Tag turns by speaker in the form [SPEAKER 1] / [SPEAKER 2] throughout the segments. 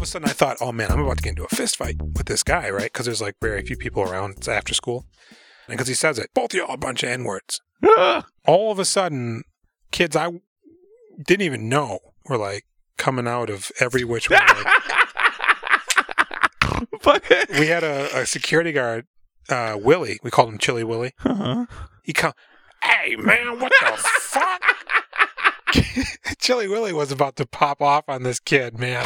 [SPEAKER 1] a sudden I thought, oh man, I'm about to get into a fist fight with this guy, right? Because there's like very few people around. It's after school. And because he says it, both of y'all a bunch of N words. All of a sudden, kids I didn't even know were like coming out of every which way. Like,
[SPEAKER 2] Fuck.
[SPEAKER 1] we had a, a security guard, uh, Willie. We called him Chili Willie.
[SPEAKER 2] Uh-huh.
[SPEAKER 1] He come, hey man, what the fuck? Chili Willie was about to pop off on this kid, man,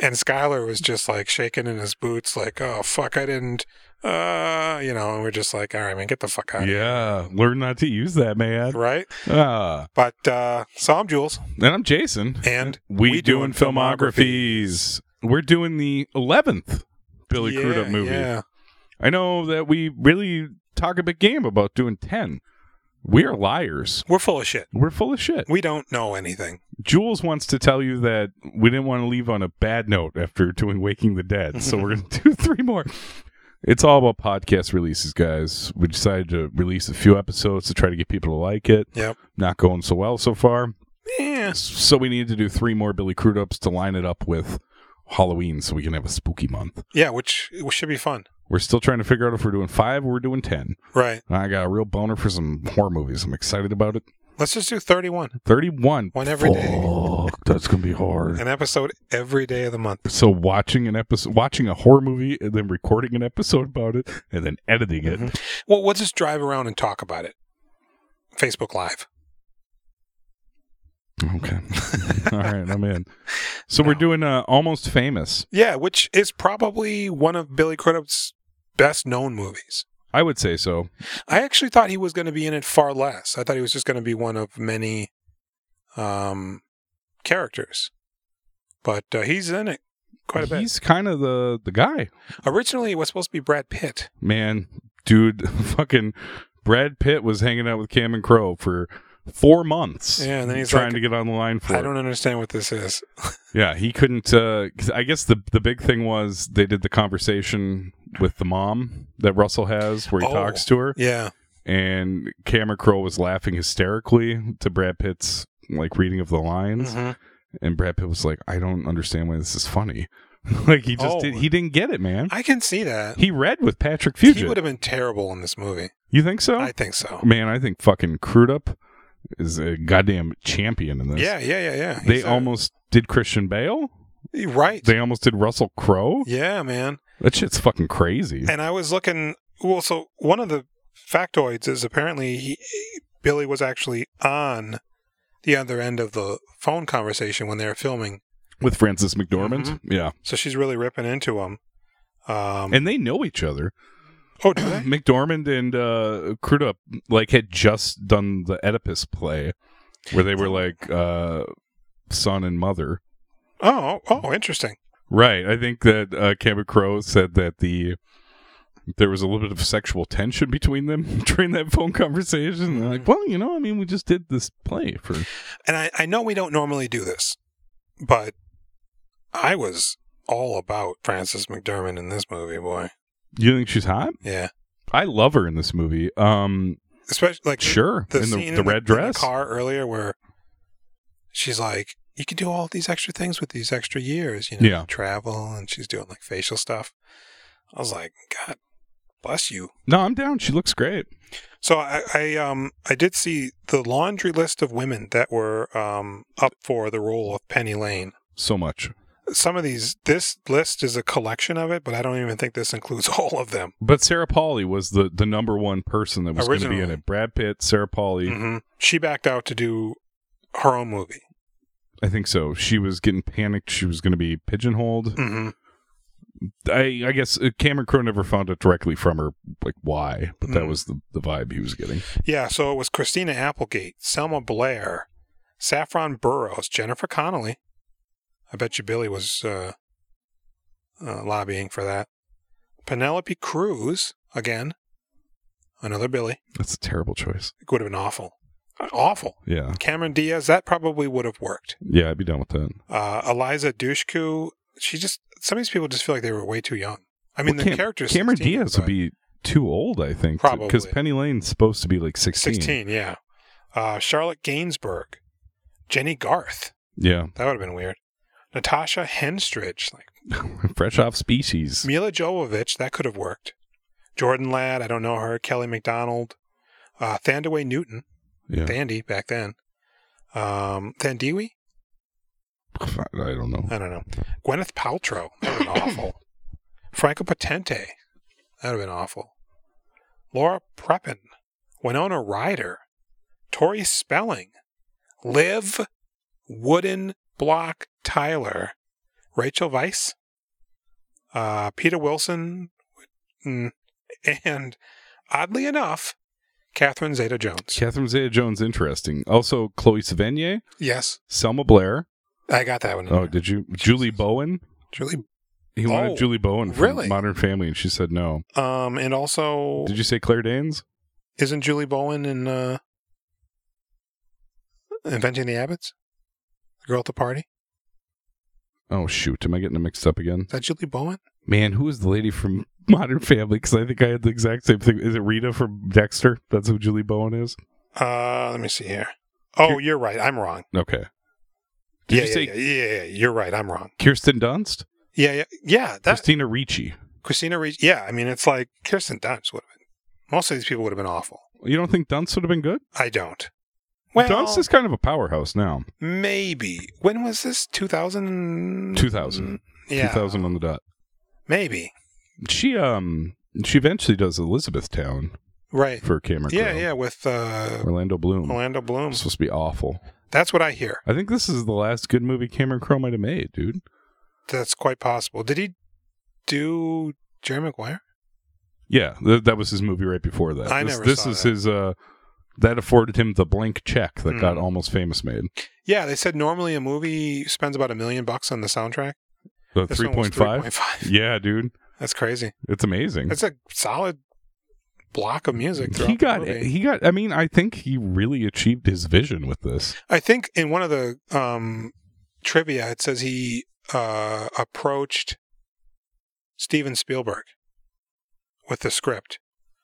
[SPEAKER 1] and Skylar was just like shaking in his boots, like, oh fuck, I didn't, uh, you know. And we're just like, all right, man, get the fuck out, of here."
[SPEAKER 2] Yeah, learn not to use that, man.
[SPEAKER 1] right?
[SPEAKER 2] Uh,
[SPEAKER 1] But uh, so I'm Jules,
[SPEAKER 2] and I'm Jason.
[SPEAKER 1] and
[SPEAKER 2] We, doing, filmographies. We're doing the 11th Billy
[SPEAKER 1] yeah,
[SPEAKER 2] Crudup movie.
[SPEAKER 1] Yeah,
[SPEAKER 2] I know that we really talk a big game about doing 10. We are liars.
[SPEAKER 1] we're full of shit.
[SPEAKER 2] We're full of shit.
[SPEAKER 1] We don't know anything.
[SPEAKER 2] Jules wants to tell you that we didn't want to leave on a bad note after doing Waking the Dead, so we're going to do three more. It's all about podcast releases, guys. We decided to release a few episodes to try to get people to like it.
[SPEAKER 1] Yep.
[SPEAKER 2] Not going so well so far.
[SPEAKER 1] Yeah.
[SPEAKER 2] So we needed to do three more Billy Crudups to line it up with Halloween so we can have a spooky month.
[SPEAKER 1] Yeah, which, which should be fun,
[SPEAKER 2] We're still trying to figure out if we're doing five or we're doing ten.
[SPEAKER 1] right?
[SPEAKER 2] And I got a real boner for some horror movies. I'm excited about it.
[SPEAKER 1] Let's just do 31,
[SPEAKER 2] 31.
[SPEAKER 1] one every day.
[SPEAKER 2] Fuck, that's going to be hard.
[SPEAKER 1] an episode every day of the month.
[SPEAKER 2] so watching an episode watching a horror movie and then recording an episode about it and then editing it
[SPEAKER 1] Well, we'll just drive around and talk about it. Facebook Live.
[SPEAKER 2] okay all right i'm in so we're doing uh, almost famous
[SPEAKER 1] Yeah, which is probably one of Billy Crudup's best known movies.
[SPEAKER 2] i would say so
[SPEAKER 1] I actually thought he was going to be in it far less. I thought he was just going to be one of many um, characters. But uh, he's in it quite a bit.
[SPEAKER 2] he's kind of the the guy
[SPEAKER 1] Originally, it was supposed to be Brad Pitt.
[SPEAKER 2] man dude fucking brad pitt was hanging out with cameron crowe for four months
[SPEAKER 1] Yeah, and then he's
[SPEAKER 2] trying
[SPEAKER 1] like,
[SPEAKER 2] to get on the line for
[SPEAKER 1] I
[SPEAKER 2] it.
[SPEAKER 1] don't understand what this is.
[SPEAKER 2] Yeah, he couldn't. Uh, 'cause I guess the the big thing was they did the conversation with the mom that Russell has, where he
[SPEAKER 1] Oh.
[SPEAKER 2] talks to her,
[SPEAKER 1] Yeah,
[SPEAKER 2] and Cameron Crowe was laughing hysterically to Brad Pitt's like reading of the lines,
[SPEAKER 1] Mhm.
[SPEAKER 2] and Brad Pitt was like, "I don't understand why this is funny." like he just
[SPEAKER 1] Oh.
[SPEAKER 2] did, he didn't get it, man.
[SPEAKER 1] I can see that.
[SPEAKER 2] he read with Patrick
[SPEAKER 1] He would
[SPEAKER 2] Fugit.
[SPEAKER 1] have been terrible in this movie.
[SPEAKER 2] You think so?
[SPEAKER 1] I think so.
[SPEAKER 2] man, I think fucking Crudup is a goddamn champion in this.
[SPEAKER 1] Yeah, yeah, yeah, yeah.
[SPEAKER 2] they
[SPEAKER 1] He's a-
[SPEAKER 2] almost did Christian Bale.
[SPEAKER 1] right.
[SPEAKER 2] They almost did Russell Crowe.
[SPEAKER 1] yeah, man.
[SPEAKER 2] That shit's fucking crazy.
[SPEAKER 1] And I was looking. Well, so one of the factoids is apparently he, Billy was actually on the other end of the phone conversation when they were filming.
[SPEAKER 2] with Francis McDormand. Yeah.
[SPEAKER 1] So she's really ripping into him. Um,
[SPEAKER 2] And they know each other.
[SPEAKER 1] oh, do they?
[SPEAKER 2] McDormand and uh Crudup like had just done the Oedipus play where they were like uh son and mother.
[SPEAKER 1] Oh, oh, interesting.
[SPEAKER 2] Right. I think that uh Cameron Crowe said that the there was a little bit of sexual tension between them during that phone conversation. They're like, well, you know, I mean, we just did this play for
[SPEAKER 1] And I, I know we don't normally do this, but I was all about Frances McDermott in this movie, boy.
[SPEAKER 2] you think she's hot?
[SPEAKER 1] Yeah,
[SPEAKER 2] I love her in this movie. Um,
[SPEAKER 1] especially like
[SPEAKER 2] sure,
[SPEAKER 1] the
[SPEAKER 2] in the,
[SPEAKER 1] scene in
[SPEAKER 2] the red
[SPEAKER 1] in
[SPEAKER 2] dress.
[SPEAKER 1] car earlier where she's like you can do all these extra things with these extra years you know
[SPEAKER 2] Yeah.
[SPEAKER 1] travel and she's doing like facial stuff i was like god bless you
[SPEAKER 2] No, I'm down. She looks great.
[SPEAKER 1] so i, I um i did see the laundry list of women that were um up for the role of penny lane
[SPEAKER 2] So much.
[SPEAKER 1] some of these this list is a collection of it but i don't even think this includes all of them
[SPEAKER 2] But Sarah Pauli was the, the number one person that was going to be in
[SPEAKER 1] Originally.
[SPEAKER 2] it. Brad Pitt, Sarah Pauli.
[SPEAKER 1] hmm she backed out to do her own movie
[SPEAKER 2] I think so. She was getting panicked. She was going to be pigeonholed.
[SPEAKER 1] hmm
[SPEAKER 2] I, I guess uh, Cameron Crowe never found out directly from her, like why, but that
[SPEAKER 1] Mm.
[SPEAKER 2] was the, the vibe he was getting.
[SPEAKER 1] Yeah, so it was Christina Applegate, Selma Blair, Saffron Burrows, Jennifer Connelly. I bet you Billy was uh, uh, lobbying for that. Penelope Cruz, again. Another Billy.
[SPEAKER 2] That's a terrible choice.
[SPEAKER 1] It would have been awful. Awful.
[SPEAKER 2] Yeah.
[SPEAKER 1] Cameron Diaz, that probably would have worked.
[SPEAKER 2] Yeah, I'd be done with that.
[SPEAKER 1] Uh, Eliza Dushku, she just, some of these people just feel like they were way too young. I mean,
[SPEAKER 2] Well,
[SPEAKER 1] the
[SPEAKER 2] Cam-
[SPEAKER 1] characters.
[SPEAKER 2] Cameron
[SPEAKER 1] 16,
[SPEAKER 2] Diaz would
[SPEAKER 1] but-
[SPEAKER 2] be too old, I think.
[SPEAKER 1] Probably.
[SPEAKER 2] Because Penny Lane's supposed to be like 16.
[SPEAKER 1] 16, yeah. Uh, Charlotte Gainsbourg, Jenny Garth.
[SPEAKER 2] Yeah.
[SPEAKER 1] That would have been weird. Natasha Henstridge, like
[SPEAKER 2] Fresh off species.
[SPEAKER 1] Mila Jovovich, that could have worked. Jordan Ladd, I don't know her. Kelly McDonald, uh, Thandaway Newton,
[SPEAKER 2] Yeah.
[SPEAKER 1] Thandy back then. Um, Thandiwe?
[SPEAKER 2] I don't know.
[SPEAKER 1] I don't know. Gwyneth Paltrow, that would have been awful. Franco Potente, that would have been awful. Laura Prepon, Winona Ryder, Tori Spelling, Liv Wooden Block Tyler, Rachel Weiss, uh, Peter Wilson, mm, and oddly enough, Catherine Zeta Jones.
[SPEAKER 2] Catherine Zeta Jones, interesting. Also, Chloe Sevigny,
[SPEAKER 1] Yes,
[SPEAKER 2] Selma Blair.
[SPEAKER 1] I got that one.
[SPEAKER 2] Oh, did you? Julie Bowen.
[SPEAKER 1] Julie.
[SPEAKER 2] He wanted
[SPEAKER 1] Oh,
[SPEAKER 2] Julie Bowen from
[SPEAKER 1] really?
[SPEAKER 2] Modern Family, and she said no.
[SPEAKER 1] Um, and also,
[SPEAKER 2] Did you say Claire Danes?
[SPEAKER 1] Isn't Julie Bowen in uh, Inventing the Abbots? The girl at the party?
[SPEAKER 2] Oh shoot, am I getting them mixed up again?
[SPEAKER 1] Is that Julie Bowen?
[SPEAKER 2] Man, who is the lady from Modern Family? Because I think I had the exact same thing. Is it Rita from Dexter? That's who Julie Bowen is.
[SPEAKER 1] Uh, let me see here. Oh, you're right. I'm wrong.
[SPEAKER 2] Okay. Did
[SPEAKER 1] yeah,
[SPEAKER 2] you
[SPEAKER 1] yeah,
[SPEAKER 2] say
[SPEAKER 1] yeah, yeah, yeah, yeah, You're right. I'm wrong.
[SPEAKER 2] Kirsten Dunst?
[SPEAKER 1] Yeah, yeah, yeah. That
[SPEAKER 2] Christina Ricci.
[SPEAKER 1] Christina Ricci. Yeah, I mean, it's like Kirsten Dunst would have been. Most of these people would have been awful.
[SPEAKER 2] You don't think Dunst would have been good?
[SPEAKER 1] I don't. Well,
[SPEAKER 2] Dunst is kind of a powerhouse now.
[SPEAKER 1] maybe. When was this? 2000?
[SPEAKER 2] 2000.
[SPEAKER 1] Yeah.
[SPEAKER 2] 2000 on the dot.
[SPEAKER 1] Maybe.
[SPEAKER 2] She um she eventually does Elizabethtown
[SPEAKER 1] Right.
[SPEAKER 2] for Cameron.
[SPEAKER 1] Yeah,
[SPEAKER 2] Crowe.
[SPEAKER 1] yeah, with uh,
[SPEAKER 2] Orlando Bloom.
[SPEAKER 1] Orlando Bloom.
[SPEAKER 2] It's supposed to be awful.
[SPEAKER 1] That's what I hear.
[SPEAKER 2] I think this is the last good movie Cameron Crowe might have made, dude.
[SPEAKER 1] That's quite possible. Did he do Jerry Maguire?
[SPEAKER 2] Yeah, th- that was his movie right before that.
[SPEAKER 1] I
[SPEAKER 2] this
[SPEAKER 1] never
[SPEAKER 2] this
[SPEAKER 1] saw
[SPEAKER 2] is
[SPEAKER 1] that.
[SPEAKER 2] his uh that afforded him the blank check that
[SPEAKER 1] Hmm.
[SPEAKER 2] got almost famous made.
[SPEAKER 1] Yeah, they said normally a movie spends about a million bucks on the soundtrack.
[SPEAKER 2] The
[SPEAKER 1] This
[SPEAKER 2] three
[SPEAKER 1] one was
[SPEAKER 2] point five.
[SPEAKER 1] 3.5.
[SPEAKER 2] Yeah, dude.
[SPEAKER 1] That's crazy.
[SPEAKER 2] It's amazing.
[SPEAKER 1] That's a solid block of music.
[SPEAKER 2] he
[SPEAKER 1] throughout the
[SPEAKER 2] got
[SPEAKER 1] movie.
[SPEAKER 2] he got I mean, I think he really achieved his vision with this.
[SPEAKER 1] I think in one of the um, trivia, it says he uh, approached Steven Spielberg with the script.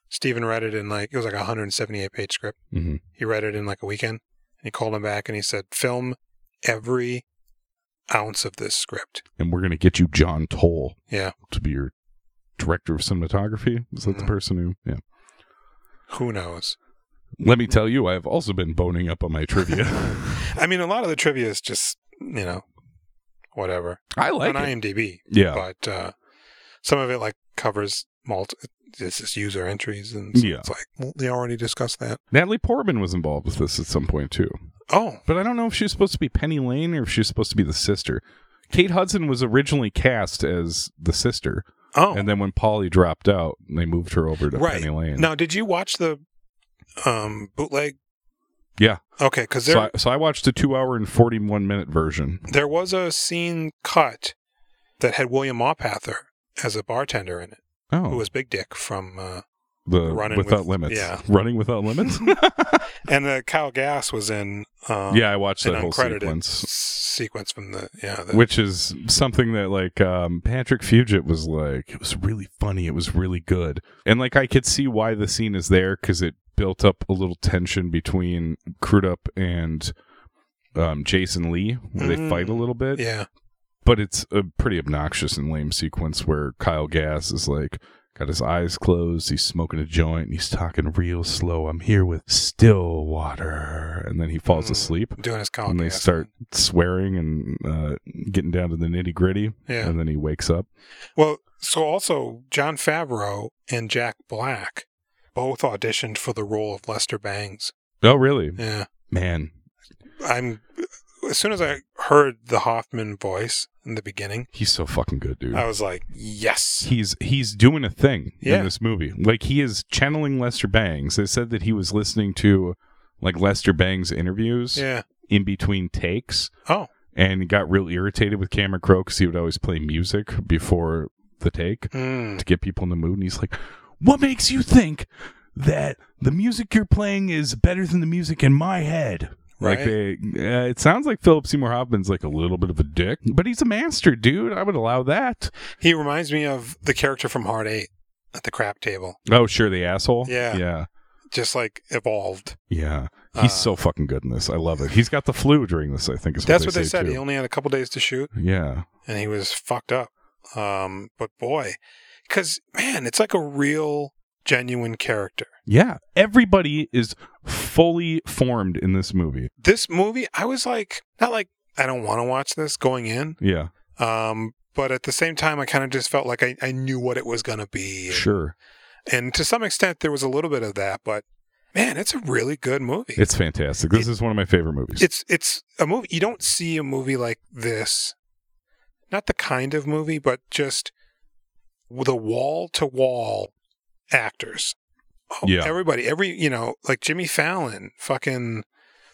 [SPEAKER 1] Steven read it in like, it was like a 178 page script.
[SPEAKER 2] Mhm.
[SPEAKER 1] He read it in like a weekend. And he called him back and he said, film every ounce of this script.
[SPEAKER 2] And we're gonna get you John Toll
[SPEAKER 1] Yeah.
[SPEAKER 2] to be your director of cinematography. Is that the
[SPEAKER 1] Mhm.
[SPEAKER 2] person who yeah.
[SPEAKER 1] Who knows?
[SPEAKER 2] Let me tell you, I have also been boning up on my trivia.
[SPEAKER 1] I mean, a lot of the trivia is just, you know, whatever.
[SPEAKER 2] I like
[SPEAKER 1] on
[SPEAKER 2] it.
[SPEAKER 1] IMDb.
[SPEAKER 2] Yeah.
[SPEAKER 1] but uh, some of it like covers multi. It's just user entries, and so
[SPEAKER 2] Yeah.
[SPEAKER 1] it's like well, they already discussed that.
[SPEAKER 2] Natalie Portman was involved with this at some point too.
[SPEAKER 1] Oh,
[SPEAKER 2] But I don't know if she was supposed to be Penny Lane or if she was supposed to be the sister. Kate Hudson was originally cast as the sister,
[SPEAKER 1] oh,
[SPEAKER 2] and then when Polly dropped out, they moved her over to
[SPEAKER 1] Right.
[SPEAKER 2] Penny Lane.
[SPEAKER 1] now did you watch the um, bootleg?
[SPEAKER 2] Yeah.
[SPEAKER 1] Okay, because there
[SPEAKER 2] so, I, so I watched a two-hour and forty-one minute version.
[SPEAKER 1] there was a scene cut that had William Mopather as a bartender in it,
[SPEAKER 2] Oh,
[SPEAKER 1] who was Big Dick from, uh,
[SPEAKER 2] the
[SPEAKER 1] Running
[SPEAKER 2] Without
[SPEAKER 1] with-
[SPEAKER 2] Limits.
[SPEAKER 1] yeah.
[SPEAKER 2] Running Without Limits.
[SPEAKER 1] and uh, Kyle Gass was in. Um,
[SPEAKER 2] yeah, I watched
[SPEAKER 1] an
[SPEAKER 2] that whole
[SPEAKER 1] uncredited
[SPEAKER 2] sequence,
[SPEAKER 1] sequence from the yeah. The,
[SPEAKER 2] which is something that like um, Patrick Fugit was like, it was really funny, it was really good, and like I could see why the scene is there because it built up a little tension between Crudup and um, Jason Lee where they
[SPEAKER 1] Mm.
[SPEAKER 2] fight a little bit,
[SPEAKER 1] yeah,
[SPEAKER 2] but it's a pretty obnoxious and lame sequence where Kyle Gass is like. Got his eyes closed. He's smoking a joint. And he's talking real slow. I'm here with Stillwater, and then he falls
[SPEAKER 1] Mm.
[SPEAKER 2] asleep
[SPEAKER 1] doing his Kyle
[SPEAKER 2] and they
[SPEAKER 1] Gass.
[SPEAKER 2] start swearing and uh, getting down to the nitty gritty,
[SPEAKER 1] Yeah.
[SPEAKER 2] and then he wakes up.
[SPEAKER 1] Well, so also John Favreau and Jack Black both auditioned for the role of Lester Bangs.
[SPEAKER 2] Oh, really?
[SPEAKER 1] Yeah,
[SPEAKER 2] Man,
[SPEAKER 1] I'm. As soon as I heard the Hoffman voice in the beginning,
[SPEAKER 2] he's so fucking good, dude.
[SPEAKER 1] I was like, "Yes,
[SPEAKER 2] He's he's doing a thing
[SPEAKER 1] Oh. Yeah.
[SPEAKER 2] in this movie. Like he is channeling Lester Bangs. They said that he was listening to like Lester Bangs interviews
[SPEAKER 1] yeah,
[SPEAKER 2] in between takes.
[SPEAKER 1] Oh.
[SPEAKER 2] and he got real irritated with Cameron Crowe because he would always play music before the take.
[SPEAKER 1] mm.
[SPEAKER 2] to get people in the mood. And he's like, What makes you think that the music you're playing is better than the music in my head? Like
[SPEAKER 1] Right.
[SPEAKER 2] they, uh, it sounds like Philip Seymour Hoffman's like a little bit of a dick, but he's a master, dude. I would allow that.
[SPEAKER 1] He reminds me of the character from Heart Eight at the crap table,
[SPEAKER 2] Oh, sure, the asshole.
[SPEAKER 1] Yeah.
[SPEAKER 2] yeah,
[SPEAKER 1] just like evolved.
[SPEAKER 2] yeah. He's
[SPEAKER 1] Uh,
[SPEAKER 2] so fucking good in this. I love it. He's got the flu during this. I think is what
[SPEAKER 1] That's
[SPEAKER 2] they
[SPEAKER 1] what they
[SPEAKER 2] say,
[SPEAKER 1] said.
[SPEAKER 2] too.
[SPEAKER 1] He only had a couple days to shoot,
[SPEAKER 2] yeah,
[SPEAKER 1] and he was fucked up. Um, but boy, because man, it's like a real, genuine character.
[SPEAKER 2] Yeah, everybody is fully formed in this movie.
[SPEAKER 1] This movie, I was like, not like I don't want to watch this going in,
[SPEAKER 2] Yeah,
[SPEAKER 1] um, but at the same time, I kind of just felt like I, I knew what it was going to be.
[SPEAKER 2] sure.
[SPEAKER 1] And to some extent, there was a little bit of that, but man, it's a really good movie.
[SPEAKER 2] It's fantastic. This is one of my favorite movies.
[SPEAKER 1] it's it's a movie you don't see a movie like this not the kind of movie but just the wall to wall actors oh,
[SPEAKER 2] Yeah.
[SPEAKER 1] everybody every you know like jimmy fallon fucking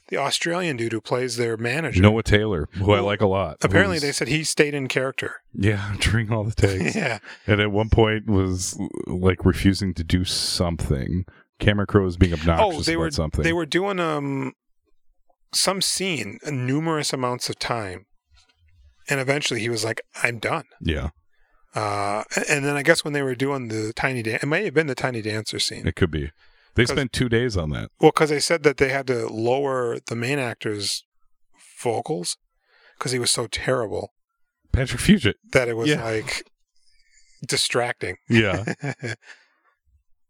[SPEAKER 1] the australian dude who plays their manager
[SPEAKER 2] Noah Taylor, who I
[SPEAKER 1] Well,
[SPEAKER 2] like a lot.
[SPEAKER 1] apparently they
[SPEAKER 2] who's-
[SPEAKER 1] said he stayed in character
[SPEAKER 2] yeah during all the takes,
[SPEAKER 1] yeah
[SPEAKER 2] and at one point was like refusing to do something. Cameron Crowe is being obnoxious
[SPEAKER 1] oh they
[SPEAKER 2] about
[SPEAKER 1] were
[SPEAKER 2] something.
[SPEAKER 1] they were doing um some scene numerous amounts of time and eventually he was like i'm done
[SPEAKER 2] yeah,
[SPEAKER 1] Uh, and then I guess when they were doing the tiny dance, it may have been the tiny dancer scene.
[SPEAKER 2] it could be. They
[SPEAKER 1] 'Cause-
[SPEAKER 2] spent two days on that.
[SPEAKER 1] Well, because they said that they had to lower the main actor's vocals because he was so terrible
[SPEAKER 2] Patrick Fugit.
[SPEAKER 1] that it was
[SPEAKER 2] Yeah.
[SPEAKER 1] like distracting.
[SPEAKER 2] Yeah,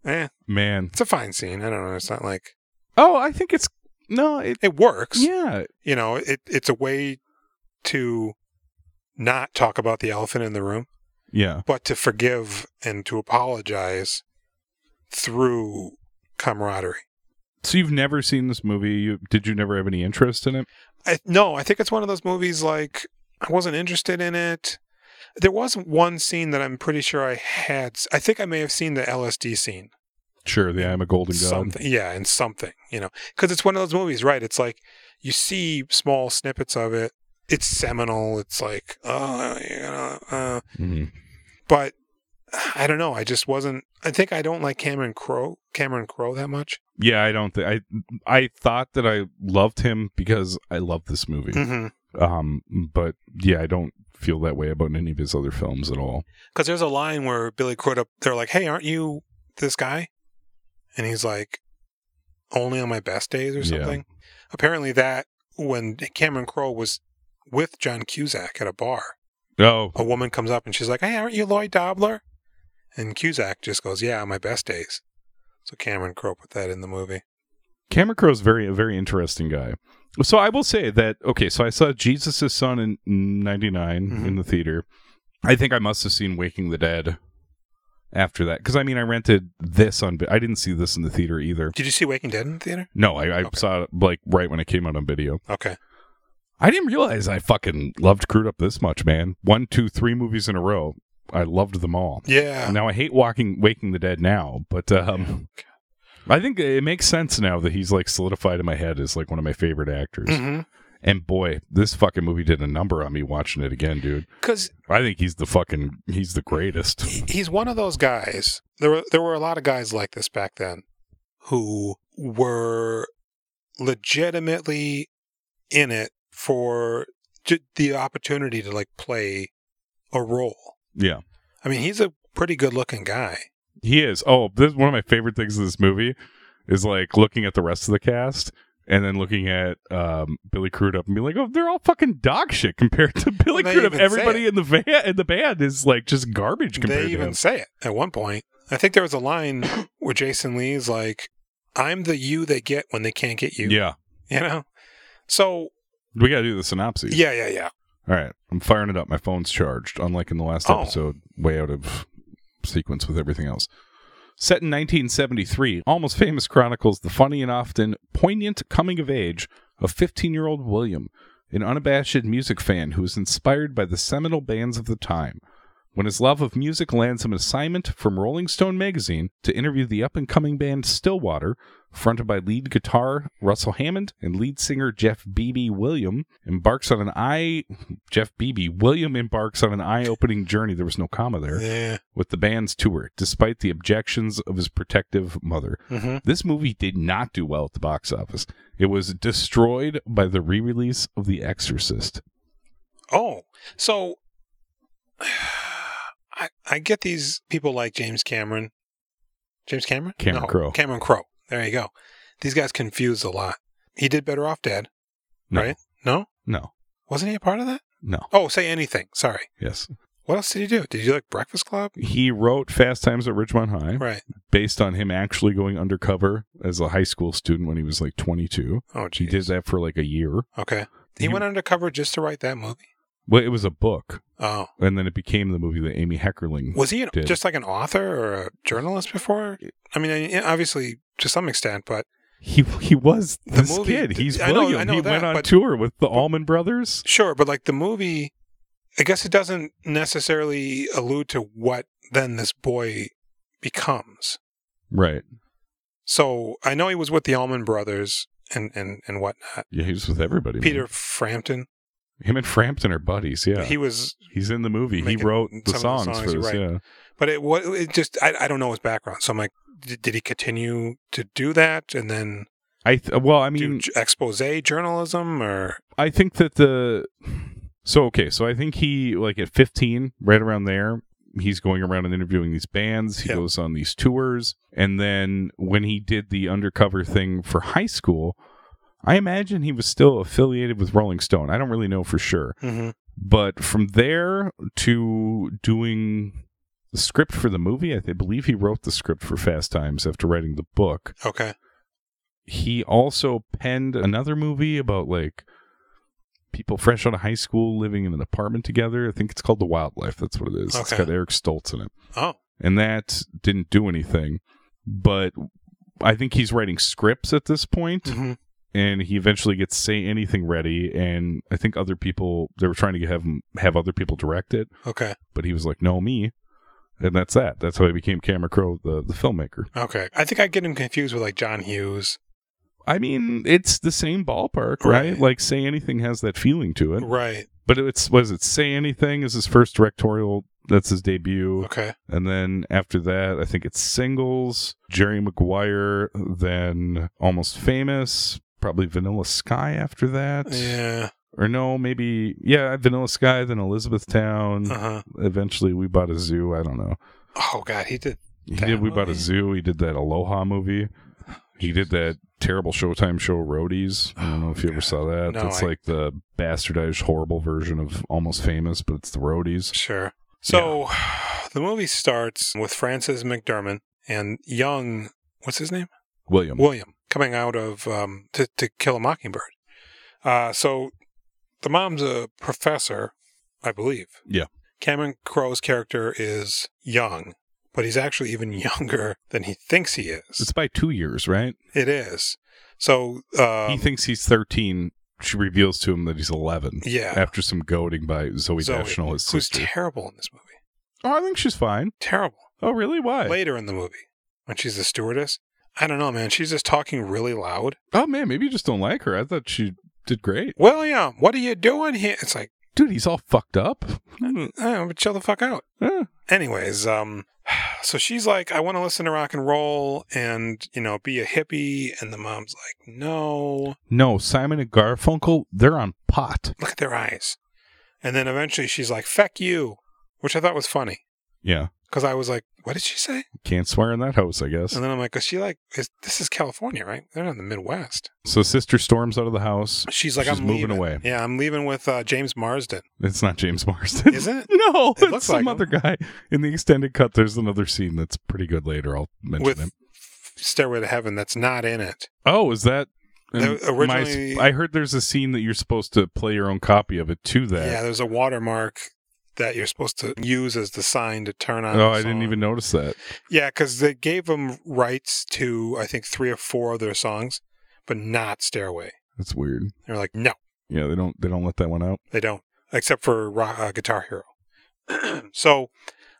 [SPEAKER 1] Eh,
[SPEAKER 2] man.
[SPEAKER 1] it's a fine scene. I don't know. It's not like
[SPEAKER 2] Oh, I think it's no. It
[SPEAKER 1] it works.
[SPEAKER 2] yeah.
[SPEAKER 1] You know, it it's a way to not talk about the elephant in the room,
[SPEAKER 2] Yeah.
[SPEAKER 1] but to forgive and to apologize through camaraderie.
[SPEAKER 2] So you've never seen this movie? You, did you never have any interest in it?
[SPEAKER 1] I, no, I think it's one of those movies like I wasn't interested in it. There was one scene that I'm pretty sure I had. I think I may have seen the LSD scene.
[SPEAKER 2] Sure, the I'm a Golden God.
[SPEAKER 1] Something, yeah, and something, you know, because it's one of those movies, right? It's like you see small snippets of it. It's seminal. It's like, oh, you know, uh,
[SPEAKER 2] Mhm.
[SPEAKER 1] but I don't know. I just wasn't. I think I don't like Cameron Crowe. Cameron Crowe that much.
[SPEAKER 2] Yeah, I don't think I. I thought that I loved him because I love this movie.
[SPEAKER 1] Mm-hmm.
[SPEAKER 2] Um, but yeah, I don't feel that way about any of his other films at all.
[SPEAKER 1] Because there's a line where Billy Crudup, they're like, "Hey, aren't you this guy?" And he's like, "Only on my best days or
[SPEAKER 2] Yeah.
[SPEAKER 1] something." Apparently, that when Cameron Crowe was with John Cusack at a bar,
[SPEAKER 2] Oh,
[SPEAKER 1] a woman comes up and she's like, "Hey, aren't you Lloyd Dobler?" And Cusack just goes, "Yeah, on my best days." So Cameron Crowe put that in the movie.
[SPEAKER 2] Cameron Crowe's very a very interesting guy. So I will say that okay, so I saw Jesus' Son in '99
[SPEAKER 1] Mhm.
[SPEAKER 2] in the theater. I think I must have seen Waking the Dead after that because I mean I rented this on. vi- I didn't see this in the theater either.
[SPEAKER 1] Did you see Waking Dead in the theater?
[SPEAKER 2] No, I, I
[SPEAKER 1] Okay.
[SPEAKER 2] saw it like right when it came out on video.
[SPEAKER 1] Okay,
[SPEAKER 2] I didn't realize I fucking loved Crude Up this much, man. One, two, three movies in a row. I loved them all.
[SPEAKER 1] yeah,
[SPEAKER 2] Now I hate walking, waking the dead now, but um, I think it makes sense now that he's like solidified in my head as like one of my favorite actors.
[SPEAKER 1] because
[SPEAKER 2] And boy, this fucking movie did a number on me watching it again, dude. I think he's the fucking he's the greatest.
[SPEAKER 1] he- he's one of those guys. There were there were a lot of guys like this back then who were legitimately in it for ju- the opportunity to like play a role.
[SPEAKER 2] Yeah,
[SPEAKER 1] I mean, he's a pretty good looking guy.
[SPEAKER 2] he is. Oh, this one of my favorite things of this movie is like looking at the rest of the cast. And then looking at um, Billy Crudup and be like, "Oh, they're all fucking dog shit compared to Billy
[SPEAKER 1] They
[SPEAKER 2] Crudup.
[SPEAKER 1] even say
[SPEAKER 2] Everybody in the van in the band is like just garbage compared
[SPEAKER 1] They
[SPEAKER 2] to
[SPEAKER 1] even
[SPEAKER 2] him."
[SPEAKER 1] say it at one point. I think there was a line where Jason Lee's like, "I'm the you they get when they can't get you."
[SPEAKER 2] Yeah,
[SPEAKER 1] You know. So
[SPEAKER 2] we got to do the synopsis.
[SPEAKER 1] yeah, yeah, yeah.
[SPEAKER 2] All right, I'm firing it up. My phone's charged, unlike in the last
[SPEAKER 1] Oh.
[SPEAKER 2] episode, way out of sequence with everything else. Set in 1973, Almost Famous chronicles the funny and often poignant coming of age of 15 year old William, an unabashed music fan who is inspired by the seminal bands of the time. When his love of music lands him an assignment from Rolling Stone magazine to interview the up and coming band Stillwater, fronted by lead guitar Russell Hammond and lead singer Jeff Beebe William, embarks on an eye Jeff Beebe William embarks on an eye opening journey. There was no comma there
[SPEAKER 1] Yeah.
[SPEAKER 2] with the band's tour, despite the objections of his protective mother.
[SPEAKER 1] hmm
[SPEAKER 2] This movie did not do well at the box office. It was destroyed by the re release of The Exorcist.
[SPEAKER 1] Oh, so I I get these people like James Cameron, James Cameron,
[SPEAKER 2] Cameron Crowe.
[SPEAKER 1] Cameron Crowe. There you go. These guys confused a lot. He did Better Off Dead,
[SPEAKER 2] No.
[SPEAKER 1] right? No,
[SPEAKER 2] No.
[SPEAKER 1] wasn't he a part of that?
[SPEAKER 2] No.
[SPEAKER 1] Oh, say anything. Sorry,
[SPEAKER 2] Yes.
[SPEAKER 1] What else did he do? Did you like Breakfast Club?
[SPEAKER 2] He wrote Fast Times at Ridgemont High
[SPEAKER 1] Right.
[SPEAKER 2] based on him actually going undercover as a high school student when he was like 22.
[SPEAKER 1] Oh,
[SPEAKER 2] He
[SPEAKER 1] geez.
[SPEAKER 2] did that for like a year.
[SPEAKER 1] Okay. He,
[SPEAKER 2] You-
[SPEAKER 1] went undercover just to write that movie.
[SPEAKER 2] Well, it was a book,
[SPEAKER 1] Oh,
[SPEAKER 2] and then it became the movie that Amy Heckerling.
[SPEAKER 1] was he an,
[SPEAKER 2] Did.
[SPEAKER 1] just like an author or a journalist before? I mean, I- obviously to some extent, but
[SPEAKER 2] He he was
[SPEAKER 1] The
[SPEAKER 2] this
[SPEAKER 1] movie-
[SPEAKER 2] kid. He's
[SPEAKER 1] I know-
[SPEAKER 2] William.
[SPEAKER 1] I know
[SPEAKER 2] he
[SPEAKER 1] that,
[SPEAKER 2] went on
[SPEAKER 1] but-
[SPEAKER 2] tour with the Allman Brothers.
[SPEAKER 1] sure. But like the movie, I guess it doesn't necessarily allude to what then this boy becomes.
[SPEAKER 2] Right.
[SPEAKER 1] So I know he was with the Allman Brothers and and and whatnot.
[SPEAKER 2] Yeah, he was with everybody. man.
[SPEAKER 1] Peter Frampton,
[SPEAKER 2] Him and Frampton are buddies. Yeah.
[SPEAKER 1] he was,
[SPEAKER 2] He's in the movie. He
[SPEAKER 1] Making
[SPEAKER 2] wrote
[SPEAKER 1] some
[SPEAKER 2] the
[SPEAKER 1] of the
[SPEAKER 2] songs,
[SPEAKER 1] songs,
[SPEAKER 2] for
[SPEAKER 1] you're
[SPEAKER 2] this.
[SPEAKER 1] right.
[SPEAKER 2] Yeah.
[SPEAKER 1] but it what it just I I don't know his background. So I'm like, did, did he continue to do that and then
[SPEAKER 2] I th- well, I
[SPEAKER 1] do
[SPEAKER 2] mean,
[SPEAKER 1] j- expose journalism or
[SPEAKER 2] I think that the so okay, so I think he like at 15, right around there, he's going around and interviewing these bands. He
[SPEAKER 1] Yeah.
[SPEAKER 2] goes on these tours, and then when he did the undercover thing for high school, I imagine he was still affiliated with Rolling Stone. I don't really know for sure,
[SPEAKER 1] Mm-hmm.
[SPEAKER 2] but from there to doing the script for the movie, I th- believe he wrote the script for Fast Times after writing the book.
[SPEAKER 1] okay,
[SPEAKER 2] he also penned another movie about like people fresh out of high school living in an apartment together. I think it's called The Wildlife. That's what it is. It's
[SPEAKER 1] Okay.
[SPEAKER 2] got Eric Stoltz in it.
[SPEAKER 1] oh
[SPEAKER 2] And that didn't do anything. But I think he's writing scripts at this point,
[SPEAKER 1] hmm
[SPEAKER 2] and he eventually gets Say Anything ready. And I think other people, they were trying to have him have other people direct it,
[SPEAKER 1] okay,
[SPEAKER 2] but he was like, no, me. And that's that. That's how he became Cameron Crowe, the, the filmmaker.
[SPEAKER 1] okay. I think I get him confused with like John Hughes,
[SPEAKER 2] I mean, it's the same ballpark, right?
[SPEAKER 1] Right.
[SPEAKER 2] Like, say anything has that feeling to it.
[SPEAKER 1] right?
[SPEAKER 2] But it's was it say anything is his first directorial. That's his debut,
[SPEAKER 1] Okay,
[SPEAKER 2] and then after that, I think it's singles. Jerry Maguire, then Almost Famous, probably Vanilla Sky after that,
[SPEAKER 1] yeah,
[SPEAKER 2] or no, maybe yeah, Vanilla Sky, then Elizabethtown.
[SPEAKER 1] uh huh.
[SPEAKER 2] Eventually, we bought a zoo. I don't know.
[SPEAKER 1] Oh god, he did.
[SPEAKER 2] He
[SPEAKER 1] That
[SPEAKER 2] did. We bought a
[SPEAKER 1] movie?
[SPEAKER 2] zoo. He did that Aloha movie. He did that terrible Showtime show Roadies. I don't know if you ever saw that.
[SPEAKER 1] Oh, No,
[SPEAKER 2] That's
[SPEAKER 1] I-
[SPEAKER 2] like the bastardized, horrible version of Almost Famous, but it's the Roadies.
[SPEAKER 1] Sure. So the movie starts with Francis McDermott and young, what's his name?
[SPEAKER 2] William.
[SPEAKER 1] William coming out of um, to, to Kill a Mockingbird. Uh, so the mom's a professor, I believe.
[SPEAKER 2] Yeah.
[SPEAKER 1] Cameron Crowe's character is young, but he's actually even younger than he thinks he
[SPEAKER 2] It's
[SPEAKER 1] is.
[SPEAKER 2] by two years, right?
[SPEAKER 1] It is. So uh,
[SPEAKER 2] he thinks he's thirteen. She reveals to him that he's eleven.
[SPEAKER 1] yeah,
[SPEAKER 2] After some goading by Zoe,
[SPEAKER 1] Zoe,
[SPEAKER 2] Deschanel, his
[SPEAKER 1] who's
[SPEAKER 2] sister.
[SPEAKER 1] terrible in this movie.
[SPEAKER 2] oh, I think she's fine.
[SPEAKER 1] Terrible.
[SPEAKER 2] Oh, really? Why?
[SPEAKER 1] Later in the movie, when she's the stewardess, I don't know, man. She's just talking really loud.
[SPEAKER 2] Oh man, maybe you just don't like her. I thought she did great.
[SPEAKER 1] William, what are you doing here? It's like,
[SPEAKER 2] Dude, he's all fucked up. Hmm.
[SPEAKER 1] oh, chill the fuck out.
[SPEAKER 2] Eh.
[SPEAKER 1] anyways, um, so she's like, I want to listen to rock and roll and, you know, be a hippie. And the mom's like, no,
[SPEAKER 2] No, Simon and Garfunkel, they're on pot.
[SPEAKER 1] look at their eyes. And then eventually she's like, feck you, which I thought was funny
[SPEAKER 2] Yeah.
[SPEAKER 1] because I was like, what did she say?
[SPEAKER 2] Can't swear in that house, I guess.
[SPEAKER 1] And then I'm like, is she like, is, this is California, right? They're not in the Midwest.
[SPEAKER 2] So sister storms out of the house.
[SPEAKER 1] She's like,
[SPEAKER 2] She's
[SPEAKER 1] I'm
[SPEAKER 2] moving
[SPEAKER 1] leaving.
[SPEAKER 2] away.
[SPEAKER 1] Yeah, I'm leaving with uh, James Marsden.
[SPEAKER 2] It's not James Marsden.
[SPEAKER 1] Is it?
[SPEAKER 2] no,
[SPEAKER 1] It
[SPEAKER 2] it's
[SPEAKER 1] looks
[SPEAKER 2] some
[SPEAKER 1] like
[SPEAKER 2] other guy. In the extended cut, there's another scene that's pretty good later. I'll mention
[SPEAKER 1] with
[SPEAKER 2] him.
[SPEAKER 1] Stairway to Heaven that's not in it.
[SPEAKER 2] Oh, is that?
[SPEAKER 1] There-
[SPEAKER 2] and my
[SPEAKER 1] originally-
[SPEAKER 2] sp- I heard there's a scene that you're supposed to play your own copy of it to that.
[SPEAKER 1] Yeah, there's a watermark that you're supposed to use as the sign to turn on.
[SPEAKER 2] oh,
[SPEAKER 1] the
[SPEAKER 2] I didn't
[SPEAKER 1] song.
[SPEAKER 2] even notice that.
[SPEAKER 1] Yeah, because they gave them rights to I think three or four of their songs, but not Stairway.
[SPEAKER 2] That's weird.
[SPEAKER 1] They're like, no,
[SPEAKER 2] Yeah, they don't they don't let that one out.
[SPEAKER 1] they don't, except for Ro- uh, Guitar Hero. so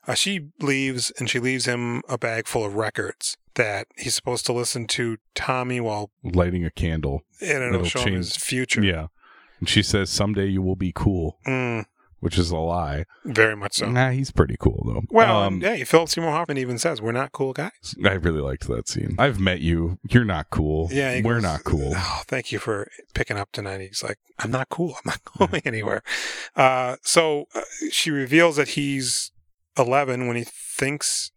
[SPEAKER 1] uh, she leaves, and she leaves him a bag full of records that he's supposed to listen to Tommy while,
[SPEAKER 2] Lighting a candle.
[SPEAKER 1] and it'll,
[SPEAKER 2] It'll
[SPEAKER 1] show him
[SPEAKER 2] change-
[SPEAKER 1] his future.
[SPEAKER 2] Yeah. And she says someday you will be cool,
[SPEAKER 1] Mm,
[SPEAKER 2] which is a lie.
[SPEAKER 1] very much so.
[SPEAKER 2] Nah, he's pretty cool though.
[SPEAKER 1] Well,
[SPEAKER 2] Um,
[SPEAKER 1] and, yeah, Philip Seymour Hoffman even says we're not cool guys.
[SPEAKER 2] I really liked that scene. I've met you. You're not cool.
[SPEAKER 1] Yeah, he
[SPEAKER 2] we're
[SPEAKER 1] goes,
[SPEAKER 2] not cool.
[SPEAKER 1] Oh, thank you for picking up tonight. He's like, I'm not cool. I'm not going anywhere. Uh, so uh, she reveals that he's 11 when he thinks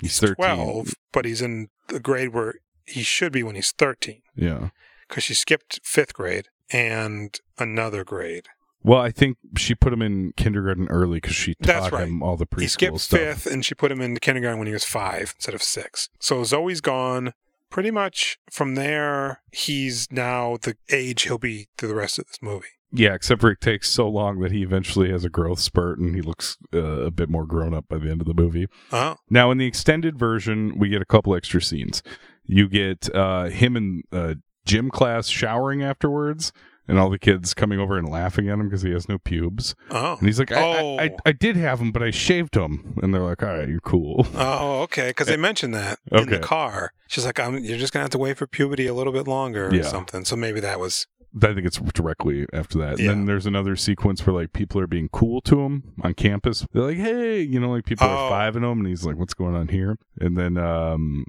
[SPEAKER 2] He's thirteen.
[SPEAKER 1] 12, but he's in the grade where he should be when he's 13
[SPEAKER 2] Yeah.
[SPEAKER 1] because she skipped fifth grade and another grade.
[SPEAKER 2] Well, I think she put him in kindergarten early because she taught
[SPEAKER 1] That's right.
[SPEAKER 2] him all the preschool
[SPEAKER 1] he skipped
[SPEAKER 2] stuff.
[SPEAKER 1] fifth, and she put him into kindergarten when he was five instead of six. So Zoe's gone. Pretty much from there, he's now the age he'll be through the rest of this movie.
[SPEAKER 2] Yeah, except for it takes so long that he eventually has a growth spurt and he looks uh, a bit more grown up by the end of the movie.
[SPEAKER 1] Oh,
[SPEAKER 2] Now, in the extended version, we get a couple extra scenes. You get uh, him in uh, gym class showering afterwards, and all the kids coming over and laughing at him because he has no pubes.
[SPEAKER 1] oh,
[SPEAKER 2] And he's like, I, I-
[SPEAKER 1] Oh.
[SPEAKER 2] I, I did have them, but I shaved them. And they're like, all right, you're cool.
[SPEAKER 1] oh, okay. Because they mentioned that in the
[SPEAKER 2] Eh, Okay.
[SPEAKER 1] car. She's like, I'm, "You're just gonna have to wait for puberty a little bit longer or
[SPEAKER 2] Yeah.
[SPEAKER 1] something." So maybe that was
[SPEAKER 2] I think it's directly after that. And
[SPEAKER 1] Yeah.
[SPEAKER 2] then there's another sequence where like people are being cool to him on campus. They're like, "Hey," you know, like people
[SPEAKER 1] Oh.
[SPEAKER 2] are five him, and he's like, "What's going on here?" And then um,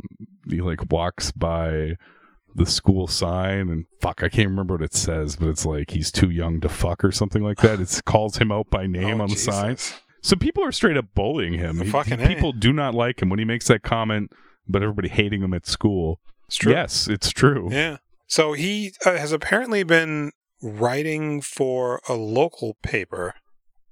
[SPEAKER 2] he like walks by the school sign, and fuck, I can't remember what it says, but it's like he's too young to fuck or something like that. It calls him out by name
[SPEAKER 1] Oh,
[SPEAKER 2] on the sign.
[SPEAKER 1] Jesus.
[SPEAKER 2] So people are straight up bullying him. He-
[SPEAKER 1] Fucking A.
[SPEAKER 2] people do not like him when he makes that comment about everybody hating him at school.
[SPEAKER 1] It's true.
[SPEAKER 2] Yes, it's true.
[SPEAKER 1] Yeah. So he uh, has apparently been writing for a local paper.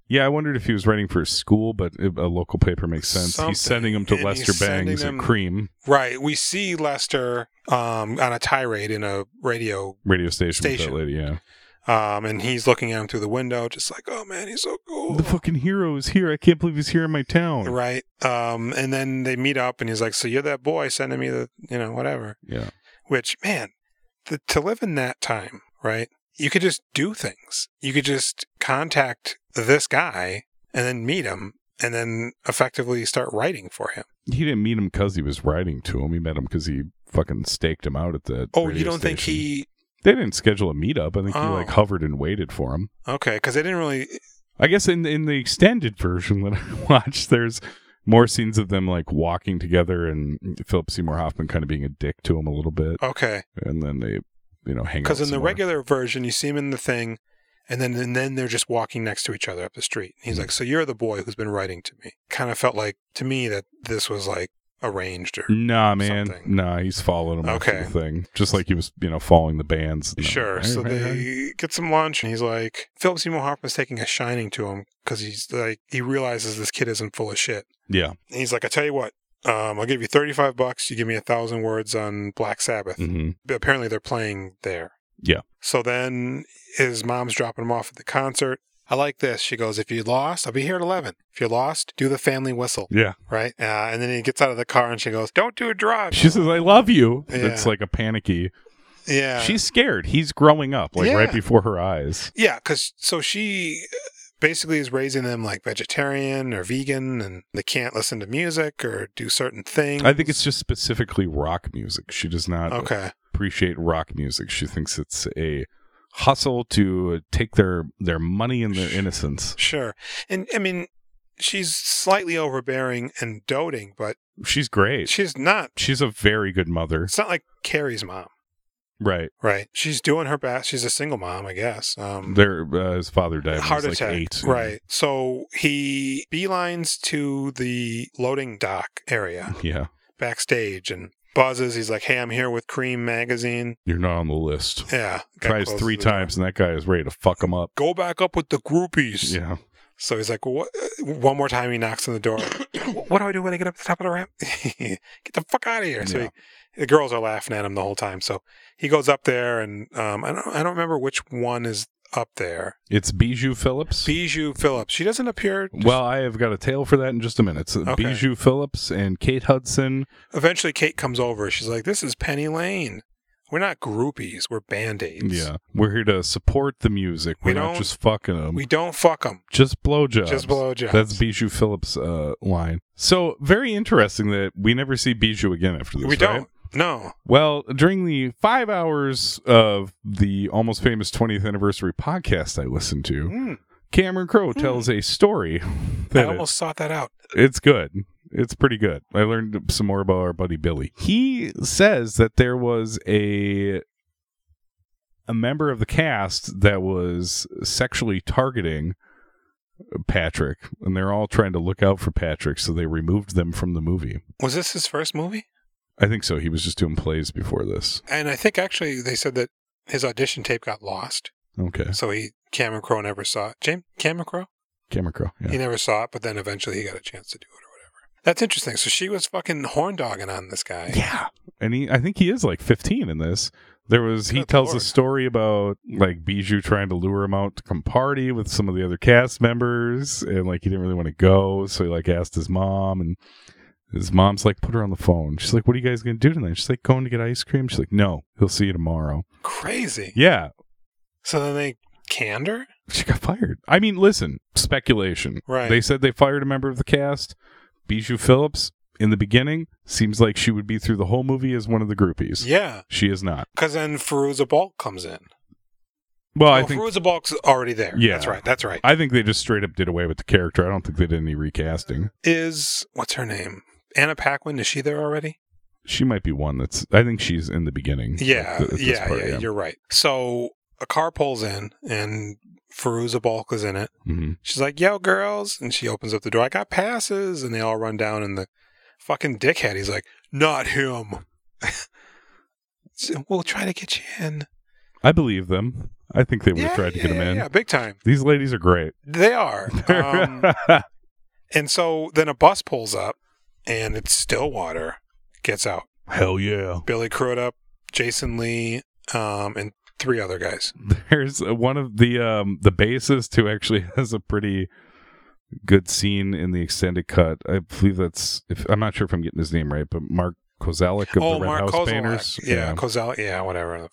[SPEAKER 2] Yeah, I wondered if he was writing for his school, but it- a local paper makes sense.
[SPEAKER 1] Something.
[SPEAKER 2] He's sending him to
[SPEAKER 1] And he's
[SPEAKER 2] Lester
[SPEAKER 1] sending
[SPEAKER 2] Bangs
[SPEAKER 1] him-
[SPEAKER 2] at Cream
[SPEAKER 1] Right. We see Lester um, on a tirade in a radio,
[SPEAKER 2] radio station,
[SPEAKER 1] Station.
[SPEAKER 2] with that lady. Yeah,
[SPEAKER 1] um, and he's looking at him through the window, just like, "Oh man, he's so cool."
[SPEAKER 2] the fucking hero is here. I can't believe he's here in my town.
[SPEAKER 1] Right. Um, and then they meet up, and he's like, "So you're that boy sending me the, you know, whatever."
[SPEAKER 2] Yeah,
[SPEAKER 1] Which, man, the, to live in that time, right? You could just do things. You could just contact this guy and then meet him, and then effectively start writing for him.
[SPEAKER 2] he didn't meet him because he was writing to him. He met him because he fucking staked him out at that.
[SPEAKER 1] Oh, you
[SPEAKER 2] radio
[SPEAKER 1] don't think
[SPEAKER 2] station.
[SPEAKER 1] he?
[SPEAKER 2] They didn't schedule a meetup. I think he
[SPEAKER 1] Oh.
[SPEAKER 2] like hovered and waited for him.
[SPEAKER 1] Okay, because they didn't really.
[SPEAKER 2] I guess in in the extended version that I watched, there's more scenes of them like walking together and Philip Seymour Hoffman kind of being a dick to him a little bit,
[SPEAKER 1] Okay,
[SPEAKER 2] and then they. You know, hang out
[SPEAKER 1] because in the
[SPEAKER 2] some more.
[SPEAKER 1] regular version, you see him in the thing, and then and then they're just walking next to each other up the street. He's
[SPEAKER 2] Hmm.
[SPEAKER 1] like, "So you're the boy who's been writing to me." Kind of felt like to me that this was like arranged or
[SPEAKER 2] Nah, man.
[SPEAKER 1] something.
[SPEAKER 2] Nah, he's following him. Okay.
[SPEAKER 1] Okay.
[SPEAKER 2] the thing, just like he was, you know, following the bands. No.
[SPEAKER 1] Sure.
[SPEAKER 2] Right,
[SPEAKER 1] So
[SPEAKER 2] right, right.
[SPEAKER 1] they get some lunch, and he's like, Philip Seymour Hoffman's taking a shining to him because he's like, he realizes this kid isn't full of shit.
[SPEAKER 2] Yeah.
[SPEAKER 1] And he's like, I tell you what, um, I'll give you 35 bucks. You give me a thousand words on Black Sabbath.
[SPEAKER 2] hmm
[SPEAKER 1] But Apparently, they're playing there.
[SPEAKER 2] Yeah.
[SPEAKER 1] So then his mom's dropping him off at the concert. I like this. She goes, If you lost, I'll be here at 11. If you're lost, do the family whistle,
[SPEAKER 2] Yeah.
[SPEAKER 1] right? Uh, and then he gets out of the car and she goes, Don't do a drive.
[SPEAKER 2] She says, "I love you."
[SPEAKER 1] Yeah.
[SPEAKER 2] It's like a panicky.
[SPEAKER 1] yeah.
[SPEAKER 2] She's scared. He's growing up, like
[SPEAKER 1] Yeah.
[SPEAKER 2] right before her eyes.
[SPEAKER 1] Yeah, because so she uh, basically is raising them like vegetarian or vegan, and they can't listen to music or do certain things.
[SPEAKER 2] I think it's just specifically rock music. She does not
[SPEAKER 1] okay.
[SPEAKER 2] appreciate rock music. She thinks it's a hustle to take their their money and their innocence.
[SPEAKER 1] Sure, and I mean, she's slightly overbearing and doting, but
[SPEAKER 2] She's great.
[SPEAKER 1] she's not.
[SPEAKER 2] She's a very good mother.
[SPEAKER 1] It's not like Carrie's mom,
[SPEAKER 2] Right.
[SPEAKER 1] right? She's doing her best. She's a single mom, I guess. Um,
[SPEAKER 2] Their uh, his father died. When
[SPEAKER 1] heart
[SPEAKER 2] he was
[SPEAKER 1] attack,
[SPEAKER 2] Like eight.
[SPEAKER 1] right? So he beelines to the loading dock area
[SPEAKER 2] Yeah.
[SPEAKER 1] backstage and buzzes. He's like, "Hey, I'm here with Cream Magazine."
[SPEAKER 2] You're not on the list.
[SPEAKER 1] Yeah. guy
[SPEAKER 2] tries
[SPEAKER 1] closes
[SPEAKER 2] three
[SPEAKER 1] the door.
[SPEAKER 2] times, and that guy is ready to fuck him up.
[SPEAKER 1] Go back up with the groupies.
[SPEAKER 2] Yeah,
[SPEAKER 1] So he's like, what? One more time, he knocks on the door. what do I do when I get up to the top of the ramp? get the fuck out of here. So
[SPEAKER 2] Yeah.
[SPEAKER 1] he, the girls are laughing at him the whole time. So he goes up there, and um, I, don't, I don't remember which one is up there.
[SPEAKER 2] it's Bijou Phillips.
[SPEAKER 1] Bijou Phillips. She doesn't appear.
[SPEAKER 2] well, I have got a tale for that in just a minute. So
[SPEAKER 1] Okay.
[SPEAKER 2] Bijou Phillips and Kate Hudson.
[SPEAKER 1] Eventually, Kate comes over. She's like, this is Penny Lane. We're not groupies. We're band aids.
[SPEAKER 2] Yeah, we're here to support the music.
[SPEAKER 1] We
[SPEAKER 2] We're not
[SPEAKER 1] don't-
[SPEAKER 2] just fucking them.
[SPEAKER 1] We don't fuck them.
[SPEAKER 2] just blowjobs.
[SPEAKER 1] Just blowjobs.
[SPEAKER 2] That's Bijou Phillips' uh, line. So very interesting that we never see Bijou again after this.
[SPEAKER 1] we
[SPEAKER 2] right?
[SPEAKER 1] don't. No.
[SPEAKER 2] Well, during the five hours of the almost famous 20th anniversary podcast I listened to,
[SPEAKER 1] Mm,
[SPEAKER 2] Cameron Crowe
[SPEAKER 1] Hmm.
[SPEAKER 2] tells a story.
[SPEAKER 1] I
[SPEAKER 2] That it-
[SPEAKER 1] almost sought that out.
[SPEAKER 2] It's good. It's pretty good. I learned some more about our buddy Billy. He says that there was a a member of the cast that was sexually targeting Patrick, and they're all trying to look out for Patrick, so they removed them from the movie.
[SPEAKER 1] Was this his first movie?
[SPEAKER 2] I think so. He was just doing plays before this.
[SPEAKER 1] And I think actually they said that his audition tape got lost,
[SPEAKER 2] Okay.
[SPEAKER 1] so he Cameron Crowe never saw it. James Cameron Crowe?
[SPEAKER 2] Cameron Crowe. Yeah.
[SPEAKER 1] He never saw it, but then eventually he got a chance to do it or whatever. That's interesting. So she was fucking horn dogging on this guy.
[SPEAKER 2] Yeah. And he I think he is like 15 in this. There was he
[SPEAKER 1] Good
[SPEAKER 2] tells
[SPEAKER 1] lord.
[SPEAKER 2] a story about like Bijou trying to lure him out to come party with some of the other cast members and like he didn't really want to go, so he like asked his mom and his mom's like put her on the phone. She's like, "What are you guys going to do tonight?" She's like, "Going to get ice cream." She's like, "No, he'll see you tomorrow."
[SPEAKER 1] Crazy.
[SPEAKER 2] Yeah.
[SPEAKER 1] So then they canned her?
[SPEAKER 2] She got fired. I mean, listen, speculation.
[SPEAKER 1] Right.
[SPEAKER 2] They said they fired a member of the cast. Bijou Phillips, in the beginning, seems like she would be through the whole movie as one of the groupies.
[SPEAKER 1] Yeah.
[SPEAKER 2] She is not.
[SPEAKER 1] Because then Feruza Balk comes in.
[SPEAKER 2] Well, I
[SPEAKER 1] oh,
[SPEAKER 2] think
[SPEAKER 1] Feruza Balk's already there.
[SPEAKER 2] Yeah.
[SPEAKER 1] That's right. That's right.
[SPEAKER 2] I think they just straight up did away with the character. I don't think they did any recasting.
[SPEAKER 1] Is, what's her name? Anna Paquin, is she there already?
[SPEAKER 2] She might be one that's. I think she's in the beginning.
[SPEAKER 1] Yeah,
[SPEAKER 2] Mm-hmm. at th- at this
[SPEAKER 1] yeah,
[SPEAKER 2] part,
[SPEAKER 1] yeah, You're right. So a car pulls in and Feruza Balk is in it.
[SPEAKER 2] Mhm.
[SPEAKER 1] She's like, "Yo, girls!" and she opens up the door. I got passes, and they all run down. And the fucking dickhead, he's like, "Not him." So, we'll try to get you in.
[SPEAKER 2] I believe them. I think they would have
[SPEAKER 1] Yeah,
[SPEAKER 2] tried to
[SPEAKER 1] yeah,
[SPEAKER 2] get him
[SPEAKER 1] yeah,
[SPEAKER 2] in.
[SPEAKER 1] yeah, big time.
[SPEAKER 2] These ladies are great.
[SPEAKER 1] They are. Um, and so then a bus pulls up, and it's Stillwater gets out.
[SPEAKER 2] Hell yeah.
[SPEAKER 1] Billy Crudup, Jason Lee, um, and three other guys.
[SPEAKER 2] there's uh, one of the um the bassist who actually has a pretty good scene in the extended cut. I believe that's if I'm not sure if I'm getting his name right, but Mark Kozelek of
[SPEAKER 1] oh,
[SPEAKER 2] the Red
[SPEAKER 1] Mark
[SPEAKER 2] House
[SPEAKER 1] Kozalek.
[SPEAKER 2] Banners.
[SPEAKER 1] Yeah, Kozalek. Yeah, whatever.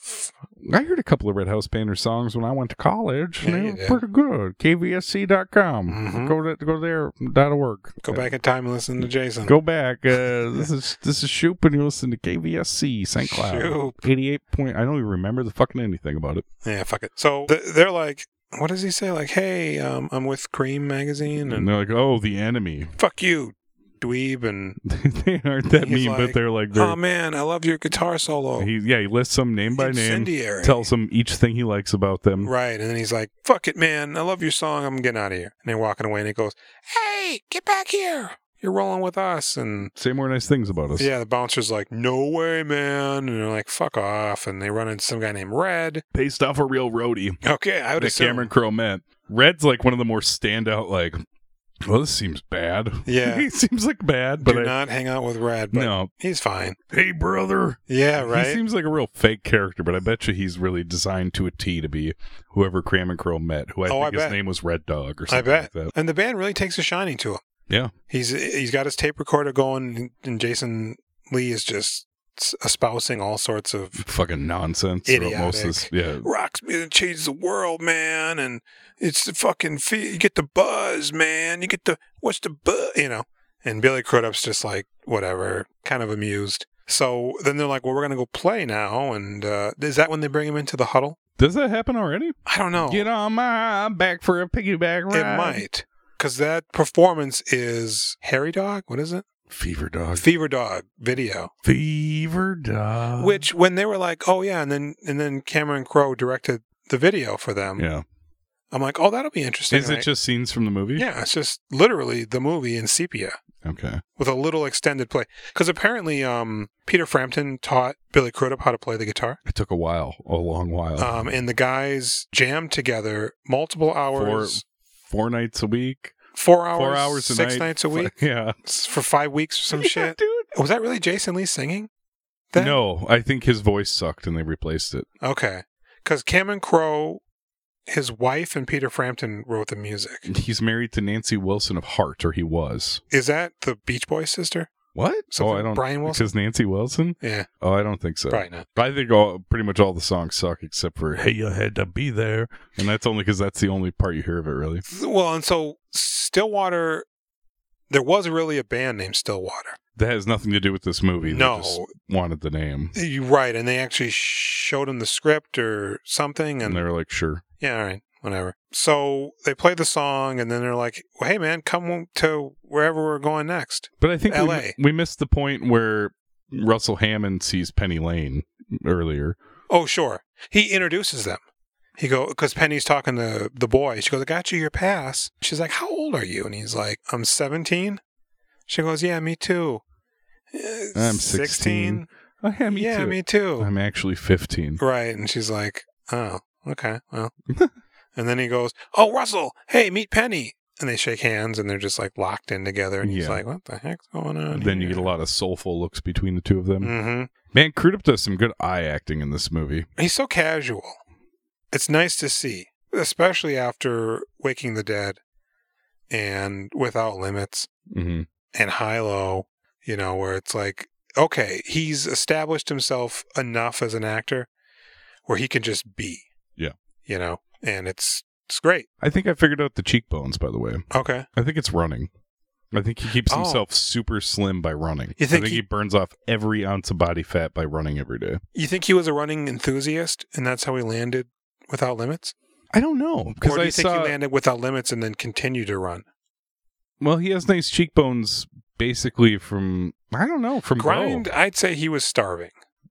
[SPEAKER 2] I heard a couple of Red House Banner songs when I went to college.
[SPEAKER 1] Yeah,
[SPEAKER 2] and
[SPEAKER 1] you
[SPEAKER 2] they
[SPEAKER 1] did.
[SPEAKER 2] were pretty good. KVSC.com.
[SPEAKER 1] Mhm.
[SPEAKER 2] Go to go there. Dot org.
[SPEAKER 1] Go back in time and listen to Jason.
[SPEAKER 2] Go back. Uh, this is this is Shoop, and you listen to KVSC St. Cloud.
[SPEAKER 1] Shoop.
[SPEAKER 2] Eighty-eight point. I don't even remember the fucking anything about it.
[SPEAKER 1] Yeah, fuck it. So th- they're like, what does he say? Like, hey, um, I'm with Cream Magazine and
[SPEAKER 2] And they're like, "Oh, the enemy."
[SPEAKER 1] fuck you, dweeb. And,
[SPEAKER 2] they aren't that
[SPEAKER 1] He's
[SPEAKER 2] mean,
[SPEAKER 1] like,
[SPEAKER 2] but they're like very.
[SPEAKER 1] oh man, I love your guitar solo.
[SPEAKER 2] he, yeah, he lists them name by name,
[SPEAKER 1] Incendiary.
[SPEAKER 2] tells them each thing he likes about them.
[SPEAKER 1] Right. And then he's like, fuck it, man. I love your song. I'm getting out of here. And they're walking away and he goes, hey, get back here. You're rolling with us. And
[SPEAKER 2] Say more nice things about us.
[SPEAKER 1] yeah, the bouncer's like, no way, man. And they're like, fuck off. And they run into some guy named Red.
[SPEAKER 2] Based off a real roadie
[SPEAKER 1] Okay. I would
[SPEAKER 2] that
[SPEAKER 1] assume.
[SPEAKER 2] Cameron Crowe met. Red's like one of the more standout, like, well, this seems bad.
[SPEAKER 1] Yeah.
[SPEAKER 2] he seems like bad,
[SPEAKER 1] Do
[SPEAKER 2] but I,
[SPEAKER 1] not hang out with Red, but
[SPEAKER 2] no.
[SPEAKER 1] he's fine.
[SPEAKER 2] Hey, brother.
[SPEAKER 1] Yeah,
[SPEAKER 2] He
[SPEAKER 1] right.
[SPEAKER 2] seems like a real fake character, but I bet you he's really designed to a T to be whoever Cameron Crowe met, who I
[SPEAKER 1] Oh,
[SPEAKER 2] think
[SPEAKER 1] I
[SPEAKER 2] his
[SPEAKER 1] bet.
[SPEAKER 2] name was Red Dog or
[SPEAKER 1] I
[SPEAKER 2] something
[SPEAKER 1] bet.
[SPEAKER 2] like that.
[SPEAKER 1] And the band really takes a shining to him.
[SPEAKER 2] Yeah.
[SPEAKER 1] He's he's got his tape recorder going, and Jason Lee is just espousing all sorts of
[SPEAKER 2] Fucking nonsense. throughout most of this- Yeah.
[SPEAKER 1] rock's music changes the world, man, and it's the fucking fee- you get the buzz, man. You get the what's the buzz, you know? And Billy Crudup's just like whatever, kind of amused. So then they're like, well, we're gonna go play now, and uh, is that when they bring him into the huddle?
[SPEAKER 2] Does that happen already?
[SPEAKER 1] I don't know.
[SPEAKER 2] Get on my back for a piggyback
[SPEAKER 1] Oh. it
[SPEAKER 2] ride.
[SPEAKER 1] might. Because that performance is Harry Dog? What is it?
[SPEAKER 2] Fever dog.
[SPEAKER 1] Fever Dog video.
[SPEAKER 2] Fever dog.
[SPEAKER 1] Which when they were like, oh yeah, and then and then Cameron Crowe directed the video for them.
[SPEAKER 2] yeah.
[SPEAKER 1] I'm like, oh, that'll be interesting.
[SPEAKER 2] Is
[SPEAKER 1] And
[SPEAKER 2] it
[SPEAKER 1] I-
[SPEAKER 2] just scenes from the movie?
[SPEAKER 1] yeah, it's just literally the movie in sepia
[SPEAKER 2] Okay.
[SPEAKER 1] with a little extended play. Because apparently, um, Peter Frampton taught Billy Crudup how to play the guitar,
[SPEAKER 2] It took a while, a long while.
[SPEAKER 1] um, and the guys jammed together multiple hours,
[SPEAKER 2] Four nights a week.
[SPEAKER 1] four, hours,
[SPEAKER 2] Four hours a
[SPEAKER 1] six
[SPEAKER 2] night.
[SPEAKER 1] nights a week
[SPEAKER 2] Yeah.
[SPEAKER 1] s- for five weeks or some
[SPEAKER 2] Yeah,
[SPEAKER 1] shit.
[SPEAKER 2] dude.
[SPEAKER 1] Was that really Jason Lee singing? that?
[SPEAKER 2] No, I think his voice sucked and they replaced it.
[SPEAKER 1] Okay, because Cameron Crowe, his wife, and Peter Frampton wrote the music.
[SPEAKER 2] He's married to Nancy Wilson of Heart, or he was.
[SPEAKER 1] Is that the Beach Boys sister?
[SPEAKER 2] What?
[SPEAKER 1] Something
[SPEAKER 2] oh, I don't.
[SPEAKER 1] Brian Wilson?
[SPEAKER 2] Because Nancy Wilson?
[SPEAKER 1] Yeah,
[SPEAKER 2] Oh, I don't think so.
[SPEAKER 1] probably not.
[SPEAKER 2] I think all pretty much all the songs suck except for "Hey, you had to be there," and that's only because that's the only part you hear of it, really.
[SPEAKER 1] Well, and so Stillwater, there was really a band named Stillwater.
[SPEAKER 2] That has nothing to do with this movie. They just
[SPEAKER 1] No,
[SPEAKER 2] wanted the name.
[SPEAKER 1] you're right. And they actually showed him the script or something.
[SPEAKER 2] And
[SPEAKER 1] And
[SPEAKER 2] they were like, sure.
[SPEAKER 1] yeah, all right, whatever. So they play the song, and then they're like, well, "Hey, man, come to wherever we're going next."
[SPEAKER 2] But I think we,
[SPEAKER 1] LA.
[SPEAKER 2] we missed the point where Russell Hammond sees Penny Lane earlier.
[SPEAKER 1] Oh, sure. He introduces them. He go because Penny's talking to the boy. She goes, "I got you your pass." She's like, "How old are you?" And he's like, "I'm 17." She goes, "Yeah, me too." "Eh,
[SPEAKER 2] I'm 16. Oh, yeah, me
[SPEAKER 1] yeah,
[SPEAKER 2] too.
[SPEAKER 1] me too.
[SPEAKER 2] I'm actually 15.
[SPEAKER 1] Right, and she's like, "Oh, okay, well." And then he goes, "Oh, Russell, hey, meet Penny." And they shake hands, and they're just like locked in together. And he's
[SPEAKER 2] Yeah.
[SPEAKER 1] like, "What the heck's going on?"
[SPEAKER 2] Then you get a lot of soulful looks between the two of them.
[SPEAKER 1] hmm
[SPEAKER 2] Man, Crudup does some good eye acting in this movie.
[SPEAKER 1] He's so casual. It's nice to see, especially after Waking the Dead and Without Limits
[SPEAKER 2] hmm
[SPEAKER 1] and High Low. You know, where it's like, okay, he's established himself enough as an actor where he can just be.
[SPEAKER 2] Yeah.
[SPEAKER 1] You know, and it's it's great.
[SPEAKER 2] I think I figured out the cheekbones, by the way.
[SPEAKER 1] Okay.
[SPEAKER 2] I think it's running. I think he keeps
[SPEAKER 1] Oh.
[SPEAKER 2] himself super slim by running.
[SPEAKER 1] You think
[SPEAKER 2] I think
[SPEAKER 1] he-
[SPEAKER 2] he... burns off every ounce of body fat by running every day.
[SPEAKER 1] You think he was a running enthusiast, and that's how he landed Without Limits?
[SPEAKER 2] I don't know
[SPEAKER 1] Or
[SPEAKER 2] because
[SPEAKER 1] do
[SPEAKER 2] I
[SPEAKER 1] you think
[SPEAKER 2] saw.
[SPEAKER 1] he landed Without Limits and then continued to run?
[SPEAKER 2] well, he has nice cheekbones, basically from I don't know from
[SPEAKER 1] Grind,
[SPEAKER 2] Bo.
[SPEAKER 1] I'd say he was starving,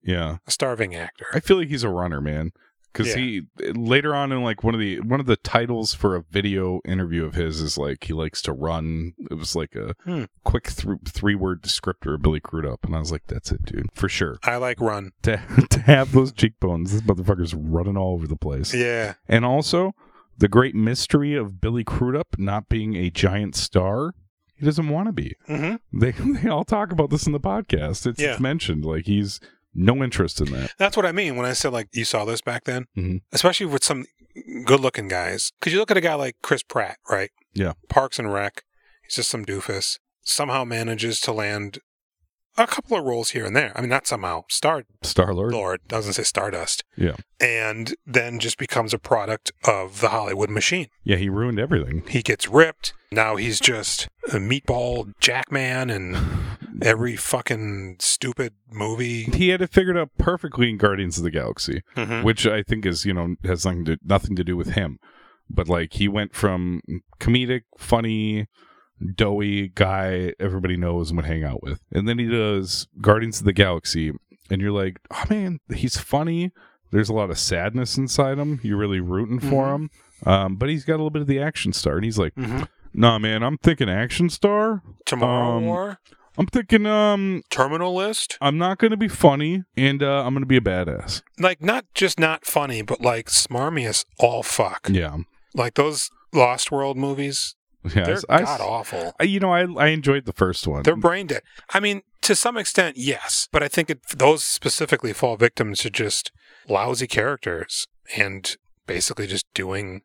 [SPEAKER 2] Yeah,
[SPEAKER 1] a starving actor.
[SPEAKER 2] I feel like he's a runner, man. Because
[SPEAKER 1] Yeah.
[SPEAKER 2] he later on in like one of the one of the titles for a video interview of his is like he likes to run. It was like a
[SPEAKER 1] Hmm.
[SPEAKER 2] quick th- three word descriptor of Billy Crudup, and I was like, that's it, dude, for sure.
[SPEAKER 1] I like run.
[SPEAKER 2] to, to have those cheekbones. This motherfucker's running all over the place.
[SPEAKER 1] Yeah.
[SPEAKER 2] And also, the great mystery of Billy Crudup not being a giant star. He doesn't want to be.
[SPEAKER 1] hmm
[SPEAKER 2] They they all talk about this in the podcast. It's,
[SPEAKER 1] Yeah.
[SPEAKER 2] it's mentioned like he's no interest in that.
[SPEAKER 1] That's what I mean when I said, like, you saw this back then,
[SPEAKER 2] Mhm.
[SPEAKER 1] especially with some good looking guys. Because you look at a guy like Chris Pratt, right?
[SPEAKER 2] Yeah.
[SPEAKER 1] Parks and Rec. He's just some doofus. Somehow manages to land a couple of roles here and there. I mean, not somehow. Starred
[SPEAKER 2] Star Lord.
[SPEAKER 1] Lord doesn't say Stardust.
[SPEAKER 2] Yeah.
[SPEAKER 1] And then just becomes a product of the Hollywood machine.
[SPEAKER 2] Yeah, he ruined everything.
[SPEAKER 1] He gets ripped. Now he's just a meatball jackman and every fucking stupid movie.
[SPEAKER 2] He had it figured out perfectly in Guardians of the Galaxy.
[SPEAKER 1] Mm-hmm.
[SPEAKER 2] which I think is you know has nothing to nothing to do with him, but like he went from comedic, funny, doughy guy everybody knows and would hang out with, and then he does Guardians of the Galaxy, and you're like, oh man, he's funny. There's a lot of sadness inside him. You're really rooting for him, um, but he's got a little bit of the action star, and he's like, nah, man, I'm thinking action star.
[SPEAKER 1] Mm-hmm. Tomorrow
[SPEAKER 2] Um,
[SPEAKER 1] War,
[SPEAKER 2] I'm thinking um.
[SPEAKER 1] Terminal List.
[SPEAKER 2] I'm not going to be funny, and uh, I'm going to be a badass.
[SPEAKER 1] Like, not just not funny, but like smarmy as all fuck.
[SPEAKER 2] Yeah,
[SPEAKER 1] Like those Lost World movies,
[SPEAKER 2] yeah.
[SPEAKER 1] they're
[SPEAKER 2] I-
[SPEAKER 1] god awful.
[SPEAKER 2] I- you know, I I enjoyed the first one.
[SPEAKER 1] They're brain dead. I mean, to some extent, yes, but I think it, those specifically fall victims to just lousy characters and basically just doing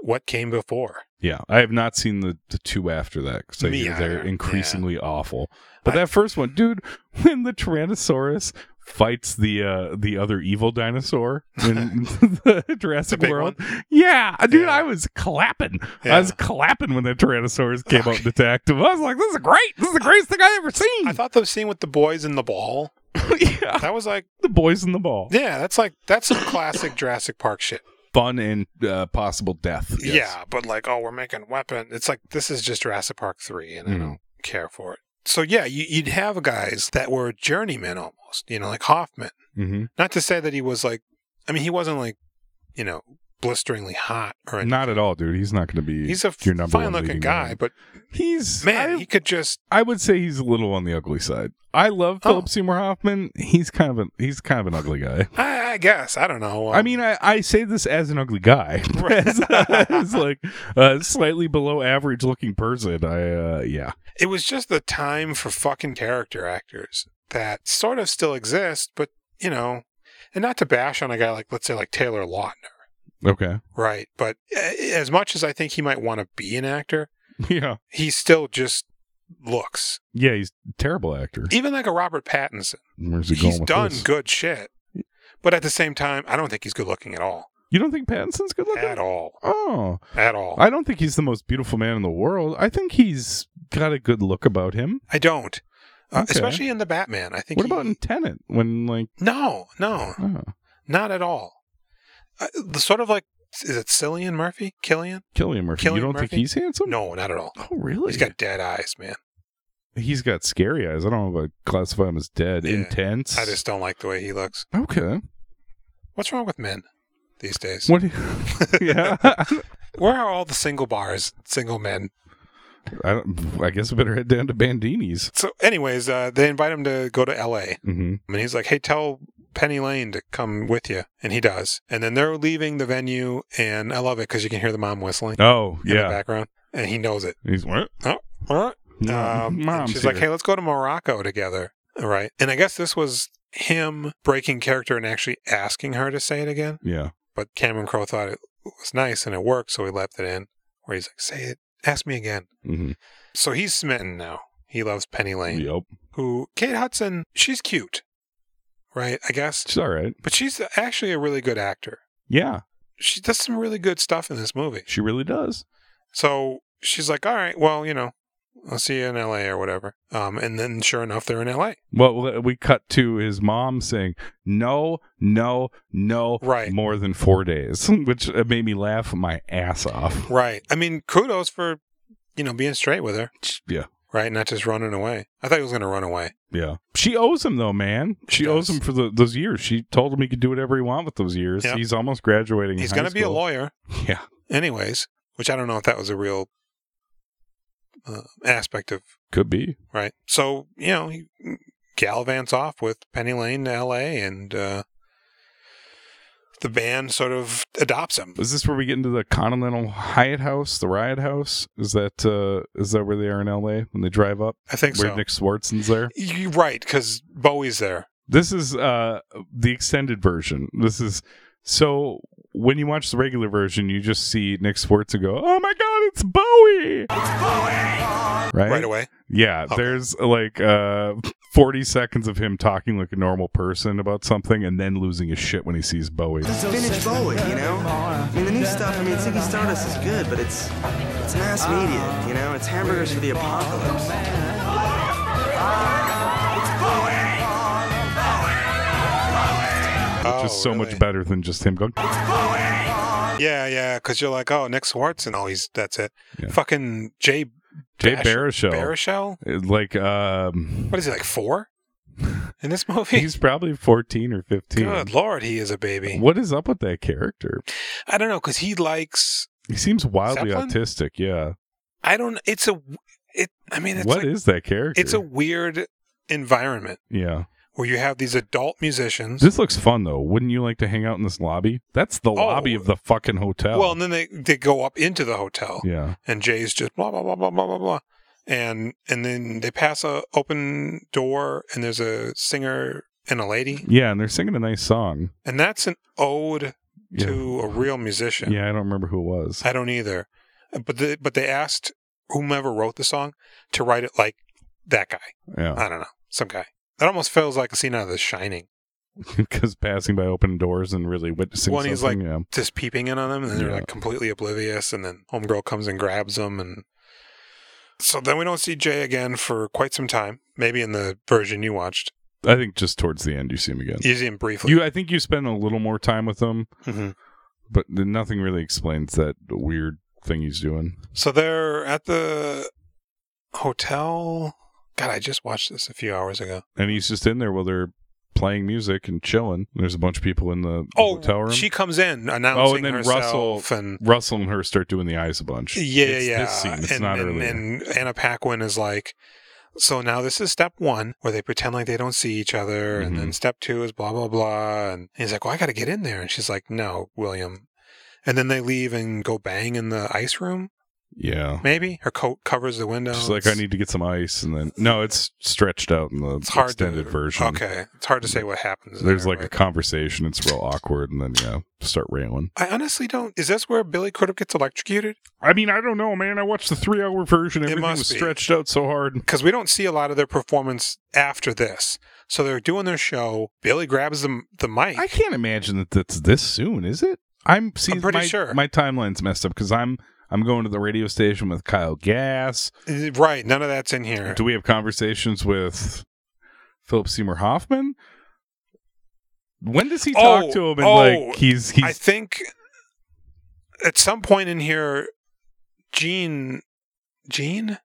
[SPEAKER 1] what came before.
[SPEAKER 2] yeah, I have not seen the, the two after that because I
[SPEAKER 1] Me
[SPEAKER 2] hear they're
[SPEAKER 1] either,
[SPEAKER 2] increasingly awful. But
[SPEAKER 1] I-
[SPEAKER 2] that first one, dude, when the Tyrannosaurus fights the uh, the other evil dinosaur in the Jurassic
[SPEAKER 1] big
[SPEAKER 2] World, yeah, uh, dude,
[SPEAKER 1] Yeah.
[SPEAKER 2] I was clapping.
[SPEAKER 1] Yeah.
[SPEAKER 2] I was clapping when the Tyrannosaurus came out and attacked him. I was like, this is great. This is the greatest thing I've ever
[SPEAKER 1] I
[SPEAKER 2] seen.
[SPEAKER 1] thought the scene with the boys and the ball,
[SPEAKER 2] yeah,
[SPEAKER 1] that was like,
[SPEAKER 2] the boys in the ball,
[SPEAKER 1] yeah, that's like, that's some classic Jurassic Park shit.
[SPEAKER 2] fun and uh, possible death. yes.
[SPEAKER 1] Yeah, but like, oh, we're making weapon. It's like this is just Jurassic Park three, and I
[SPEAKER 2] Mhm.
[SPEAKER 1] don't care for it. So yeah, you, you'd have guys that were journeymen almost, you know, like Hoffman.
[SPEAKER 2] Mhm.
[SPEAKER 1] Not to say that he was like, I mean, he wasn't like, you know, blisteringly hot or anything.
[SPEAKER 2] not at all, dude. He's not going to be.
[SPEAKER 1] He's a
[SPEAKER 2] your number one
[SPEAKER 1] fine-looking
[SPEAKER 2] leading
[SPEAKER 1] guy,
[SPEAKER 2] man.
[SPEAKER 1] but
[SPEAKER 2] He's
[SPEAKER 1] man,
[SPEAKER 2] I-
[SPEAKER 1] he could just
[SPEAKER 2] I would say he's a little on the ugly side. I love Philip
[SPEAKER 1] Oh.
[SPEAKER 2] Seymour Hoffman. He's kind of an he's kind of an ugly guy.
[SPEAKER 1] I, I guess I don't know. um,
[SPEAKER 2] I mean, I, I say this as an ugly guy,
[SPEAKER 1] Right.
[SPEAKER 2] as, as like a slightly below average looking person. I uh, yeah,
[SPEAKER 1] it was just the time for fucking character actors that sort of still exist, but you know, and not to bash on a guy like let's say like Taylor Lautner.
[SPEAKER 2] okay,
[SPEAKER 1] Right. But a- as much as I think he might want to be an actor,
[SPEAKER 2] yeah,
[SPEAKER 1] he still just looks.
[SPEAKER 2] yeah. He's a terrible actor.
[SPEAKER 1] Even like a Robert Pattinson,
[SPEAKER 2] Where's he going
[SPEAKER 1] he's
[SPEAKER 2] with
[SPEAKER 1] done
[SPEAKER 2] this?
[SPEAKER 1] good shit. But at the same time, I don't think he's good looking at all.
[SPEAKER 2] You don't think Pattinson's good looking?
[SPEAKER 1] At all.
[SPEAKER 2] Oh,
[SPEAKER 1] At all.
[SPEAKER 2] I don't think he's the most beautiful man in the world. I think he's got a good look about him.
[SPEAKER 1] I don't. Uh,
[SPEAKER 2] Okay.
[SPEAKER 1] Especially in the Batman. I think.
[SPEAKER 2] What
[SPEAKER 1] he-
[SPEAKER 2] about in Tenet? When like,
[SPEAKER 1] No, no,
[SPEAKER 2] oh,
[SPEAKER 1] not at all. Uh, the sort of like, is it Cillian Murphy? Killian?
[SPEAKER 2] Killian Murphy?
[SPEAKER 1] Cillian
[SPEAKER 2] you don't
[SPEAKER 1] Murphy?
[SPEAKER 2] think he's handsome?
[SPEAKER 1] No, not at all.
[SPEAKER 2] Oh, really?
[SPEAKER 1] He's got dead eyes, man.
[SPEAKER 2] He's got scary eyes. I don't know if I classify him as dead.
[SPEAKER 1] Yeah.
[SPEAKER 2] Intense.
[SPEAKER 1] I just don't like the way he looks.
[SPEAKER 2] okay.
[SPEAKER 1] What's wrong with men these days?
[SPEAKER 2] What? yeah.
[SPEAKER 1] Where are all the single bars, single men?
[SPEAKER 2] I don't. I guess we better head down to Bandini's.
[SPEAKER 1] So, anyways, uh, they invite him to go to L.A.
[SPEAKER 2] hmm
[SPEAKER 1] And he's like, "Hey, tell Penny Lane to come with you, and he does. And then they're leaving the venue, and I love it because you can hear the mom whistling
[SPEAKER 2] Oh,
[SPEAKER 1] in the
[SPEAKER 2] yeah.
[SPEAKER 1] background, and he knows it.
[SPEAKER 2] He's what?
[SPEAKER 1] Um,
[SPEAKER 2] No,
[SPEAKER 1] and
[SPEAKER 2] Mom's
[SPEAKER 1] she's like,
[SPEAKER 2] here.
[SPEAKER 1] "Hey, let's go to Morocco together." All right, and I guess this was him breaking character and actually asking her to say it again.
[SPEAKER 2] Yeah.
[SPEAKER 1] But Cameron Crowe thought it was nice and it worked, so he left it in. Where he's like, "Say it, ask me again."
[SPEAKER 2] hmm
[SPEAKER 1] So he's smitten now. He loves Penny Lane,
[SPEAKER 2] Yep.
[SPEAKER 1] who Kate Hudson. She's cute, right? I guess,
[SPEAKER 2] She's all right.
[SPEAKER 1] but she's actually a really good actor.
[SPEAKER 2] Yeah,
[SPEAKER 1] She does some really good stuff in this movie.
[SPEAKER 2] she really does.
[SPEAKER 1] So she's like, "All right, well, you know, I'll see you in L.A. or whatever." Um, and then sure enough, they're in L.A.
[SPEAKER 2] Well, we cut to his mom saying, "No, no, no."
[SPEAKER 1] Right.
[SPEAKER 2] More than four days, which uh, made me laugh my ass off.
[SPEAKER 1] Right. I mean, kudos for you know being straight with her,
[SPEAKER 2] Yeah,
[SPEAKER 1] right? Not just running away. I thought he was going to run away.
[SPEAKER 2] yeah. She owes him though, man. She
[SPEAKER 1] She
[SPEAKER 2] owes
[SPEAKER 1] does.
[SPEAKER 2] him for the, those years. She told him he could do whatever he wanted with those years.
[SPEAKER 1] Yep.
[SPEAKER 2] He's almost graduating.
[SPEAKER 1] He's going to be a
[SPEAKER 2] lawyer.
[SPEAKER 1] lawyer,
[SPEAKER 2] Yeah,
[SPEAKER 1] anyways. Which I don't know if that was a real uh, aspect of
[SPEAKER 2] could be.
[SPEAKER 1] right. So you know, he galvants off with Penny Lane to L.A. and uh, the band sort of adopts him.
[SPEAKER 2] Is this where we get into the Continental Hyatt House, the Riot House? Is that uh is that where they are in L.A. when they drive up?
[SPEAKER 1] I think
[SPEAKER 2] where
[SPEAKER 1] so.
[SPEAKER 2] Nick Swartzen's there.
[SPEAKER 1] You're right, because Bowie's there.
[SPEAKER 2] This is uh the extended version. This is so when you watch the regular version, you just see Nick Swartzen go, "Oh my god, it's Bowie!" Right?
[SPEAKER 1] right away.
[SPEAKER 2] Yeah,
[SPEAKER 1] Okay.
[SPEAKER 2] there's like uh 40 seconds of him talking like a normal person about something and then losing his shit when he sees Bowie.
[SPEAKER 3] Vintage Bowie, you know? I mean, the new stuff, I mean, Ziggy Stardust is good, but it's it's mass media, you know? It's hamburgers for the apocalypse.
[SPEAKER 1] Oh,
[SPEAKER 2] just so much
[SPEAKER 1] really?
[SPEAKER 2] better than just him going,
[SPEAKER 1] Yeah, yeah, because you're like, oh, Nick Swartz, and oh, he's that's it.
[SPEAKER 2] Yeah.
[SPEAKER 1] Fucking Jay
[SPEAKER 2] "Jay
[SPEAKER 1] Bash-
[SPEAKER 2] Baruchel." Uh,
[SPEAKER 1] Baruchel.
[SPEAKER 2] Like um
[SPEAKER 1] What is he like four in this movie?
[SPEAKER 2] he's probably 14 or 15.
[SPEAKER 1] Good lord, he is a baby.
[SPEAKER 2] What is up with that character?
[SPEAKER 1] I don't know because he likes.
[SPEAKER 2] He seems wildly
[SPEAKER 1] Zeppelin?
[SPEAKER 2] autistic. Yeah.
[SPEAKER 1] I don't. It's a. It. I mean,
[SPEAKER 2] What is
[SPEAKER 1] it's like,
[SPEAKER 2] that character?
[SPEAKER 1] it's a weird environment
[SPEAKER 2] yeah.
[SPEAKER 1] where you have these adult musicians.
[SPEAKER 2] This looks fun though. Wouldn't you like to hang out in this lobby? That's the lobby of the fucking hotel.
[SPEAKER 1] Oh. Well, and then they they go up into the hotel,
[SPEAKER 2] yeah.
[SPEAKER 1] and Jay's just blah blah blah blah blah blah blah, and and then they pass a open door, and there's a singer and a lady,
[SPEAKER 2] Yeah, and they're singing a nice song.
[SPEAKER 1] and that's an ode
[SPEAKER 2] Yeah.
[SPEAKER 1] to a real musician.
[SPEAKER 2] Yeah, I don't remember who it was.
[SPEAKER 1] I don't either. But the, but they asked whomever wrote the song to write it like that guy.
[SPEAKER 2] Yeah.
[SPEAKER 1] I don't know, some guy. That almost feels like a scene out of The Shining.
[SPEAKER 2] Because passing by open doors and really witnessing
[SPEAKER 1] Well, and he's
[SPEAKER 2] something. yeah.
[SPEAKER 1] Just peeping in on them, and they're
[SPEAKER 2] Yeah.
[SPEAKER 1] like completely oblivious. And then Homegirl comes and grabs them, and so then we don't see Jay again for quite some time. Maybe in the version you watched,
[SPEAKER 2] I think just towards the end you see him again.
[SPEAKER 1] you see him briefly.
[SPEAKER 2] You I think you spend a little more time with him,
[SPEAKER 1] Mhm.
[SPEAKER 2] but then nothing really explains that weird thing he's doing.
[SPEAKER 1] So they're at the hotel. God, I just watched this a few hours ago.
[SPEAKER 2] And he's just in there while they're playing music and chilling. There's a bunch of people in the
[SPEAKER 1] Oh,
[SPEAKER 2] hotel room. Oh,
[SPEAKER 1] she comes in announcing
[SPEAKER 2] and then
[SPEAKER 1] herself,
[SPEAKER 2] Russell-
[SPEAKER 1] and
[SPEAKER 2] Russell and her start doing the eyes a bunch.
[SPEAKER 1] Yeah,
[SPEAKER 2] It's
[SPEAKER 1] yeah.
[SPEAKER 2] This scene. It's
[SPEAKER 1] and,
[SPEAKER 2] not
[SPEAKER 1] and,
[SPEAKER 2] earlier.
[SPEAKER 1] and Anna Paquin is like, so now this is step one where they pretend like they don't see each other, and
[SPEAKER 2] Mm-hmm.
[SPEAKER 1] then step two is blah blah blah, and he's like, well, I got to get in there, and she's like, no, William. And then they leave and go bang in the ice room.
[SPEAKER 2] yeah.
[SPEAKER 1] Maybe her coat covers the window.
[SPEAKER 2] She's like, I need to get some ice, and then no, it's stretched out in the
[SPEAKER 1] It's hard
[SPEAKER 2] extended
[SPEAKER 1] to,
[SPEAKER 2] version.
[SPEAKER 1] Okay, it's hard to say what happens.
[SPEAKER 2] There's
[SPEAKER 1] there,
[SPEAKER 2] like a
[SPEAKER 1] but-
[SPEAKER 2] conversation. It's real awkward, and then yeah, start railing.
[SPEAKER 1] I honestly don't. Is this where Billy Crudup gets electrocuted?
[SPEAKER 2] I mean, I don't know, man. I watched the three-hour version. Everything
[SPEAKER 1] must
[SPEAKER 2] was
[SPEAKER 1] be.
[SPEAKER 2] stretched out so hard.
[SPEAKER 1] because we don't see a lot of their performance after this. So they're doing their show. Billy grabs the the mic.
[SPEAKER 2] I can't imagine that that's this soon, is it? I'm see,
[SPEAKER 1] I'm pretty
[SPEAKER 2] my,
[SPEAKER 1] sure.
[SPEAKER 2] my timeline's messed up because I'm I'm going to the radio station with Kyle Gass.
[SPEAKER 1] Uh, right, none of that's in here.
[SPEAKER 2] Do we have conversations with Philip Seymour Hoffman? When does he talk
[SPEAKER 1] Oh,
[SPEAKER 2] to him and
[SPEAKER 1] oh,
[SPEAKER 2] like he's
[SPEAKER 1] I
[SPEAKER 2] he's
[SPEAKER 1] think at some point in here, Gene, Gene,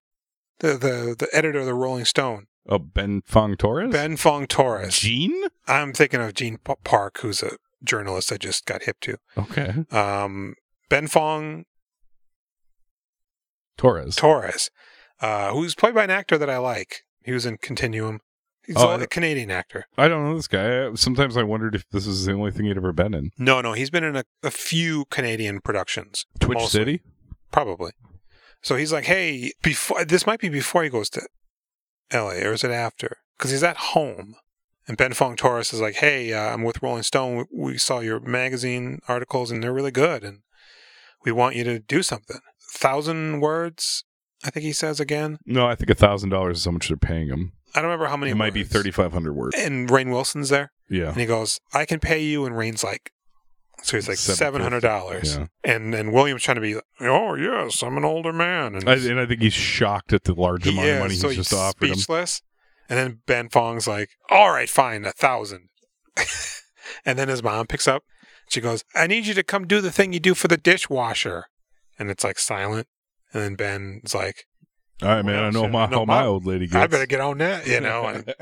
[SPEAKER 1] the the the editor of the Rolling Stone,
[SPEAKER 2] oh Ben Fong Torres?
[SPEAKER 1] Ben Fong Torres.
[SPEAKER 2] Gene?
[SPEAKER 1] I'm thinking of Gene P- Park, who's a journalist I just got hip to.
[SPEAKER 2] Okay.
[SPEAKER 1] Um, ben Fong
[SPEAKER 2] Torres.
[SPEAKER 1] Torres, uh, who's played by an actor that I like. He was in Continuum. He's
[SPEAKER 2] Oh, I
[SPEAKER 1] a
[SPEAKER 2] don't-
[SPEAKER 1] Canadian actor.
[SPEAKER 2] I don't know this guy. I- Sometimes I wondered if this is the only thing he'd ever been in.
[SPEAKER 1] No, no, he's been in a, a few Canadian productions.
[SPEAKER 2] Twitch
[SPEAKER 1] mostly.
[SPEAKER 2] City.
[SPEAKER 1] probably. So he's like, "Hey, before this might be before he goes to L.A. or is it after? Because he's at home." And Ben Fong Torres is like, "Hey, uh, I'm with Rolling Stone. We, we saw your magazine articles, and they're really good, and we want you to do something. Thousand words, I think he says again.
[SPEAKER 2] No, I think a thousand dollars is how much they're paying him.
[SPEAKER 1] I don't remember how many.
[SPEAKER 2] It might be
[SPEAKER 1] words.
[SPEAKER 2] thirty Oh. five hundred words.
[SPEAKER 1] And Rain Wilson's there,
[SPEAKER 2] Yeah.
[SPEAKER 1] and he goes, "I can pay you." And Rain's like, so he's like seven hundred dollars,
[SPEAKER 2] Yeah.
[SPEAKER 1] and then William's trying to be, "Oh yes, I'm an older man," and
[SPEAKER 2] I, and I think he's shocked at the large amount
[SPEAKER 1] yeah,
[SPEAKER 2] of money
[SPEAKER 1] so
[SPEAKER 2] he's just offered him.
[SPEAKER 1] speechless. And then Ben Fong's like, "All right, fine, a thousand. and then his mom picks up. She goes, "I need you to come do the thing you do for the dishwasher." And it's like silent. And then Ben's like,
[SPEAKER 2] All right, man. I know
[SPEAKER 1] Well,
[SPEAKER 2] my,
[SPEAKER 1] no,
[SPEAKER 2] how my
[SPEAKER 1] Bob,
[SPEAKER 2] old lady gets.
[SPEAKER 1] "I better get on that," you know.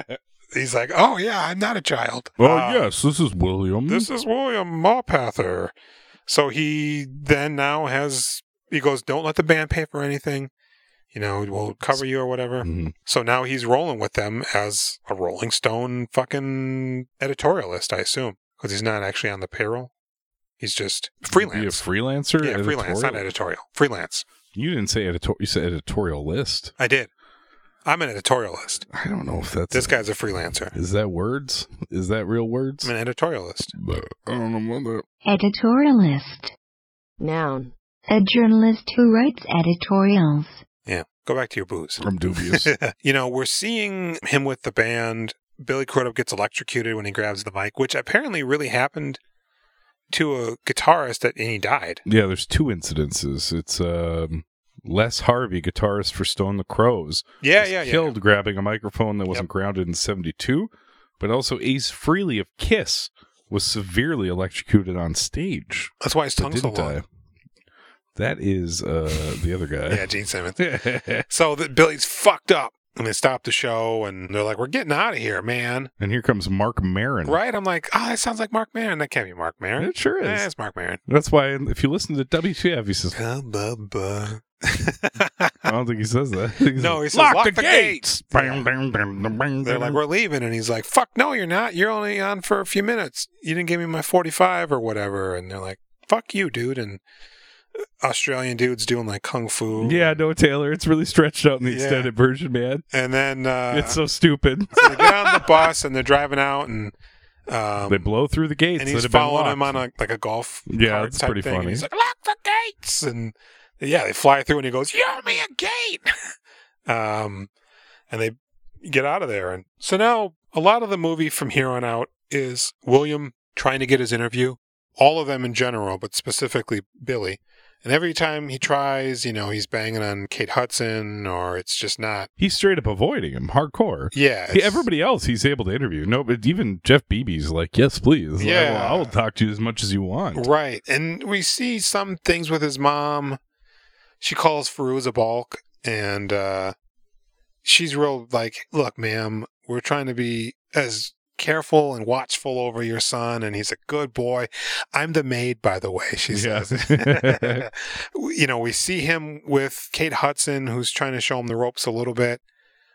[SPEAKER 1] And he's like, "Oh yeah, I'm not a child."
[SPEAKER 2] oh
[SPEAKER 1] Uh,
[SPEAKER 2] yes, Hmm. this is William.
[SPEAKER 1] This is William Mawpather. So he then now has he goes, "Don't let the band pay for anything." You know, we'll cover you or whatever.
[SPEAKER 2] Mhm.
[SPEAKER 1] So now he's rolling with them as a Rolling Stone fucking editorialist, I assume, because he's not actually on the payroll. He's just
[SPEAKER 2] Be a
[SPEAKER 1] freelance.
[SPEAKER 2] freelancer.
[SPEAKER 1] yeah, freelance, not
[SPEAKER 2] Editorial?
[SPEAKER 1] editorial. Freelance.
[SPEAKER 2] You didn't say editorial. You said editorial list.
[SPEAKER 1] I did. I'm an editorialist.
[SPEAKER 2] I don't know if that's
[SPEAKER 1] This guy's a freelancer.
[SPEAKER 2] Is that words? Is that real words?
[SPEAKER 1] I'm an editorialist.
[SPEAKER 2] But I don't know about
[SPEAKER 4] Editorialist. Noun. A journalist who writes editorials.
[SPEAKER 1] Yeah. Go back to your booze.
[SPEAKER 2] that. I'm dubious.
[SPEAKER 1] you know, we're seeing him with the band. Billy Crudup gets electrocuted when he grabs the mic, which apparently really happened to a guitarist that and he died.
[SPEAKER 2] yeah, there's two incidences. It's um, Les Harvey, guitarist for Stone the Crows,
[SPEAKER 1] Yeah,
[SPEAKER 2] was
[SPEAKER 1] yeah, yeah.
[SPEAKER 2] killed grabbing a microphone that wasn't grounded in '72. But also Ace Frehley of Kiss was severely electrocuted on stage.
[SPEAKER 1] That's why his
[SPEAKER 2] But
[SPEAKER 1] tongue's so
[SPEAKER 2] didn't
[SPEAKER 1] long.
[SPEAKER 2] die. That is uh, the other
[SPEAKER 1] Yeah,
[SPEAKER 2] guy.
[SPEAKER 1] Gene Simmons.
[SPEAKER 2] Yeah.
[SPEAKER 1] So that Billy's fucked up. And they stop the show and they're like, We're getting out of here, man.
[SPEAKER 2] and here comes Mark Maron.
[SPEAKER 1] Right? I'm like, Oh, that sounds like Mark Maron. That can't be Mark Maron.
[SPEAKER 2] It sure is.
[SPEAKER 1] Eh, it's Mark Maron.
[SPEAKER 2] That's why if you listen to WTF, he says, I don't think he says that. I think
[SPEAKER 1] No,
[SPEAKER 2] like,
[SPEAKER 1] he says, "Lock the gates."
[SPEAKER 2] Bam, bam, bam, bam, bam,
[SPEAKER 1] They're like,
[SPEAKER 2] bam.
[SPEAKER 1] We're leaving. And he's like, Fuck, no, you're not. You're only on for a few minutes. You didn't give me my 45 or whatever. And they're like, Fuck you, dude. And Australian dude's doing like kung fu.
[SPEAKER 2] yeah, no, Taylor, it's really stretched out in the
[SPEAKER 1] Yeah.
[SPEAKER 2] extended version, man.
[SPEAKER 1] And then uh,
[SPEAKER 2] it's so stupid.
[SPEAKER 1] so they get on the bus and they're driving out and. Um,
[SPEAKER 2] they blow through the gates.
[SPEAKER 1] and
[SPEAKER 2] that
[SPEAKER 1] he's
[SPEAKER 2] have been
[SPEAKER 1] following
[SPEAKER 2] locked.
[SPEAKER 1] him on a like a golf
[SPEAKER 2] Yeah,
[SPEAKER 1] cart
[SPEAKER 2] that's
[SPEAKER 1] type
[SPEAKER 2] pretty
[SPEAKER 1] thing, and
[SPEAKER 2] funny.
[SPEAKER 1] he's like lock the gates and yeah they fly through and he goes you owe me a gate um and they get out of there and so now a lot of the movie from here on out is william trying to get his interview all of them in general but specifically billy and every time he tries you know he's banging on kate hudson or it's just not
[SPEAKER 2] He's straight up avoiding him, hardcore.
[SPEAKER 1] yeah
[SPEAKER 2] He-
[SPEAKER 1] it's-
[SPEAKER 2] everybody else he's able to interview. No, but even Jeff Beebe's like, yes, please.
[SPEAKER 1] Yeah.
[SPEAKER 2] I will, I will talk to you as much as you want.
[SPEAKER 1] Right. And we see some things with his mom. She calls Farouz a balk and uh, she's real like, look, ma'am, we're trying to be as careful and watchful over your son and he's a good boy. I'm the maid, by the way, she
[SPEAKER 2] Yeah.
[SPEAKER 1] says. you know, we see him with Kate Hudson who's trying to show him the ropes a little bit,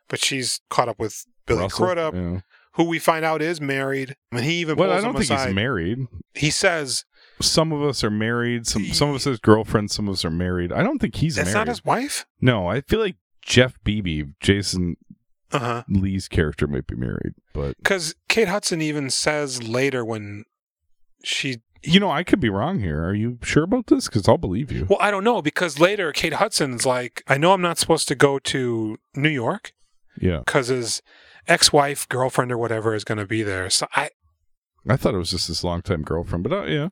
[SPEAKER 1] but she's caught up with Billy
[SPEAKER 2] Russell?
[SPEAKER 1] Crudup,
[SPEAKER 2] Yeah.
[SPEAKER 1] who we find out is married. And he even
[SPEAKER 2] Well,
[SPEAKER 1] pulls
[SPEAKER 2] I don't
[SPEAKER 1] him
[SPEAKER 2] think
[SPEAKER 1] aside.
[SPEAKER 2] he's married.
[SPEAKER 1] he says
[SPEAKER 2] Some of us are married. Some some of us has girlfriends. Some of us are married. I don't think he's
[SPEAKER 1] that's
[SPEAKER 2] married.
[SPEAKER 1] not his wife.
[SPEAKER 2] No, I feel like Jeff Beebe, Jason
[SPEAKER 1] Uh
[SPEAKER 2] Uh-huh.
[SPEAKER 1] huh.
[SPEAKER 2] Lee's character, might be married, but
[SPEAKER 1] Because Kate Hudson even says later when she,
[SPEAKER 2] you know, I could be wrong here. Are you sure about this? Because I'll believe you.
[SPEAKER 1] well, I don't know because later Kate Hudson's like, I know I'm not supposed to go to New York
[SPEAKER 2] Yeah,
[SPEAKER 1] because his ex-wife, girlfriend, or whatever is going to be there. So I,
[SPEAKER 2] I thought it was just this longtime girlfriend, but uh, yeah,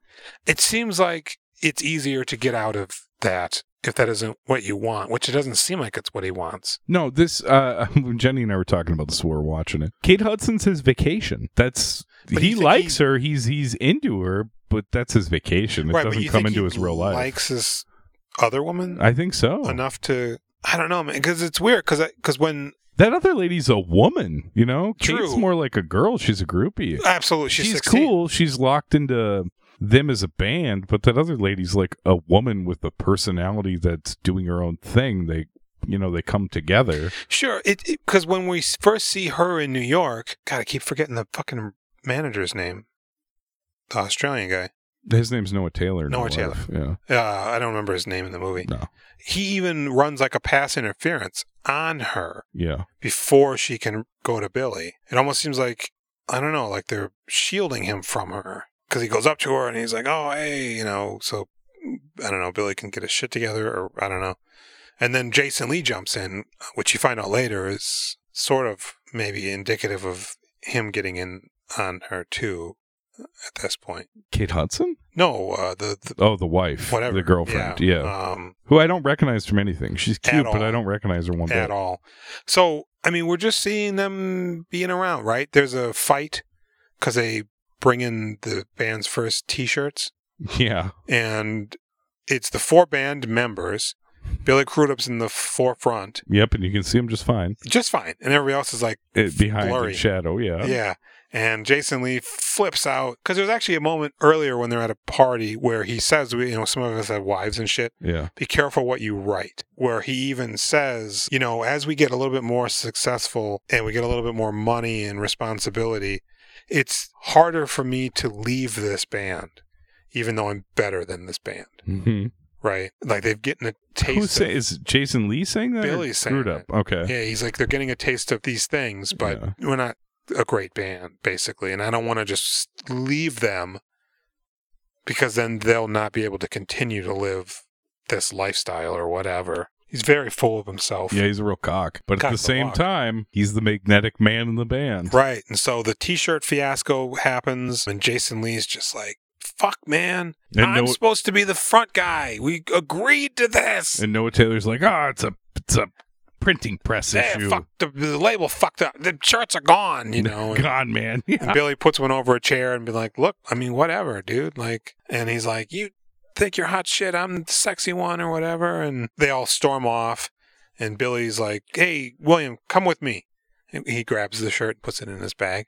[SPEAKER 1] it seems like it's easier to get out of that if that isn't what you want, which it doesn't seem like it's what he wants.
[SPEAKER 2] no. This uh, Jenny and I were talking about this while we were watching it. Kate Hudson's his vacation. That's
[SPEAKER 1] But you
[SPEAKER 2] he
[SPEAKER 1] think
[SPEAKER 2] likes
[SPEAKER 1] he-
[SPEAKER 2] her. He's he's into her, but that's his vacation. It doesn't come into his real life.
[SPEAKER 1] Likes this other woman
[SPEAKER 2] I think so.
[SPEAKER 1] enough to. I don't know, man, because it's weird. Because because when
[SPEAKER 2] That other lady's a woman, you know. Kate's
[SPEAKER 1] True.
[SPEAKER 2] more like a girl. She's a groupie.
[SPEAKER 1] absolutely she's,
[SPEAKER 2] she's
[SPEAKER 1] 16.
[SPEAKER 2] cool. She's locked into them as a band, but that other lady's like a woman with a personality that's doing her own thing. They you know they come together.
[SPEAKER 1] Sure, it because when we s- first see her in New York, God, I keep forgetting the fucking manager's name, the Australian guy.
[SPEAKER 2] His name's Noah Taylor. in
[SPEAKER 1] Noah
[SPEAKER 2] real life. Yeah.
[SPEAKER 1] Uh, I don't remember his name in the movie.
[SPEAKER 2] No.
[SPEAKER 1] He even runs like a pass interference on her
[SPEAKER 2] Yeah.
[SPEAKER 1] before she can go to Billy. It almost seems like I don't know, like they're shielding him from her because he goes up to her and he's like, "Oh, hey," you know. So I don't know. Billy can get his shit together, or I don't know. And then Jason Lee jumps in, which you find out later is sort of maybe indicative of him getting in on her too. At this point,
[SPEAKER 2] Kate Hudson.
[SPEAKER 1] no, uh, the, the
[SPEAKER 2] Oh, the wife.
[SPEAKER 1] whatever
[SPEAKER 2] The girlfriend. Yeah.
[SPEAKER 1] Um,
[SPEAKER 2] Who I don't recognize from anything. She's
[SPEAKER 1] At
[SPEAKER 2] cute, but
[SPEAKER 1] all.
[SPEAKER 2] I don't recognize her one
[SPEAKER 1] at
[SPEAKER 2] bit.
[SPEAKER 1] all. So, I mean, we're just seeing them being around, right? There's a fight because they bring in the band's first t shirts,
[SPEAKER 2] Yeah.
[SPEAKER 1] and it's the four band members. Billy Crudup's in the forefront,
[SPEAKER 2] Yep. And you can see him just fine.
[SPEAKER 1] just fine. And everybody else is like,
[SPEAKER 2] It, behind
[SPEAKER 1] Blurry.
[SPEAKER 2] in shadow. Yeah.
[SPEAKER 1] yeah. And Jason Lee flips out because there's actually a moment earlier when they're at a party where he says, we, you know, some of us have wives and shit.
[SPEAKER 2] Yeah.
[SPEAKER 1] be careful what you write. Where he even says, you know, as we get a little bit more successful and we get a little bit more money and responsibility, it's harder for me to leave this band, even though I'm better than this band,
[SPEAKER 2] Mhm.
[SPEAKER 1] right? Like they've getting a taste.
[SPEAKER 2] Who
[SPEAKER 1] of,
[SPEAKER 2] say, is it Jason Lee saying that? or
[SPEAKER 1] Billy's saying
[SPEAKER 2] screwed up. Okay.
[SPEAKER 1] yeah, he's like they're getting a taste of these things, but
[SPEAKER 2] Yeah.
[SPEAKER 1] we're not a great band, basically, and I don't want to just leave them because then they'll not be able to continue to live this lifestyle or whatever. He's very full of himself.
[SPEAKER 2] Yeah, he's a real cock. But at
[SPEAKER 1] Cock
[SPEAKER 2] the
[SPEAKER 1] the
[SPEAKER 2] same
[SPEAKER 1] walk.
[SPEAKER 2] time, he's the magnetic man in the band.
[SPEAKER 1] Right. And so the t shirt fiasco happens, and Jason Lee's just like, fuck, man.
[SPEAKER 2] And
[SPEAKER 1] I'm
[SPEAKER 2] no-
[SPEAKER 1] supposed to be the front guy. We agreed to this.
[SPEAKER 2] And Noah Taylor's like, ah, it's a it's a printing press
[SPEAKER 1] Eh,
[SPEAKER 2] issue.
[SPEAKER 1] fuck, the, the label fucked up. The shirts are gone, you know. and-
[SPEAKER 2] Gone, man. Yeah.
[SPEAKER 1] And Billy puts one over a chair and be like, "Look, I mean, whatever, dude." Like, and he's like, "You think you're hot shit? I'm the sexy one or whatever." And they all storm off, and Billy's like, "Hey, William, come with me." And he grabs the shirt, puts it in his bag.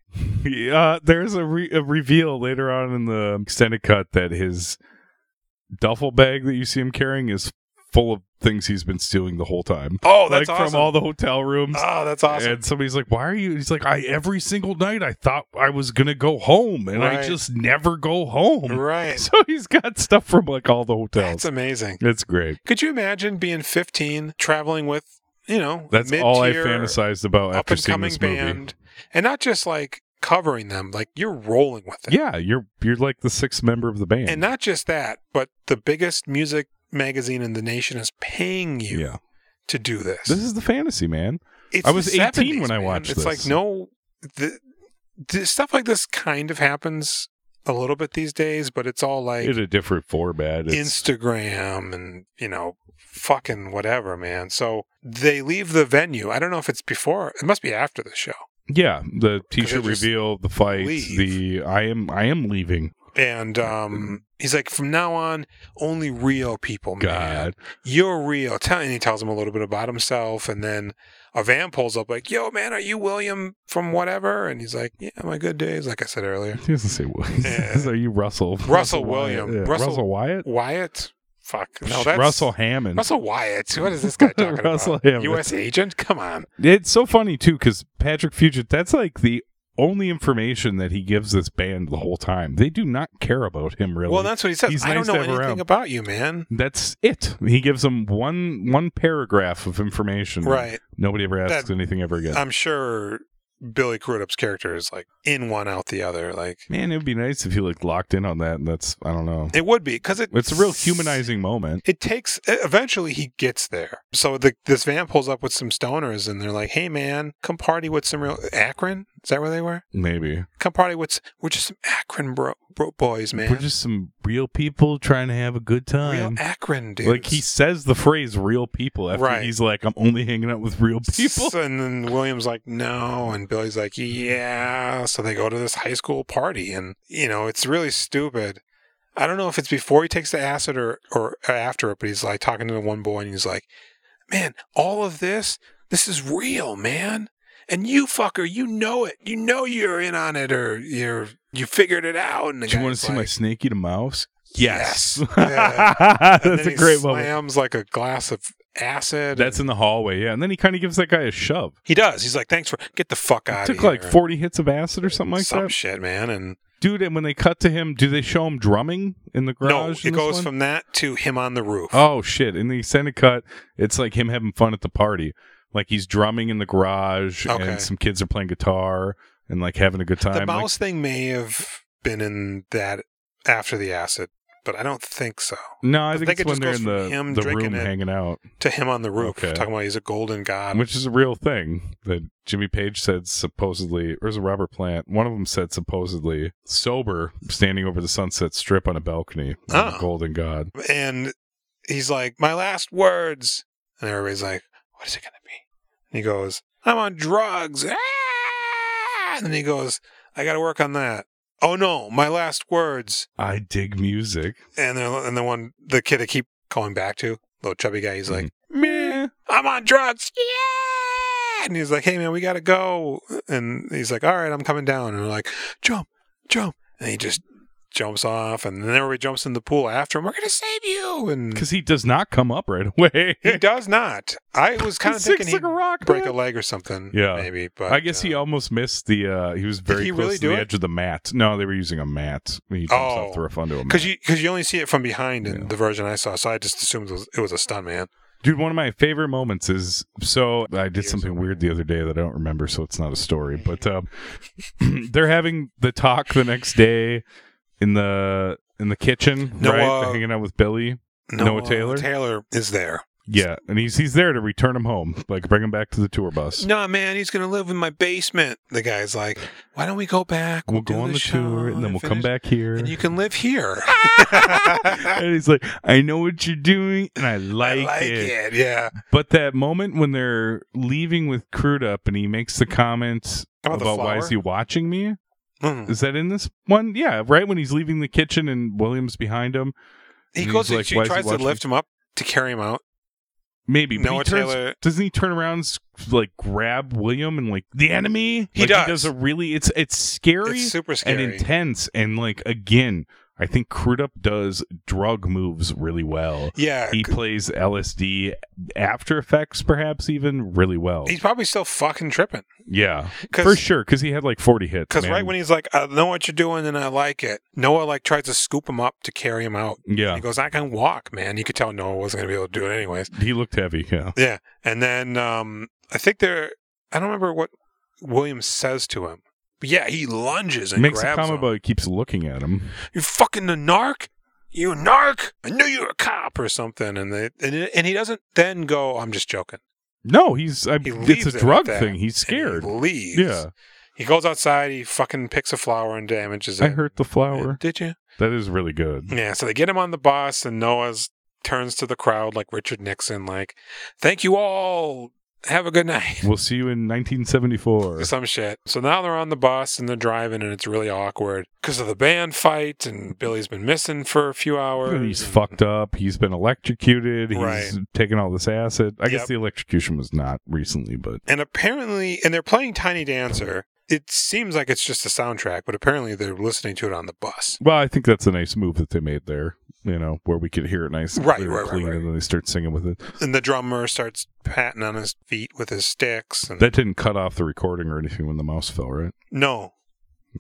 [SPEAKER 2] Uh, there's a, re- a reveal later on in the extended cut that his duffel bag that you see him carrying is full of things he's been stealing the whole time.
[SPEAKER 1] Oh, that's
[SPEAKER 2] like
[SPEAKER 1] awesome!
[SPEAKER 2] from all the hotel rooms.
[SPEAKER 1] oh, that's awesome!
[SPEAKER 2] And somebody's like, "Why are you?" He's like, "I every single night I thought I was gonna go home, and I
[SPEAKER 1] Right.
[SPEAKER 2] just never go home."
[SPEAKER 1] right,
[SPEAKER 2] So he's got stuff from like all the hotels.
[SPEAKER 1] that's amazing.
[SPEAKER 2] It's great.
[SPEAKER 1] Could you imagine being 15, traveling with, you know,
[SPEAKER 2] That's all I
[SPEAKER 1] mid-tier,
[SPEAKER 2] fantasized about
[SPEAKER 1] up
[SPEAKER 2] after
[SPEAKER 1] and
[SPEAKER 2] seeing
[SPEAKER 1] coming
[SPEAKER 2] this movie.
[SPEAKER 1] band, and not just like covering them, like you're rolling with it.
[SPEAKER 2] Yeah, you're you're like the sixth member of the band.
[SPEAKER 1] And not just that, but the biggest music magazine in the nation is paying you
[SPEAKER 2] yeah,
[SPEAKER 1] to do this.
[SPEAKER 2] this is the fantasy, man.
[SPEAKER 1] It's
[SPEAKER 2] I was
[SPEAKER 1] the
[SPEAKER 2] 18
[SPEAKER 1] 70s,
[SPEAKER 2] when I
[SPEAKER 1] man.
[SPEAKER 2] watched
[SPEAKER 1] It's
[SPEAKER 2] this.
[SPEAKER 1] like no, the, the stuff like this kind of happens a little bit these days, but it's all like
[SPEAKER 2] in a different format. It's,
[SPEAKER 1] Instagram and you know fucking whatever, man. So they leave the venue. I don't know if it's before. It must be after the show.
[SPEAKER 2] yeah, the
[SPEAKER 1] they
[SPEAKER 2] t-shirt
[SPEAKER 1] just
[SPEAKER 2] reveal, the fight,
[SPEAKER 1] leave.
[SPEAKER 2] the I am I am leaving.
[SPEAKER 1] And
[SPEAKER 2] Mm-hmm.
[SPEAKER 1] um, he's like, from now on, only real people, man.
[SPEAKER 2] God,
[SPEAKER 1] you're real. Tell, and he tells him a little bit about himself. And then a van pulls up, like, yo, man, are you William from whatever? And he's like, yeah, my good days, like I said earlier.
[SPEAKER 2] he doesn't say what.
[SPEAKER 1] Yeah.
[SPEAKER 2] Are you Russell?
[SPEAKER 1] Russell
[SPEAKER 2] Wyatt.
[SPEAKER 1] William.
[SPEAKER 2] Yeah. Russell,
[SPEAKER 1] Russell-
[SPEAKER 2] Wyatt.
[SPEAKER 1] Wyatt? Fuck. No, that's
[SPEAKER 2] Russell Hammond.
[SPEAKER 1] Russell Wyatt. What is this guy talking
[SPEAKER 2] Russell
[SPEAKER 1] about?
[SPEAKER 2] Hammond.
[SPEAKER 1] U.S. agent? Come on.
[SPEAKER 2] It's so funny too because Patrick Fugit. That's like the only information that he gives this band the whole time. They do not care about him really.
[SPEAKER 1] Well, that's what he says.
[SPEAKER 2] He's
[SPEAKER 1] I
[SPEAKER 2] nice
[SPEAKER 1] don't
[SPEAKER 2] to
[SPEAKER 1] know
[SPEAKER 2] have
[SPEAKER 1] anything
[SPEAKER 2] around.
[SPEAKER 1] about you, man.
[SPEAKER 2] That's it. He gives them one one paragraph of information.
[SPEAKER 1] Right.
[SPEAKER 2] Nobody ever asks
[SPEAKER 1] That-
[SPEAKER 2] anything ever again.
[SPEAKER 1] I'm sure Billy Crudup's character is like in one, out the other. Like,
[SPEAKER 2] Man, it would be nice if he like locked in on that. And that's I don't know.
[SPEAKER 1] it would be because it,
[SPEAKER 2] It's a real humanizing moment.
[SPEAKER 1] it takes e, eventually he gets there so the, this van pulls up with some stoners and they're like hey man come party with some real akron is that where they were
[SPEAKER 2] Maybe
[SPEAKER 1] come party with s- we're just some akron bro, bro boys man
[SPEAKER 2] we're just some real people trying to have a good
[SPEAKER 1] real
[SPEAKER 2] time.
[SPEAKER 1] akron dudes.
[SPEAKER 2] Like he says the phrase "real people" after
[SPEAKER 1] Right.
[SPEAKER 2] he's like, "I'm only hanging out with real people."
[SPEAKER 1] S- and then william's like no and billy's like yeah so they go to this high school party and you know it's really stupid i don't know if it's before he takes the acid or or after it but he's like talking to the one boy and he's like man all of this this is real man and you fucker you know it you know you're in on it or you're you figured it out and the
[SPEAKER 2] Do you want
[SPEAKER 1] guy's
[SPEAKER 2] to see my
[SPEAKER 1] like,
[SPEAKER 2] snake eat a mouse?
[SPEAKER 1] Yes. Yeah. And
[SPEAKER 2] that's
[SPEAKER 1] then
[SPEAKER 2] a
[SPEAKER 1] he
[SPEAKER 2] great moment.
[SPEAKER 1] slams like a glass of acid.
[SPEAKER 2] That's in the hallway, yeah. And then he kind of gives that guy a shove.
[SPEAKER 1] he does. He's like, "Thanks for get the fuck out."
[SPEAKER 2] Took
[SPEAKER 1] of here.
[SPEAKER 2] like 40 hits of acid or something like
[SPEAKER 1] some
[SPEAKER 2] that.
[SPEAKER 1] shit, man. And
[SPEAKER 2] Dude, and when they cut to him, do they show him drumming in the
[SPEAKER 1] no,
[SPEAKER 2] garage?
[SPEAKER 1] it
[SPEAKER 2] in this
[SPEAKER 1] goes
[SPEAKER 2] one?
[SPEAKER 1] from that to him on the roof.
[SPEAKER 2] Oh shit! In the extended cut, it's like him having fun at the party. Like he's drumming in the garage,
[SPEAKER 1] Okay.
[SPEAKER 2] and some kids are playing guitar and like having a good time.
[SPEAKER 1] the
[SPEAKER 2] Like,
[SPEAKER 1] mouse thing may have been in that after the acid, but I don't think so.
[SPEAKER 2] no, I
[SPEAKER 1] I
[SPEAKER 2] think,
[SPEAKER 1] think
[SPEAKER 2] it's
[SPEAKER 1] it
[SPEAKER 2] when
[SPEAKER 1] just
[SPEAKER 2] they're
[SPEAKER 1] goes
[SPEAKER 2] in
[SPEAKER 1] from him
[SPEAKER 2] the, the
[SPEAKER 1] drinking
[SPEAKER 2] room
[SPEAKER 1] it.
[SPEAKER 2] hanging out,
[SPEAKER 1] To him on the roof,
[SPEAKER 2] Okay.
[SPEAKER 1] talking about he's a golden god.
[SPEAKER 2] which is a real thing that Jimmy Page said supposedly, or is it Robert Plant? One of them said supposedly sober, standing over the sunset strip on a balcony, on the
[SPEAKER 1] Oh.
[SPEAKER 2] Golden God.
[SPEAKER 1] and he's like, "My last words," and everybody's like, "What is it gonna be?" And he goes, "I'm on drugs." Ah! And then he goes, "I got to work on that." Oh no, my last words.
[SPEAKER 2] I dig music.
[SPEAKER 1] And then and the one the kid I keep calling back to, little chubby guy, he's like,
[SPEAKER 2] Meh.
[SPEAKER 1] "I'm on drugs." Yeah. And he's like, "Hey man, we gotta go." And he's like, "All right, I'm coming down." And they're like, "Jump, jump!" And he just jumps off, and then everybody jumps in the pool after him. We're gonna save you! And
[SPEAKER 2] Because he does not come up right away.
[SPEAKER 1] He does not. I was kind of
[SPEAKER 2] Six
[SPEAKER 1] thinking
[SPEAKER 2] like
[SPEAKER 1] he'd
[SPEAKER 2] a rock,
[SPEAKER 1] break
[SPEAKER 2] man.
[SPEAKER 1] a leg or something.
[SPEAKER 2] Yeah.
[SPEAKER 1] maybe. But
[SPEAKER 2] I guess he
[SPEAKER 1] uh,
[SPEAKER 2] almost missed the. uh He was very
[SPEAKER 1] he
[SPEAKER 2] close
[SPEAKER 1] really
[SPEAKER 2] to
[SPEAKER 1] do
[SPEAKER 2] the
[SPEAKER 1] it?
[SPEAKER 2] edge of the mat. No, they were using a mat. He jumps off
[SPEAKER 1] Oh.
[SPEAKER 2] the roof onto a mat.
[SPEAKER 1] because you because you only see it from behind in
[SPEAKER 2] Yeah.
[SPEAKER 1] the version I saw, so I just assumed it was, it was a stunt man.
[SPEAKER 2] Dude, one of my favorite moments is so I did
[SPEAKER 1] Here's
[SPEAKER 2] something
[SPEAKER 1] one.
[SPEAKER 2] weird the other day that I don't remember, so it's not a story. But um, they're having the talk the next day in the in the kitchen,
[SPEAKER 1] No,
[SPEAKER 2] right?
[SPEAKER 1] uh,
[SPEAKER 2] They're hanging out with Billy. Noah Taylor?
[SPEAKER 1] Taylor is there.
[SPEAKER 2] Yeah, and he's he's there to return him home, like bring him back to the tour bus.
[SPEAKER 1] No man, he's gonna live in my basement. The guy's like, why don't we go back?
[SPEAKER 2] We'll go
[SPEAKER 1] do
[SPEAKER 2] on the,
[SPEAKER 1] show
[SPEAKER 2] tour, and then we'll
[SPEAKER 1] finish-
[SPEAKER 2] come back here.
[SPEAKER 1] And you can live here.
[SPEAKER 2] and he's like, "I know what you're doing, and I
[SPEAKER 1] I
[SPEAKER 2] like,
[SPEAKER 1] like
[SPEAKER 2] it.
[SPEAKER 1] it. Yeah.
[SPEAKER 2] But that moment when they're leaving with Crude Up and he makes the comment
[SPEAKER 1] How about
[SPEAKER 2] about,
[SPEAKER 1] Oh, the
[SPEAKER 2] why is
[SPEAKER 1] flower?
[SPEAKER 2] he watching me?
[SPEAKER 1] Mm.
[SPEAKER 2] Is that in this one? Yeah, right when he's leaving the kitchen and William's behind him.
[SPEAKER 1] He
[SPEAKER 2] he's
[SPEAKER 1] goes.
[SPEAKER 2] like,
[SPEAKER 1] and she
[SPEAKER 2] why is he
[SPEAKER 1] tries to
[SPEAKER 2] watching?
[SPEAKER 1] lift him up to carry him out.
[SPEAKER 2] Maybe. but he
[SPEAKER 1] Noah
[SPEAKER 2] turns-
[SPEAKER 1] Taylor.
[SPEAKER 2] Doesn't he turn around and s- like grab William and like the enemy?
[SPEAKER 1] He
[SPEAKER 2] Like,
[SPEAKER 1] does.
[SPEAKER 2] He does a really it's it's scary,
[SPEAKER 1] It's super scary.
[SPEAKER 2] and intense and like again, I think Crude Up does drug moves really well.
[SPEAKER 1] yeah.
[SPEAKER 2] He plays LSD after effects perhaps even really well.
[SPEAKER 1] He's probably still fucking tripping.
[SPEAKER 2] yeah.
[SPEAKER 1] 'Cause-
[SPEAKER 2] For sure, because he had like forty hits.
[SPEAKER 1] Because
[SPEAKER 2] man.
[SPEAKER 1] right when he's like, I know what you're doing and I like it, Noah like tries to scoop him up to carry him out.
[SPEAKER 2] yeah,
[SPEAKER 1] He goes, I can walk, man. You could tell Noah wasn't going to be able to do it anyways.
[SPEAKER 2] he looked heavy. Yeah,
[SPEAKER 1] Yeah. And then um, I think they're, I don't remember what Williams says to him. But yeah, he lunges and
[SPEAKER 2] makes a
[SPEAKER 1] grabs him.
[SPEAKER 2] comment about he keeps looking at him.
[SPEAKER 1] You fucking the narc? You a narc? I knew you were a cop or something. And they, and, and he doesn't then go, I'm just joking.
[SPEAKER 2] No, he's I,
[SPEAKER 1] He
[SPEAKER 2] it's
[SPEAKER 1] leaves
[SPEAKER 2] a
[SPEAKER 1] it at
[SPEAKER 2] drug
[SPEAKER 1] that.
[SPEAKER 2] thing. He's scared.
[SPEAKER 1] And he leaves.
[SPEAKER 2] Yeah,
[SPEAKER 1] He goes outside, he fucking picks a flower and damages it.
[SPEAKER 2] I hurt the flower.
[SPEAKER 1] Did you?
[SPEAKER 2] That is really good.
[SPEAKER 1] Yeah, so they get him on the bus, and Noah's turns to the crowd like Richard Nixon, like, "Thank you all. Have a good night."
[SPEAKER 2] We'll see you in 1974.
[SPEAKER 1] Or some shit. So now they're on the bus and they're driving, and it's really awkward because of the band fight, and Billy's been missing for a few hours.
[SPEAKER 2] He's
[SPEAKER 1] and-
[SPEAKER 2] fucked up. He's been electrocuted. He's
[SPEAKER 1] Right.
[SPEAKER 2] taken all this acid. I guess
[SPEAKER 1] Yep.
[SPEAKER 2] the electrocution was not recently, but
[SPEAKER 1] And apparently, and they're playing Tiny Dancer. It seems like it's just a soundtrack, but apparently they're listening to it on the bus.
[SPEAKER 2] well, I think that's a nice move that they made there. You know, where we could hear it nice, and
[SPEAKER 1] Right,
[SPEAKER 2] clear
[SPEAKER 1] right,
[SPEAKER 2] and
[SPEAKER 1] right,
[SPEAKER 2] clean,
[SPEAKER 1] right.
[SPEAKER 2] and then they start singing with it.
[SPEAKER 1] And the drummer starts patting on his feet with his sticks. And
[SPEAKER 2] That didn't cut off the recording or anything when the mouse fell, right?
[SPEAKER 1] no,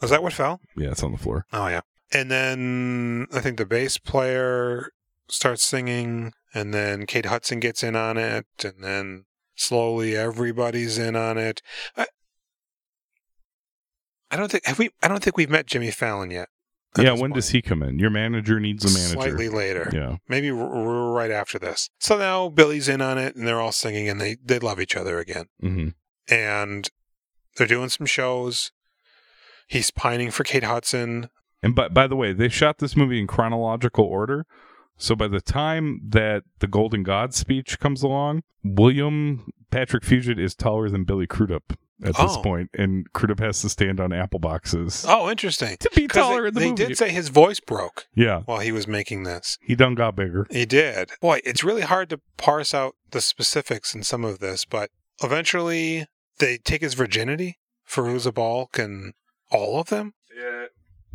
[SPEAKER 1] was that what fell?
[SPEAKER 2] Yeah, it's on the floor.
[SPEAKER 1] Oh yeah. And then I think the bass player starts singing, and then Kate Hudson gets in on it, and then slowly everybody's in on it. I, I don't think have we. I don't think we've met Jimmy Fallon yet. at
[SPEAKER 2] yeah,
[SPEAKER 1] this
[SPEAKER 2] when
[SPEAKER 1] point.
[SPEAKER 2] does he come in? Your manager needs a manager.
[SPEAKER 1] Slightly later,
[SPEAKER 2] Yeah.
[SPEAKER 1] maybe r- r- right after this. So now Billy's in on it, and they're all singing, and they they love each other again,
[SPEAKER 2] hmm
[SPEAKER 1] and they're doing some shows. He's pining for Kate Hudson.
[SPEAKER 2] And by, by the way, they shot this movie in chronological order. So by the time that the Golden God speech comes along, William Patrick Fugit is taller than Billy Crudup at this
[SPEAKER 1] Oh.
[SPEAKER 2] point, and Crudup has to stand on apple boxes
[SPEAKER 1] Oh, interesting.
[SPEAKER 2] to be
[SPEAKER 1] 'Cause
[SPEAKER 2] taller
[SPEAKER 1] they,
[SPEAKER 2] in the
[SPEAKER 1] they
[SPEAKER 2] movie.
[SPEAKER 1] did say his voice broke
[SPEAKER 2] yeah,
[SPEAKER 1] while he was making this.
[SPEAKER 2] he done got bigger.
[SPEAKER 1] He did. Boy, it's really hard to parse out the specifics in some of this, but eventually they take his virginity, Feruza Balk and all of them.
[SPEAKER 2] Yeah,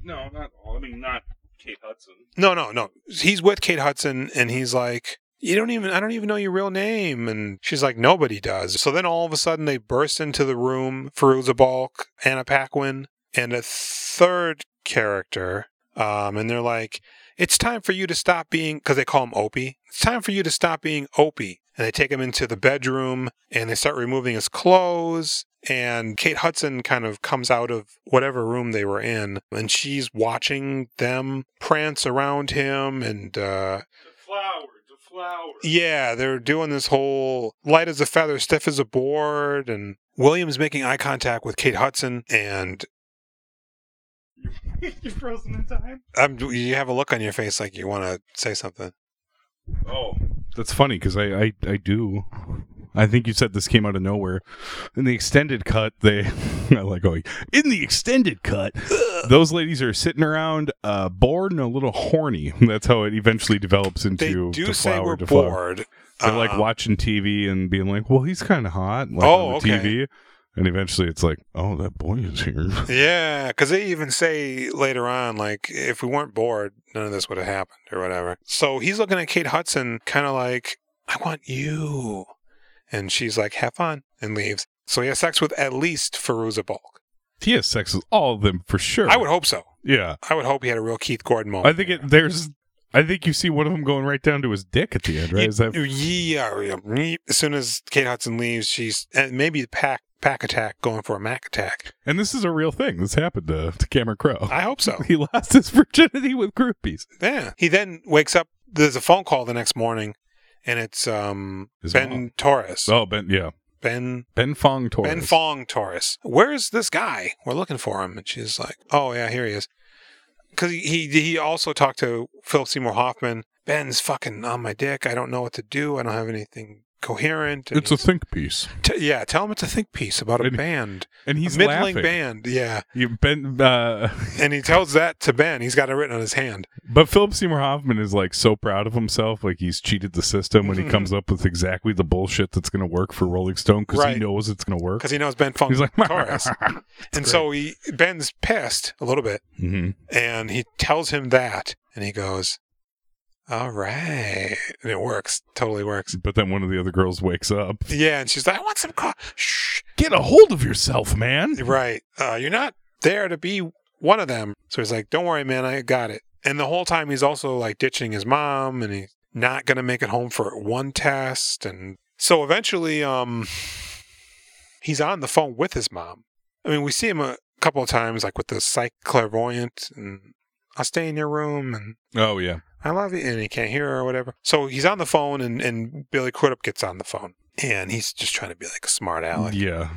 [SPEAKER 2] no, not all. I mean, not Kate Hudson.
[SPEAKER 1] No, no, no. He's with Kate Hudson and he's like, you don't even I don't even know your real name and she's like nobody does. So then all of a sudden they burst into the room Feruza Balk, Anna Paquin and a third character um and they're like it's time for you to stop being cuz they call him Opie. It's time for you to stop being Opie. And they take him into the bedroom and they start removing his clothes and Kate Hudson kind of comes out of whatever room they were in and she's watching them prance around him and uh yeah, they're doing this whole light as a feather, stiff as a board, and William's making eye contact with Kate Hudson, and
[SPEAKER 2] You're frozen in time.
[SPEAKER 1] um, you have a look on your face like you want to say something.
[SPEAKER 2] Oh, that's funny because I, I I do. I think you said this came out of nowhere. In the extended cut, they I like going in the extended cut. Those ladies are sitting around, uh, bored and a little horny. That's how it eventually develops into.
[SPEAKER 1] They do
[SPEAKER 2] to
[SPEAKER 1] say
[SPEAKER 2] flower
[SPEAKER 1] we're
[SPEAKER 2] to flower.
[SPEAKER 1] bored.
[SPEAKER 2] They're like
[SPEAKER 1] Uh,
[SPEAKER 2] watching TV and being like, "Well, he's kind of hot." Like,
[SPEAKER 1] Oh,
[SPEAKER 2] on the TV. And eventually, it's like, "Oh, that boy is here."
[SPEAKER 1] Yeah, because they even say later on, like, if we weren't bored, none of this would have happened or whatever. So he's looking at Kate Hudson, kind of like, I want you. And she's like, have fun, and leaves. So he has sex with at least Feruza Balk.
[SPEAKER 2] he has sex with all of them for sure.
[SPEAKER 1] I would hope so.
[SPEAKER 2] yeah.
[SPEAKER 1] I would hope he had a real Keith Gordon moment.
[SPEAKER 2] I think it, there's. I think you see one of them going right down to his dick at the end, right? Is that
[SPEAKER 1] yeah, yeah, yeah. As soon as Kate Hudson leaves, she's and maybe pack pack attack going for a Mac attack.
[SPEAKER 2] And this is a real thing. This happened to, to Cameron Crowe.
[SPEAKER 1] I hope so.
[SPEAKER 2] He lost his virginity with groupies.
[SPEAKER 1] Yeah. He then wakes up. There's a phone call the next morning, and it's um
[SPEAKER 2] His
[SPEAKER 1] Ben
[SPEAKER 2] mom.
[SPEAKER 1] Torres.
[SPEAKER 2] Oh, Ben, yeah.
[SPEAKER 1] Ben
[SPEAKER 2] Ben Fong Torres.
[SPEAKER 1] Ben Fong Torres. Where's this guy? We're looking for him. And she's like, Oh yeah, here he is. Because he he also talked to Philip Seymour Hoffman. Ben's fucking on my dick. I don't know what to do. I don't have anything coherent. And
[SPEAKER 2] It's a think piece.
[SPEAKER 1] T- yeah, tell him it's a think piece about a
[SPEAKER 2] And-
[SPEAKER 1] band,
[SPEAKER 2] And he's
[SPEAKER 1] a middling
[SPEAKER 2] laughing.
[SPEAKER 1] band. Yeah,
[SPEAKER 2] You, ben, uh,
[SPEAKER 1] and he tells that to Ben. He's got it written on his hand.
[SPEAKER 2] but Philip Seymour Hoffman is like so proud of himself, like he's cheated the system when he
[SPEAKER 1] Mm-hmm.
[SPEAKER 2] comes up with exactly the bullshit that's going to work for Rolling Stone because
[SPEAKER 1] Right.
[SPEAKER 2] he knows it's going to work.
[SPEAKER 1] because he knows Ben Funk
[SPEAKER 2] He's like,
[SPEAKER 1] Torres, and so he Ben's pissed a little bit,
[SPEAKER 2] Mhm.
[SPEAKER 1] and he tells him that, and he goes, "All right," and it works, totally works.
[SPEAKER 2] But then one of the other girls wakes up.
[SPEAKER 1] Yeah, and she's like, "I want some co Shh,
[SPEAKER 2] Get a hold of yourself, man.
[SPEAKER 1] right? Uh, you're not there to be one of them." So he's like, "Don't worry, man, I got it." And the whole time he's also like ditching his mom, and he's not gonna make it home for one test, and so eventually, um, he's on the phone with his mom. I mean, we see him a couple of times, like with the psych clairvoyant, and I'll stay in your room, and
[SPEAKER 2] Oh, yeah.
[SPEAKER 1] I love you, and he can't hear her or whatever. So he's on the phone, and, and Billy Crudup gets on the phone, and he's just trying to be like a smart aleck.
[SPEAKER 2] Yeah.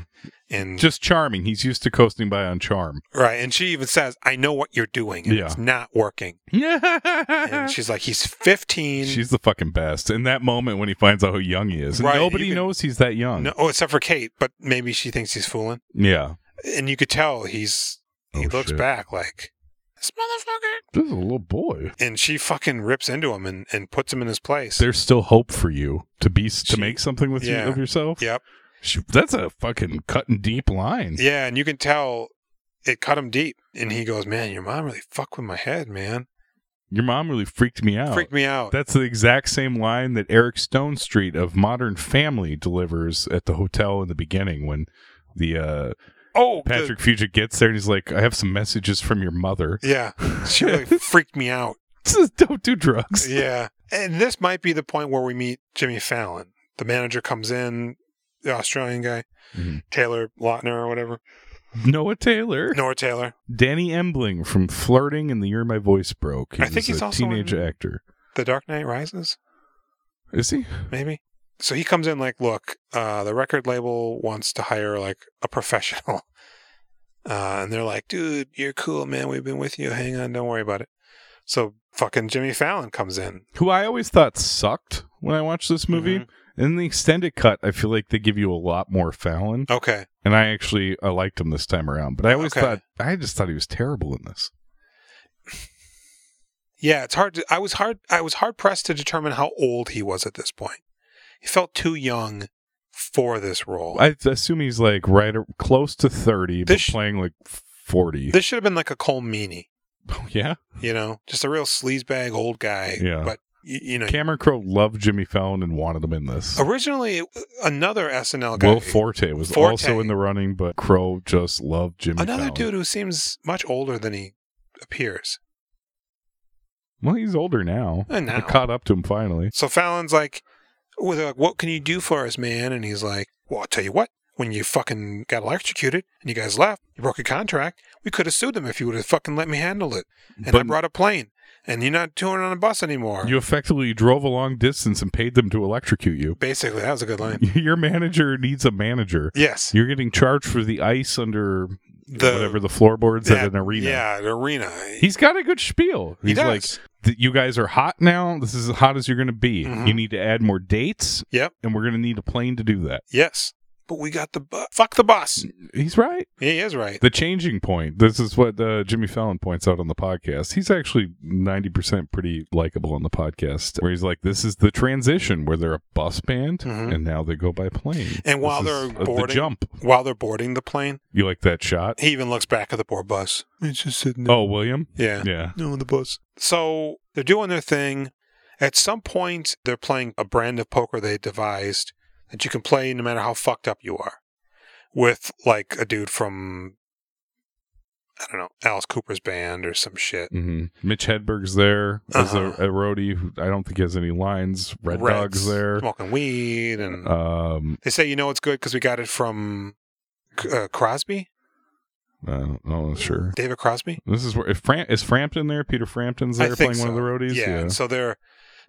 [SPEAKER 1] And
[SPEAKER 2] Just charming. He's used to coasting by on charm.
[SPEAKER 1] right, and she even says, "I know what you're doing, and
[SPEAKER 2] Yeah.
[SPEAKER 1] it's not working."
[SPEAKER 2] Yeah.
[SPEAKER 1] And she's like, "He's 15."
[SPEAKER 2] She's the fucking best. In that moment when he finds out how young he is, and
[SPEAKER 1] Right,
[SPEAKER 2] nobody
[SPEAKER 1] you can-
[SPEAKER 2] knows he's that young.
[SPEAKER 1] no, oh, except for Kate, but maybe she thinks he's fooling.
[SPEAKER 2] Yeah,
[SPEAKER 1] And you could tell he's he
[SPEAKER 2] Oh,
[SPEAKER 1] looks
[SPEAKER 2] shit.
[SPEAKER 1] back like this motherfucker.
[SPEAKER 2] this is a little boy.
[SPEAKER 1] and she fucking rips into him and, and puts him in his place.
[SPEAKER 2] There's still hope for you to be
[SPEAKER 1] She-
[SPEAKER 2] to make something with
[SPEAKER 1] yeah.
[SPEAKER 2] you, of yourself.
[SPEAKER 1] yep.
[SPEAKER 2] Sh- that's a fucking cut and deep line.
[SPEAKER 1] Yeah, and you can tell it cut him deep. And he goes, Man, your mom really fucked with my head, man.
[SPEAKER 2] Your mom really freaked me out.
[SPEAKER 1] Freaked me out.
[SPEAKER 2] That's the exact same line that Eric Stone Street of Modern Family delivers at the hotel in the beginning when the uh,
[SPEAKER 1] oh, the-
[SPEAKER 2] Patrick Fugit gets there and he's like, "I have some messages from your mother.
[SPEAKER 1] yeah. She really freaked me out.
[SPEAKER 2] Don't do drugs."
[SPEAKER 1] Yeah. And this might be the point where we meet Jimmy Fallon. The manager comes in, the Australian guy,
[SPEAKER 2] Mhm.
[SPEAKER 1] Taylor Lautner or whatever,
[SPEAKER 2] Noah Taylor.
[SPEAKER 1] Nora Taylor.
[SPEAKER 2] Danny Embling from Flirting and the Year My Voice Broke.
[SPEAKER 1] I think he's
[SPEAKER 2] a
[SPEAKER 1] also
[SPEAKER 2] teenage
[SPEAKER 1] in-
[SPEAKER 2] actor.
[SPEAKER 1] The Dark Knight Rises,
[SPEAKER 2] Is he?
[SPEAKER 1] maybe. So he comes in like, look, uh, the record label wants to hire like a professional. Uh, and they're like, dude, you're cool, man. We've been with you. Hang on. Don't worry about it. So fucking Jimmy Fallon comes in.
[SPEAKER 2] Who I always thought sucked when I watched this movie.
[SPEAKER 1] Mm-hmm.
[SPEAKER 2] In the extended cut, I feel like they give you a lot more Fallon,
[SPEAKER 1] Okay.
[SPEAKER 2] and I actually I liked him this time around. But I always
[SPEAKER 1] Okay.
[SPEAKER 2] thought I just thought he was terrible in this.
[SPEAKER 1] Yeah. It's hard. To, I was hard. I was hard pressed to determine how old he was at this point. He felt too young for this role.
[SPEAKER 2] I assume he's like right or, close to thirty,
[SPEAKER 1] This-
[SPEAKER 2] but playing like forty.
[SPEAKER 1] this should have been like a Cole Meany,
[SPEAKER 2] yeah,
[SPEAKER 1] you know, just a real sleazebag old guy.
[SPEAKER 2] Yeah.
[SPEAKER 1] But you, you know,
[SPEAKER 2] Cameron Crowe loved Jimmy Fallon and wanted him in this.
[SPEAKER 1] Oh, originally uh, another SNL guy,
[SPEAKER 2] Will Forte was
[SPEAKER 1] Forte.
[SPEAKER 2] also in the running, but Crowe just loved Jimmy.
[SPEAKER 1] another
[SPEAKER 2] Fallon.
[SPEAKER 1] dude who seems much older than he appears.
[SPEAKER 2] Well, he's older now.
[SPEAKER 1] And
[SPEAKER 2] I
[SPEAKER 1] Uh, now.
[SPEAKER 2] caught up to him finally.
[SPEAKER 1] So Fallon's like, well, they're like, what can you do for us, man? And he's like, well, I'll tell you what. When you fucking got electrocuted and you guys left, you broke a contract. We could have sued them if you would have fucking let me handle it. And I
[SPEAKER 2] But-
[SPEAKER 1] brought a plane. And you're not touring on a bus anymore.
[SPEAKER 2] You effectively drove a long distance and paid them to electrocute you.
[SPEAKER 1] Basically, that was a good line.
[SPEAKER 2] Your manager needs a manager.
[SPEAKER 1] Yes.
[SPEAKER 2] You're getting charged for the ice under
[SPEAKER 1] The-
[SPEAKER 2] whatever the floorboards
[SPEAKER 1] That-
[SPEAKER 2] at an arena.
[SPEAKER 1] Yeah, the arena.
[SPEAKER 2] He's got a good spiel.
[SPEAKER 1] He
[SPEAKER 2] He's
[SPEAKER 1] does.
[SPEAKER 2] like, "Th- you guys are hot now. This is as hot as you're going to be.
[SPEAKER 1] Mhm.
[SPEAKER 2] You need to add more dates,
[SPEAKER 1] yep.
[SPEAKER 2] and we're going to need a plane to do that.
[SPEAKER 1] Yes. But we got the bus. Fuck the bus.
[SPEAKER 2] He's right.
[SPEAKER 1] He is right.
[SPEAKER 2] Mm. The changing point. This is what uh, Jimmy Fallon points out on the podcast. He's actually 90% pretty likable on the podcast, where he's like, this is the transition where they're a bus band,
[SPEAKER 1] Mhm.
[SPEAKER 2] and now they go by plane.
[SPEAKER 1] And while
[SPEAKER 2] This
[SPEAKER 1] they're
[SPEAKER 2] is, uh,
[SPEAKER 1] boarding,
[SPEAKER 2] the jump.
[SPEAKER 1] while they're boarding the plane,
[SPEAKER 2] You like that shot?
[SPEAKER 1] he even looks back at the poor bus. It's just sitting there.
[SPEAKER 2] Oh, William?
[SPEAKER 1] yeah.
[SPEAKER 2] Yeah.
[SPEAKER 1] No, the bus. So they're doing their thing. At some point, they're playing a brand of poker they devised that you can play no matter how fucked up you are. With like a dude from, I don't know, Alice Cooper's band or some shit.
[SPEAKER 2] hmm Mitch Hedberg's there as
[SPEAKER 1] Uh-huh.
[SPEAKER 2] a, a roadie who I don't think has any lines. Red
[SPEAKER 1] Reds
[SPEAKER 2] Dog's there.
[SPEAKER 1] Smoking weed. And
[SPEAKER 2] Um,
[SPEAKER 1] they say, you know, it's good because we got it from C- uh, Crosby,
[SPEAKER 2] I don't know, uh, oh, sure.
[SPEAKER 1] David Crosby.
[SPEAKER 2] This is where if Fram- is Frampton there? Peter Frampton's
[SPEAKER 1] I
[SPEAKER 2] there
[SPEAKER 1] think
[SPEAKER 2] playing one of the
[SPEAKER 1] so.
[SPEAKER 2] roadies.
[SPEAKER 1] Yeah. and So they're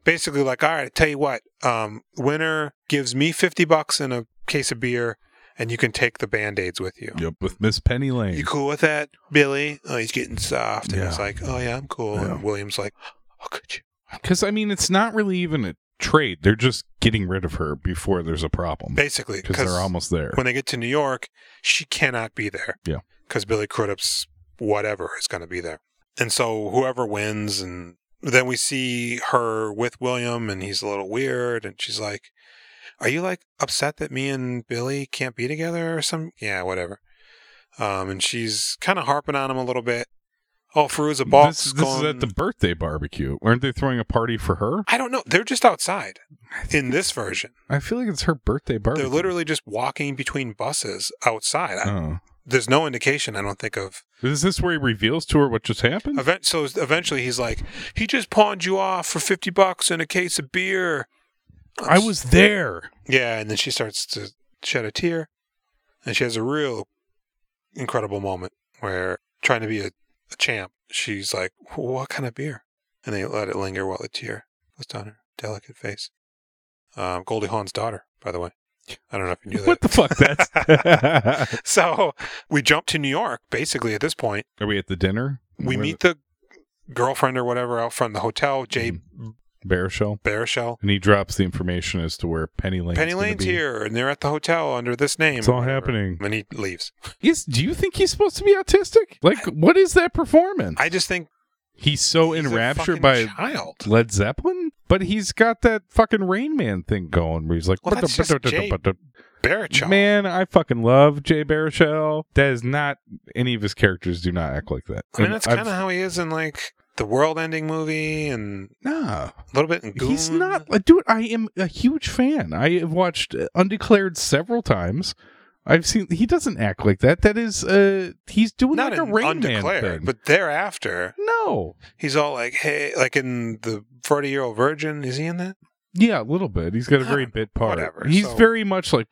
[SPEAKER 1] basically like, all right, tell you what, um, winner gives me 50 bucks and a case of beer, and you can take the band aids with you.
[SPEAKER 2] Yep, with Miss Penny Lane.
[SPEAKER 1] You cool with that, Billy? Oh, he's getting soft. And
[SPEAKER 2] Yeah.
[SPEAKER 1] it's like, oh, yeah, I'm cool.
[SPEAKER 2] Yeah.
[SPEAKER 1] And William's like, how could you?
[SPEAKER 2] Because I mean, it's not really even a trade. They're just getting rid of her before there's a problem.
[SPEAKER 1] Basically,
[SPEAKER 2] Because they're almost there.
[SPEAKER 1] when they get to New York, she cannot be there.
[SPEAKER 2] Yeah.
[SPEAKER 1] Because Billy Crudup's whatever is going to be there. And so whoever wins, and then we see her with William, and he's a little weird, and she's like, Are you like upset that me and Billy can't be together or some? Yeah, whatever. Um, and she's kind of harping on him a little bit. Oh, Feruza Balk.
[SPEAKER 2] this, this is at the birthday barbecue. Aren't they throwing a party for her?
[SPEAKER 1] I don't know. They're just outside in this version.
[SPEAKER 2] I feel like it's her birthday barbecue.
[SPEAKER 1] They're literally just walking between buses outside. I-
[SPEAKER 2] Oh.
[SPEAKER 1] There's no indication, I don't think, of
[SPEAKER 2] Is this where he reveals to her what just happened?
[SPEAKER 1] Event- so eventually he's like, he just pawned you off for 50 bucks and a case of beer.
[SPEAKER 2] I was there.
[SPEAKER 1] Yeah, and then she starts to shed a tear. And she has a real incredible moment where, trying to be a, a champ, she's like, What kind of beer? And they let it linger while the tear goes down her delicate face. Um, Goldie Hawn's daughter, by the way. I don't know if you knew that.
[SPEAKER 2] What the fuck? That's.
[SPEAKER 1] so we jump to New York, basically, at this point.
[SPEAKER 2] Are we at the dinner?
[SPEAKER 1] We meet the girlfriend or whatever out front of the hotel, Jay
[SPEAKER 2] Bear Show.
[SPEAKER 1] Baruchel.
[SPEAKER 2] And he drops the information as to where Penny Lane.
[SPEAKER 1] Penny Lane's here, and they're at the hotel under this name.
[SPEAKER 2] It's all
[SPEAKER 1] or whatever.
[SPEAKER 2] happening.
[SPEAKER 1] And he leaves.
[SPEAKER 2] Is do you think he's supposed to be autistic? Like, what is that performance?
[SPEAKER 1] I just think
[SPEAKER 2] he's so
[SPEAKER 1] he's a fucking
[SPEAKER 2] enraptured by
[SPEAKER 1] child.
[SPEAKER 2] Led Zeppelin, but he's got that fucking Rain Man thing going where he's like,
[SPEAKER 1] Well, that's just Jay Baruchel.
[SPEAKER 2] man, I fucking love Jay Baruchel. That is not any of his characters do not act like that.
[SPEAKER 1] I mean,
[SPEAKER 2] And
[SPEAKER 1] that's
[SPEAKER 2] I've-
[SPEAKER 1] kind of how he is in like the world-ending movie, and
[SPEAKER 2] nah.
[SPEAKER 1] a little bit in Goon.
[SPEAKER 2] He's not, like, dude. I am a huge fan. I have watched uh, Undeclared several times. I've seen he doesn't act like that. That is, uh, he's doing
[SPEAKER 1] not
[SPEAKER 2] like a
[SPEAKER 1] in
[SPEAKER 2] Rain
[SPEAKER 1] undeclared,
[SPEAKER 2] Man thing.
[SPEAKER 1] but thereafter
[SPEAKER 2] no,
[SPEAKER 1] he's all like, "Hey," like in the forty-year-old virgin. Is he in that?
[SPEAKER 2] yeah, a little bit. He's got a
[SPEAKER 1] I
[SPEAKER 2] very
[SPEAKER 1] don't-
[SPEAKER 2] bit part.
[SPEAKER 1] whatever,
[SPEAKER 2] He's
[SPEAKER 1] so-
[SPEAKER 2] very much like.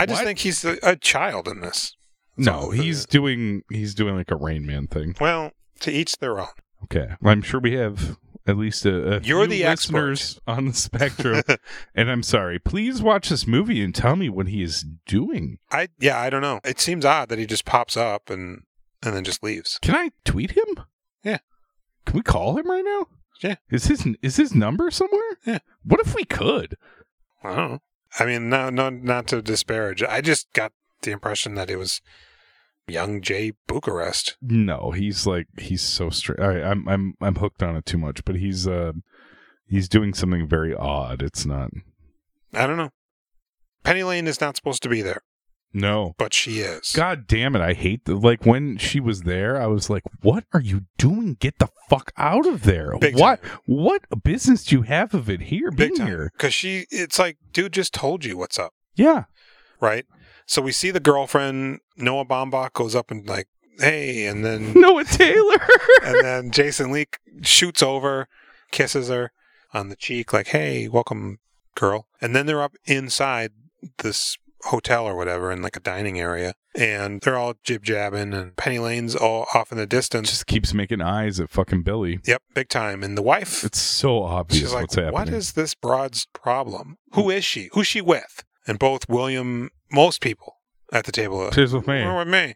[SPEAKER 1] I just
[SPEAKER 2] what?
[SPEAKER 1] think he's a, a child in this. That's all
[SPEAKER 2] no,
[SPEAKER 1] that
[SPEAKER 2] he's
[SPEAKER 1] is.
[SPEAKER 2] doing he's doing like a Rain Man thing.
[SPEAKER 1] well to each their own.
[SPEAKER 2] Okay, I'm sure we have at least a, a
[SPEAKER 1] You're
[SPEAKER 2] few
[SPEAKER 1] the expert.
[SPEAKER 2] listeners on the spectrum. and I'm sorry. Please watch this movie and tell me what he is doing.
[SPEAKER 1] I yeah, I don't know. It seems odd that he just pops up and and then just leaves.
[SPEAKER 2] Can I tweet him?
[SPEAKER 1] Yeah.
[SPEAKER 2] Can we call him right now?
[SPEAKER 1] Yeah.
[SPEAKER 2] Is his is his number somewhere?
[SPEAKER 1] Yeah.
[SPEAKER 2] What if we could?
[SPEAKER 1] I don't know. I mean, no, no, not to disparage. I just got the impression that it was young Jay Bucharest.
[SPEAKER 2] No, he's like he's so straight. I, I'm I'm I'm hooked on it too much, but he's uh he's doing something very odd. It's not.
[SPEAKER 1] I don't know. Penny Lane is not supposed to be there.
[SPEAKER 2] No.
[SPEAKER 1] but she is.
[SPEAKER 2] God damn it. I hate the like when she was there, I was like, What are you doing? Get the fuck out of there.
[SPEAKER 1] Big
[SPEAKER 2] what what business do you have of it here
[SPEAKER 1] Big
[SPEAKER 2] being
[SPEAKER 1] time.
[SPEAKER 2] here?
[SPEAKER 1] Because she, it's like, dude just told you what's up,
[SPEAKER 2] Yeah.
[SPEAKER 1] right? So we see the girlfriend. Noah Baumbach goes up and like, hey, and then
[SPEAKER 2] Noah Taylor.
[SPEAKER 1] and then Jason Leek shoots over, kisses her on the cheek, like, "Hey, welcome, girl." And then they're up inside this hotel or whatever in like a dining area, and they're all jib jabbing, and Penny Lane's all off in the distance.
[SPEAKER 2] Just keeps making eyes at fucking Billy.
[SPEAKER 1] Yep, big time. And the wife,
[SPEAKER 2] It's so obvious
[SPEAKER 1] she's like,
[SPEAKER 2] what's happening.
[SPEAKER 1] "What is this broad's problem? Who is she? Who's she with?" And both William, most people at the table, are,
[SPEAKER 2] Tis with me.
[SPEAKER 1] "We're with me.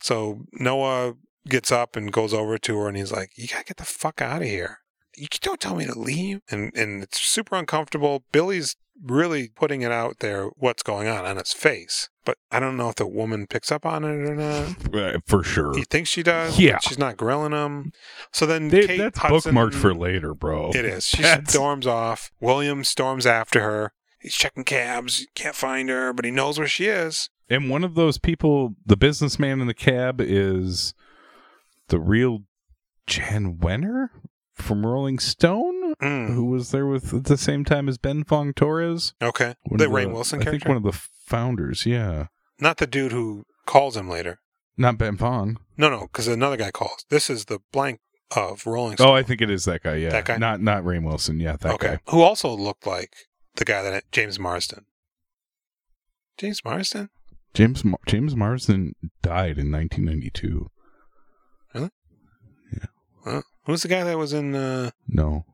[SPEAKER 1] So Noah gets up and goes over to her and he's like, You gotta get the fuck out of here. You don't tell me to leave. And and it's super uncomfortable. Billy's really putting it out there what's going on on his face. But I don't know if the woman picks up on it or not.
[SPEAKER 2] Uh, for sure.
[SPEAKER 1] He thinks she does. but
[SPEAKER 2] Yeah.
[SPEAKER 1] She's not grilling him. So then
[SPEAKER 2] They-
[SPEAKER 1] Kate
[SPEAKER 2] that's
[SPEAKER 1] Hudson-
[SPEAKER 2] bookmarked for later, bro.
[SPEAKER 1] It is. She
[SPEAKER 2] That's-
[SPEAKER 1] storms off. William storms after her. He's checking cabs. Can't find her, but he knows where she is.
[SPEAKER 2] And one of those people, the businessman in the cab, is the real Jan Wenner from Rolling Stone,
[SPEAKER 1] Mm.
[SPEAKER 2] who was there with at the same time as Ben Fong Torres.
[SPEAKER 1] Okay.
[SPEAKER 2] One
[SPEAKER 1] the
[SPEAKER 2] of
[SPEAKER 1] Rain Wilson
[SPEAKER 2] I
[SPEAKER 1] character?
[SPEAKER 2] think one of the founders, yeah.
[SPEAKER 1] Not the dude who calls him later.
[SPEAKER 2] Not Ben Fong.
[SPEAKER 1] No, no, because another guy calls. This is the blank of Rolling Stone.
[SPEAKER 2] Oh, I think it is that guy, yeah.
[SPEAKER 1] That guy?
[SPEAKER 2] Not not Rain Wilson, yeah, that guy.
[SPEAKER 1] Who also looked like the guy that James Marsden. James Marsden?
[SPEAKER 2] James Mar- James Marsden died in 1992.
[SPEAKER 1] Huh? Who's the guy that was in uh,
[SPEAKER 2] No,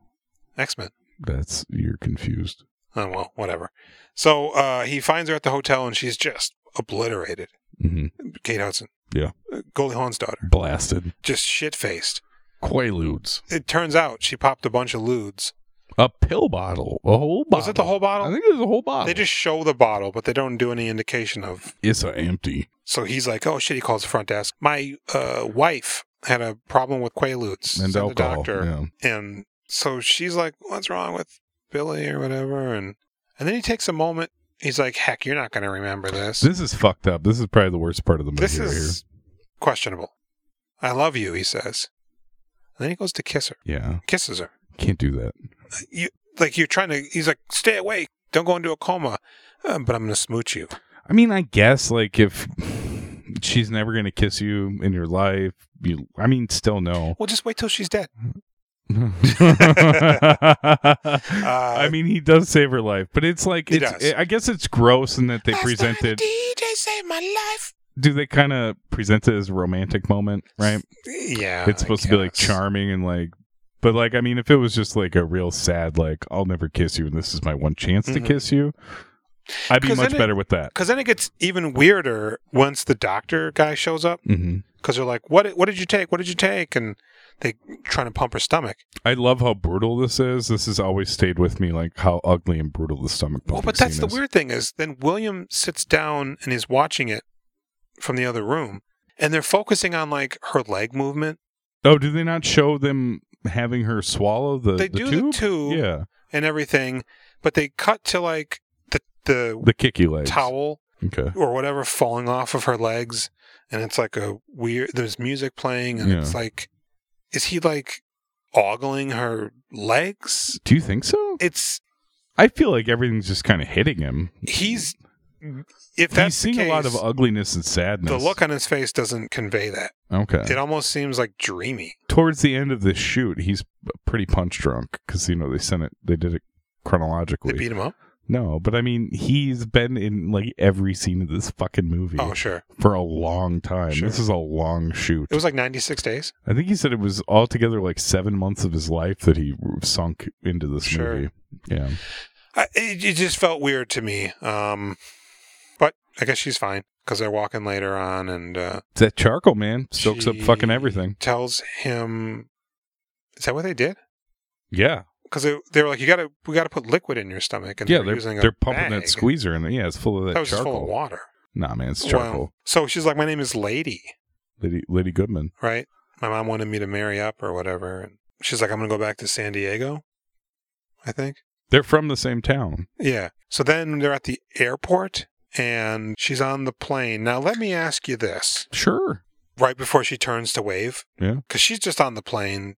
[SPEAKER 1] X Men?
[SPEAKER 2] that's you're confused.
[SPEAKER 1] Oh well, whatever. So uh, he finds her at the hotel, and she's just obliterated.
[SPEAKER 2] hmm
[SPEAKER 1] Kate Hudson.
[SPEAKER 2] Yeah.
[SPEAKER 1] Uh, Goldie Hawn's daughter,
[SPEAKER 2] Blasted.
[SPEAKER 1] just shit faced.
[SPEAKER 2] Quaaludes.
[SPEAKER 1] It turns out she popped a bunch of lewds.
[SPEAKER 2] A pill bottle. A whole bottle.
[SPEAKER 1] Was it the whole bottle?
[SPEAKER 2] I think it was a whole bottle.
[SPEAKER 1] They just show the bottle, but they don't do any indication of
[SPEAKER 2] it's a empty.
[SPEAKER 1] So he's like, "Oh shit!" He calls the front desk. My uh, wife had a problem with quaaludes.
[SPEAKER 2] And
[SPEAKER 1] Sent the
[SPEAKER 2] alcohol. yeah.
[SPEAKER 1] And so she's like, "What's wrong with Billy or whatever?" And and then he takes a moment. He's like, "Heck, you're not going to remember this.
[SPEAKER 2] This is fucked up. This is probably the worst part of the movie
[SPEAKER 1] This
[SPEAKER 2] right
[SPEAKER 1] is questionable." I love you, he says. And then he goes to kiss her,
[SPEAKER 2] here. Yeah.
[SPEAKER 1] kisses her.
[SPEAKER 2] Can't do that.
[SPEAKER 1] You like you're trying to. He's like, "Stay awake. Don't go into a coma." Um, but I'm going to smooch you.
[SPEAKER 2] I mean, I guess like if she's never gonna kiss you in your life, you I mean still no.
[SPEAKER 1] Well, just wait till she's dead.
[SPEAKER 2] I mean, he does save her life, but it's like
[SPEAKER 1] Uh, He
[SPEAKER 2] it's,
[SPEAKER 1] does.
[SPEAKER 2] I guess it's gross in that they
[SPEAKER 1] Last night
[SPEAKER 2] presented.
[SPEAKER 1] the DJ saved my life.
[SPEAKER 2] Do they kind of present it as a romantic moment, right?
[SPEAKER 1] Yeah,
[SPEAKER 2] it's
[SPEAKER 1] I
[SPEAKER 2] supposed to be like
[SPEAKER 1] guess.
[SPEAKER 2] charming and like but like i mean if it was just like a real sad like i'll never kiss you and this is my one chance to
[SPEAKER 1] Mhm.
[SPEAKER 2] kiss you i'd be
[SPEAKER 1] 'Cause
[SPEAKER 2] much
[SPEAKER 1] then it-
[SPEAKER 2] better with that
[SPEAKER 1] Because then it gets even weirder once the doctor guy shows up.
[SPEAKER 2] hmm
[SPEAKER 1] Because they're like, "What? What did you take? What did you take?" And they trying to pump her stomach.
[SPEAKER 2] i love how brutal this is this has always stayed with me like how ugly and brutal the stomach
[SPEAKER 1] Well, Oh, but
[SPEAKER 2] pumping
[SPEAKER 1] that's
[SPEAKER 2] scene
[SPEAKER 1] the
[SPEAKER 2] is.
[SPEAKER 1] weird thing is, then William sits down and is watching it from the other room, and they're focusing on like her leg movement.
[SPEAKER 2] oh do they not show them having her swallow the
[SPEAKER 1] They
[SPEAKER 2] the
[SPEAKER 1] do
[SPEAKER 2] tube
[SPEAKER 1] the tube
[SPEAKER 2] yeah
[SPEAKER 1] and everything, but they cut to like the the
[SPEAKER 2] the kicky legs
[SPEAKER 1] towel
[SPEAKER 2] okay
[SPEAKER 1] or whatever falling off of her legs and it's like a weird there's music playing and
[SPEAKER 2] Yeah.
[SPEAKER 1] it's like is he like ogling her legs
[SPEAKER 2] do you think so
[SPEAKER 1] it's
[SPEAKER 2] i feel like everything's just kind of hitting him
[SPEAKER 1] he's if that's
[SPEAKER 2] he's seeing
[SPEAKER 1] the case,
[SPEAKER 2] a lot of ugliness and sadness
[SPEAKER 1] the look on his face doesn't convey that
[SPEAKER 2] okay
[SPEAKER 1] it almost seems like dreamy
[SPEAKER 2] towards the end of this shoot, he's pretty punch drunk because you know they sent it, they did it
[SPEAKER 1] they
[SPEAKER 2] chronologically.
[SPEAKER 1] beat him up
[SPEAKER 2] no, but I mean, he's been in like every scene of this fucking movie
[SPEAKER 1] oh sure
[SPEAKER 2] for a long time.
[SPEAKER 1] Sure.
[SPEAKER 2] This is a long shoot.
[SPEAKER 1] it was like 96 days
[SPEAKER 2] I think he said it was altogether like seven months of his life that he sunk into this
[SPEAKER 1] Sure.
[SPEAKER 2] movie. Yeah,
[SPEAKER 1] I, it, it just felt weird to me um but i guess she's fine because they're walking later on and uh
[SPEAKER 2] that charcoal man soaks up
[SPEAKER 1] she
[SPEAKER 2] fucking everything.
[SPEAKER 1] tells him is that what they did
[SPEAKER 2] Yeah,
[SPEAKER 1] because they, they were like, you gotta, we gotta put liquid in your stomach, and
[SPEAKER 2] yeah,
[SPEAKER 1] they're,
[SPEAKER 2] they're
[SPEAKER 1] using a
[SPEAKER 2] they're pumping
[SPEAKER 1] bag.
[SPEAKER 2] that squeezer in there. Yeah, it's full of that,
[SPEAKER 1] That was just
[SPEAKER 2] charcoal.
[SPEAKER 1] full of water.
[SPEAKER 2] Nah, man, it's
[SPEAKER 1] Wow.
[SPEAKER 2] charcoal.
[SPEAKER 1] So she's like, my name is Lady,
[SPEAKER 2] Lady Lady Goodman.
[SPEAKER 1] right? My mom wanted me to marry up or whatever, and she's like, I'm gonna go back to San Diego, I think.
[SPEAKER 2] They're from the same town.
[SPEAKER 1] Yeah. So then they're at the airport, and she's on the plane. Now, let me ask you this
[SPEAKER 2] Sure.
[SPEAKER 1] right before she turns to wave.
[SPEAKER 2] Yeah.
[SPEAKER 1] Because she's just on the plane.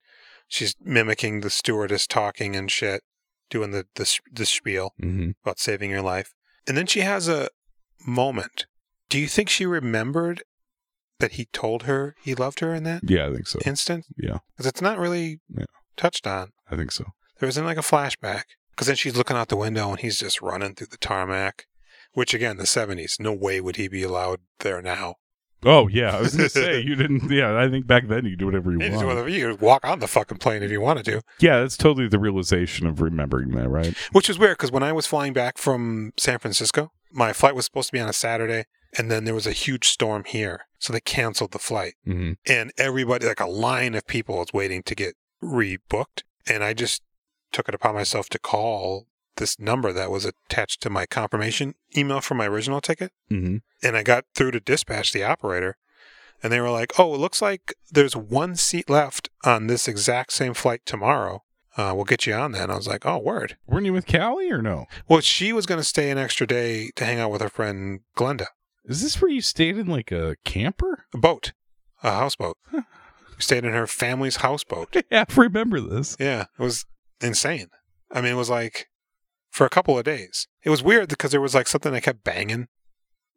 [SPEAKER 1] She's mimicking the stewardess talking and shit, doing the, the, s- the spiel
[SPEAKER 2] Mm-hmm.
[SPEAKER 1] about saving your life. And then she has a moment. Do you think she remembered that he told her he loved her in that
[SPEAKER 2] Yeah, I think so.
[SPEAKER 1] instant?
[SPEAKER 2] Yeah,
[SPEAKER 1] Because it's not really
[SPEAKER 2] Yeah.
[SPEAKER 1] touched on.
[SPEAKER 2] I think so.
[SPEAKER 1] There isn't like a flashback. Because then she's looking out the window and he's just running through the tarmac, which again, the 70s, no way would he be allowed there now.
[SPEAKER 2] Oh yeah, I was gonna say you didn't. Yeah, I think back then you could do whatever you
[SPEAKER 1] You,
[SPEAKER 2] want.
[SPEAKER 1] just, whatever, you walk on the fucking plane if you wanted to.
[SPEAKER 2] Yeah, that's totally the realization of remembering that, right?
[SPEAKER 1] Which was weird because when I was flying back from San Francisco, my flight was supposed to be on a Saturday, and then there was a huge storm here. So they canceled the flight.
[SPEAKER 2] Mm-hmm.
[SPEAKER 1] And everybody, like a line of people, was waiting to get rebooked. And I just took it upon myself to call this number that was attached to my confirmation email from my original ticket
[SPEAKER 2] Mm-hmm.
[SPEAKER 1] and I got through to dispatch the operator, and they were like, "Oh, it looks like there's one seat left on this exact same flight tomorrow. Uh, we'll get you on that." And I was like, "Oh, word."
[SPEAKER 2] Weren't you with Callie or no?
[SPEAKER 1] Well, she was going to stay an extra day to hang out with her friend Glenda,
[SPEAKER 2] Is this where you stayed in like a camper?
[SPEAKER 1] a boat, a houseboat. Stayed in her family's houseboat.
[SPEAKER 2] Yeah, I remember this.
[SPEAKER 1] Yeah, it was insane. I mean, it was like for a couple of days. It was weird because there was like something that kept banging,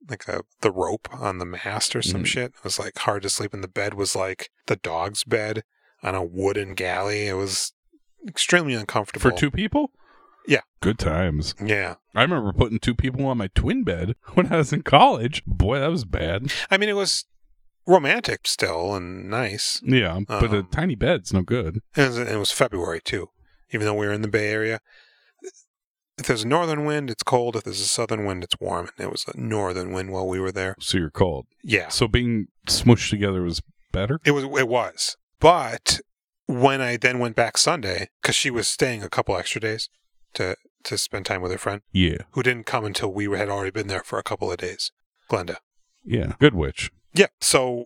[SPEAKER 1] like a, the rope on the mast or some
[SPEAKER 2] Mhm.
[SPEAKER 1] shit. It was like hard to sleep, and the bed was like the dog's bed on a wooden galley. It was extremely uncomfortable
[SPEAKER 2] For two people?
[SPEAKER 1] Yeah.
[SPEAKER 2] Good times.
[SPEAKER 1] Yeah,
[SPEAKER 2] I remember putting two people on my twin bed when I was in college. Boy, that was bad.
[SPEAKER 1] I mean, it was romantic still and nice.
[SPEAKER 2] Yeah, but a
[SPEAKER 1] Um,
[SPEAKER 2] tiny bed's no good.
[SPEAKER 1] And it was, it was February too, even though we were in the Bay Area. If there's a northern wind, it's cold. If there's a southern wind, it's warm. And it was a northern wind while we were there.
[SPEAKER 2] So you're cold.
[SPEAKER 1] Yeah.
[SPEAKER 2] So being smushed together was better.
[SPEAKER 1] It was. It was. But when I then went back Sunday, because she was staying a couple extra days to to spend time with her friend,
[SPEAKER 2] Yeah,
[SPEAKER 1] who didn't come until we had already been there for a couple of days, Glenda.
[SPEAKER 2] yeah. Good witch.
[SPEAKER 1] Yeah. So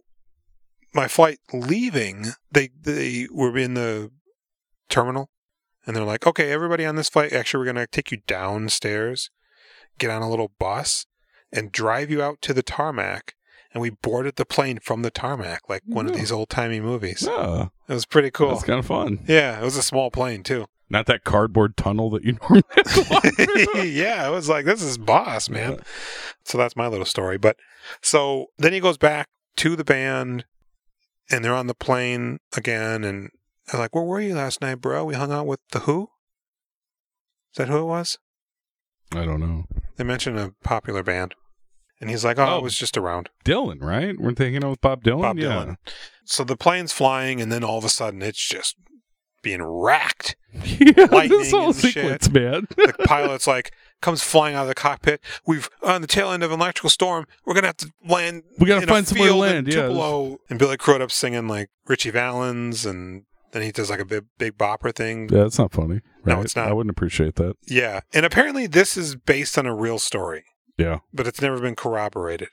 [SPEAKER 1] my flight leaving, they they were in the terminal, and they're like, "Okay, everybody on this flight, actually, we're gonna take you downstairs, get on a little bus, and drive you out to the tarmac." And we boarded the plane from the tarmac, like one of
[SPEAKER 2] Yeah.
[SPEAKER 1] these old timey movies.
[SPEAKER 2] Yeah,
[SPEAKER 1] It was pretty cool.
[SPEAKER 2] that's kind of fun.
[SPEAKER 1] Yeah, it was a small plane too.
[SPEAKER 2] Not that cardboard tunnel that you normally have to walk through.
[SPEAKER 1] yeah, it was like this is boss, man. So that's my little story. But so then he goes back to the band, and they're on the plane again. And I'm like, "Where were you last night, bro? We hung out with the Who." Is that who it was?
[SPEAKER 2] I don't know.
[SPEAKER 1] They mentioned a popular band, and he's like, "Oh,
[SPEAKER 2] Oh.
[SPEAKER 1] it was just around."
[SPEAKER 2] Dylan, right? Weren't they hanging out with Bob Dylan?
[SPEAKER 1] Bob
[SPEAKER 2] yeah.
[SPEAKER 1] Dylan. So the plane's flying, and then all of a sudden, it's just being racked.
[SPEAKER 2] Yeah,
[SPEAKER 1] Lightning
[SPEAKER 2] this whole
[SPEAKER 1] and shit.
[SPEAKER 2] sequence, man.
[SPEAKER 1] the pilot's like comes flying out of the cockpit. We've on the tail end of an electrical storm. We're gonna have to land.
[SPEAKER 2] We gotta
[SPEAKER 1] in a
[SPEAKER 2] find somewhere to
[SPEAKER 1] field in
[SPEAKER 2] land, yeah.
[SPEAKER 1] Tupelo. And Billy Crudup singing like Richie Valens, and then he does like a big big bopper thing.
[SPEAKER 2] yeah, that's not funny.
[SPEAKER 1] No,
[SPEAKER 2] right?
[SPEAKER 1] it's not.
[SPEAKER 2] I wouldn't appreciate that.
[SPEAKER 1] Yeah, and apparently this is based on a real story,
[SPEAKER 2] Yeah.
[SPEAKER 1] but it's never been corroborated.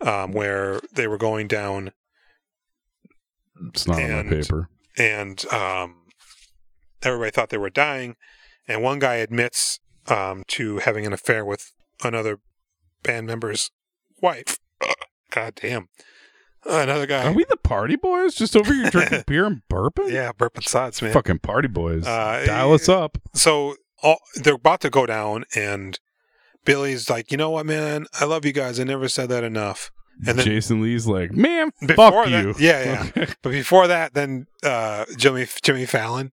[SPEAKER 1] Um, where they were going down,
[SPEAKER 2] It's not on
[SPEAKER 1] And-
[SPEAKER 2] my paper.
[SPEAKER 1] and um, everybody thought they were dying, and one guy admits um, to having an affair with another band member's wife. God damn. Another
[SPEAKER 2] Are
[SPEAKER 1] guy.
[SPEAKER 2] we the party boys? Just over here drinking beer and burping?
[SPEAKER 1] yeah, burping sods, man.
[SPEAKER 2] Fucking party boys.
[SPEAKER 1] Uh,
[SPEAKER 2] Dial us up.
[SPEAKER 1] So all, they're about to go down, and Billy's like, you know what, man? I love you guys. I never said that enough. And then
[SPEAKER 2] Jason Lee's like, man,
[SPEAKER 1] Before
[SPEAKER 2] fuck
[SPEAKER 1] that-
[SPEAKER 2] you.
[SPEAKER 1] yeah, yeah. But before that, then uh, Jimmy Jimmy Fallon,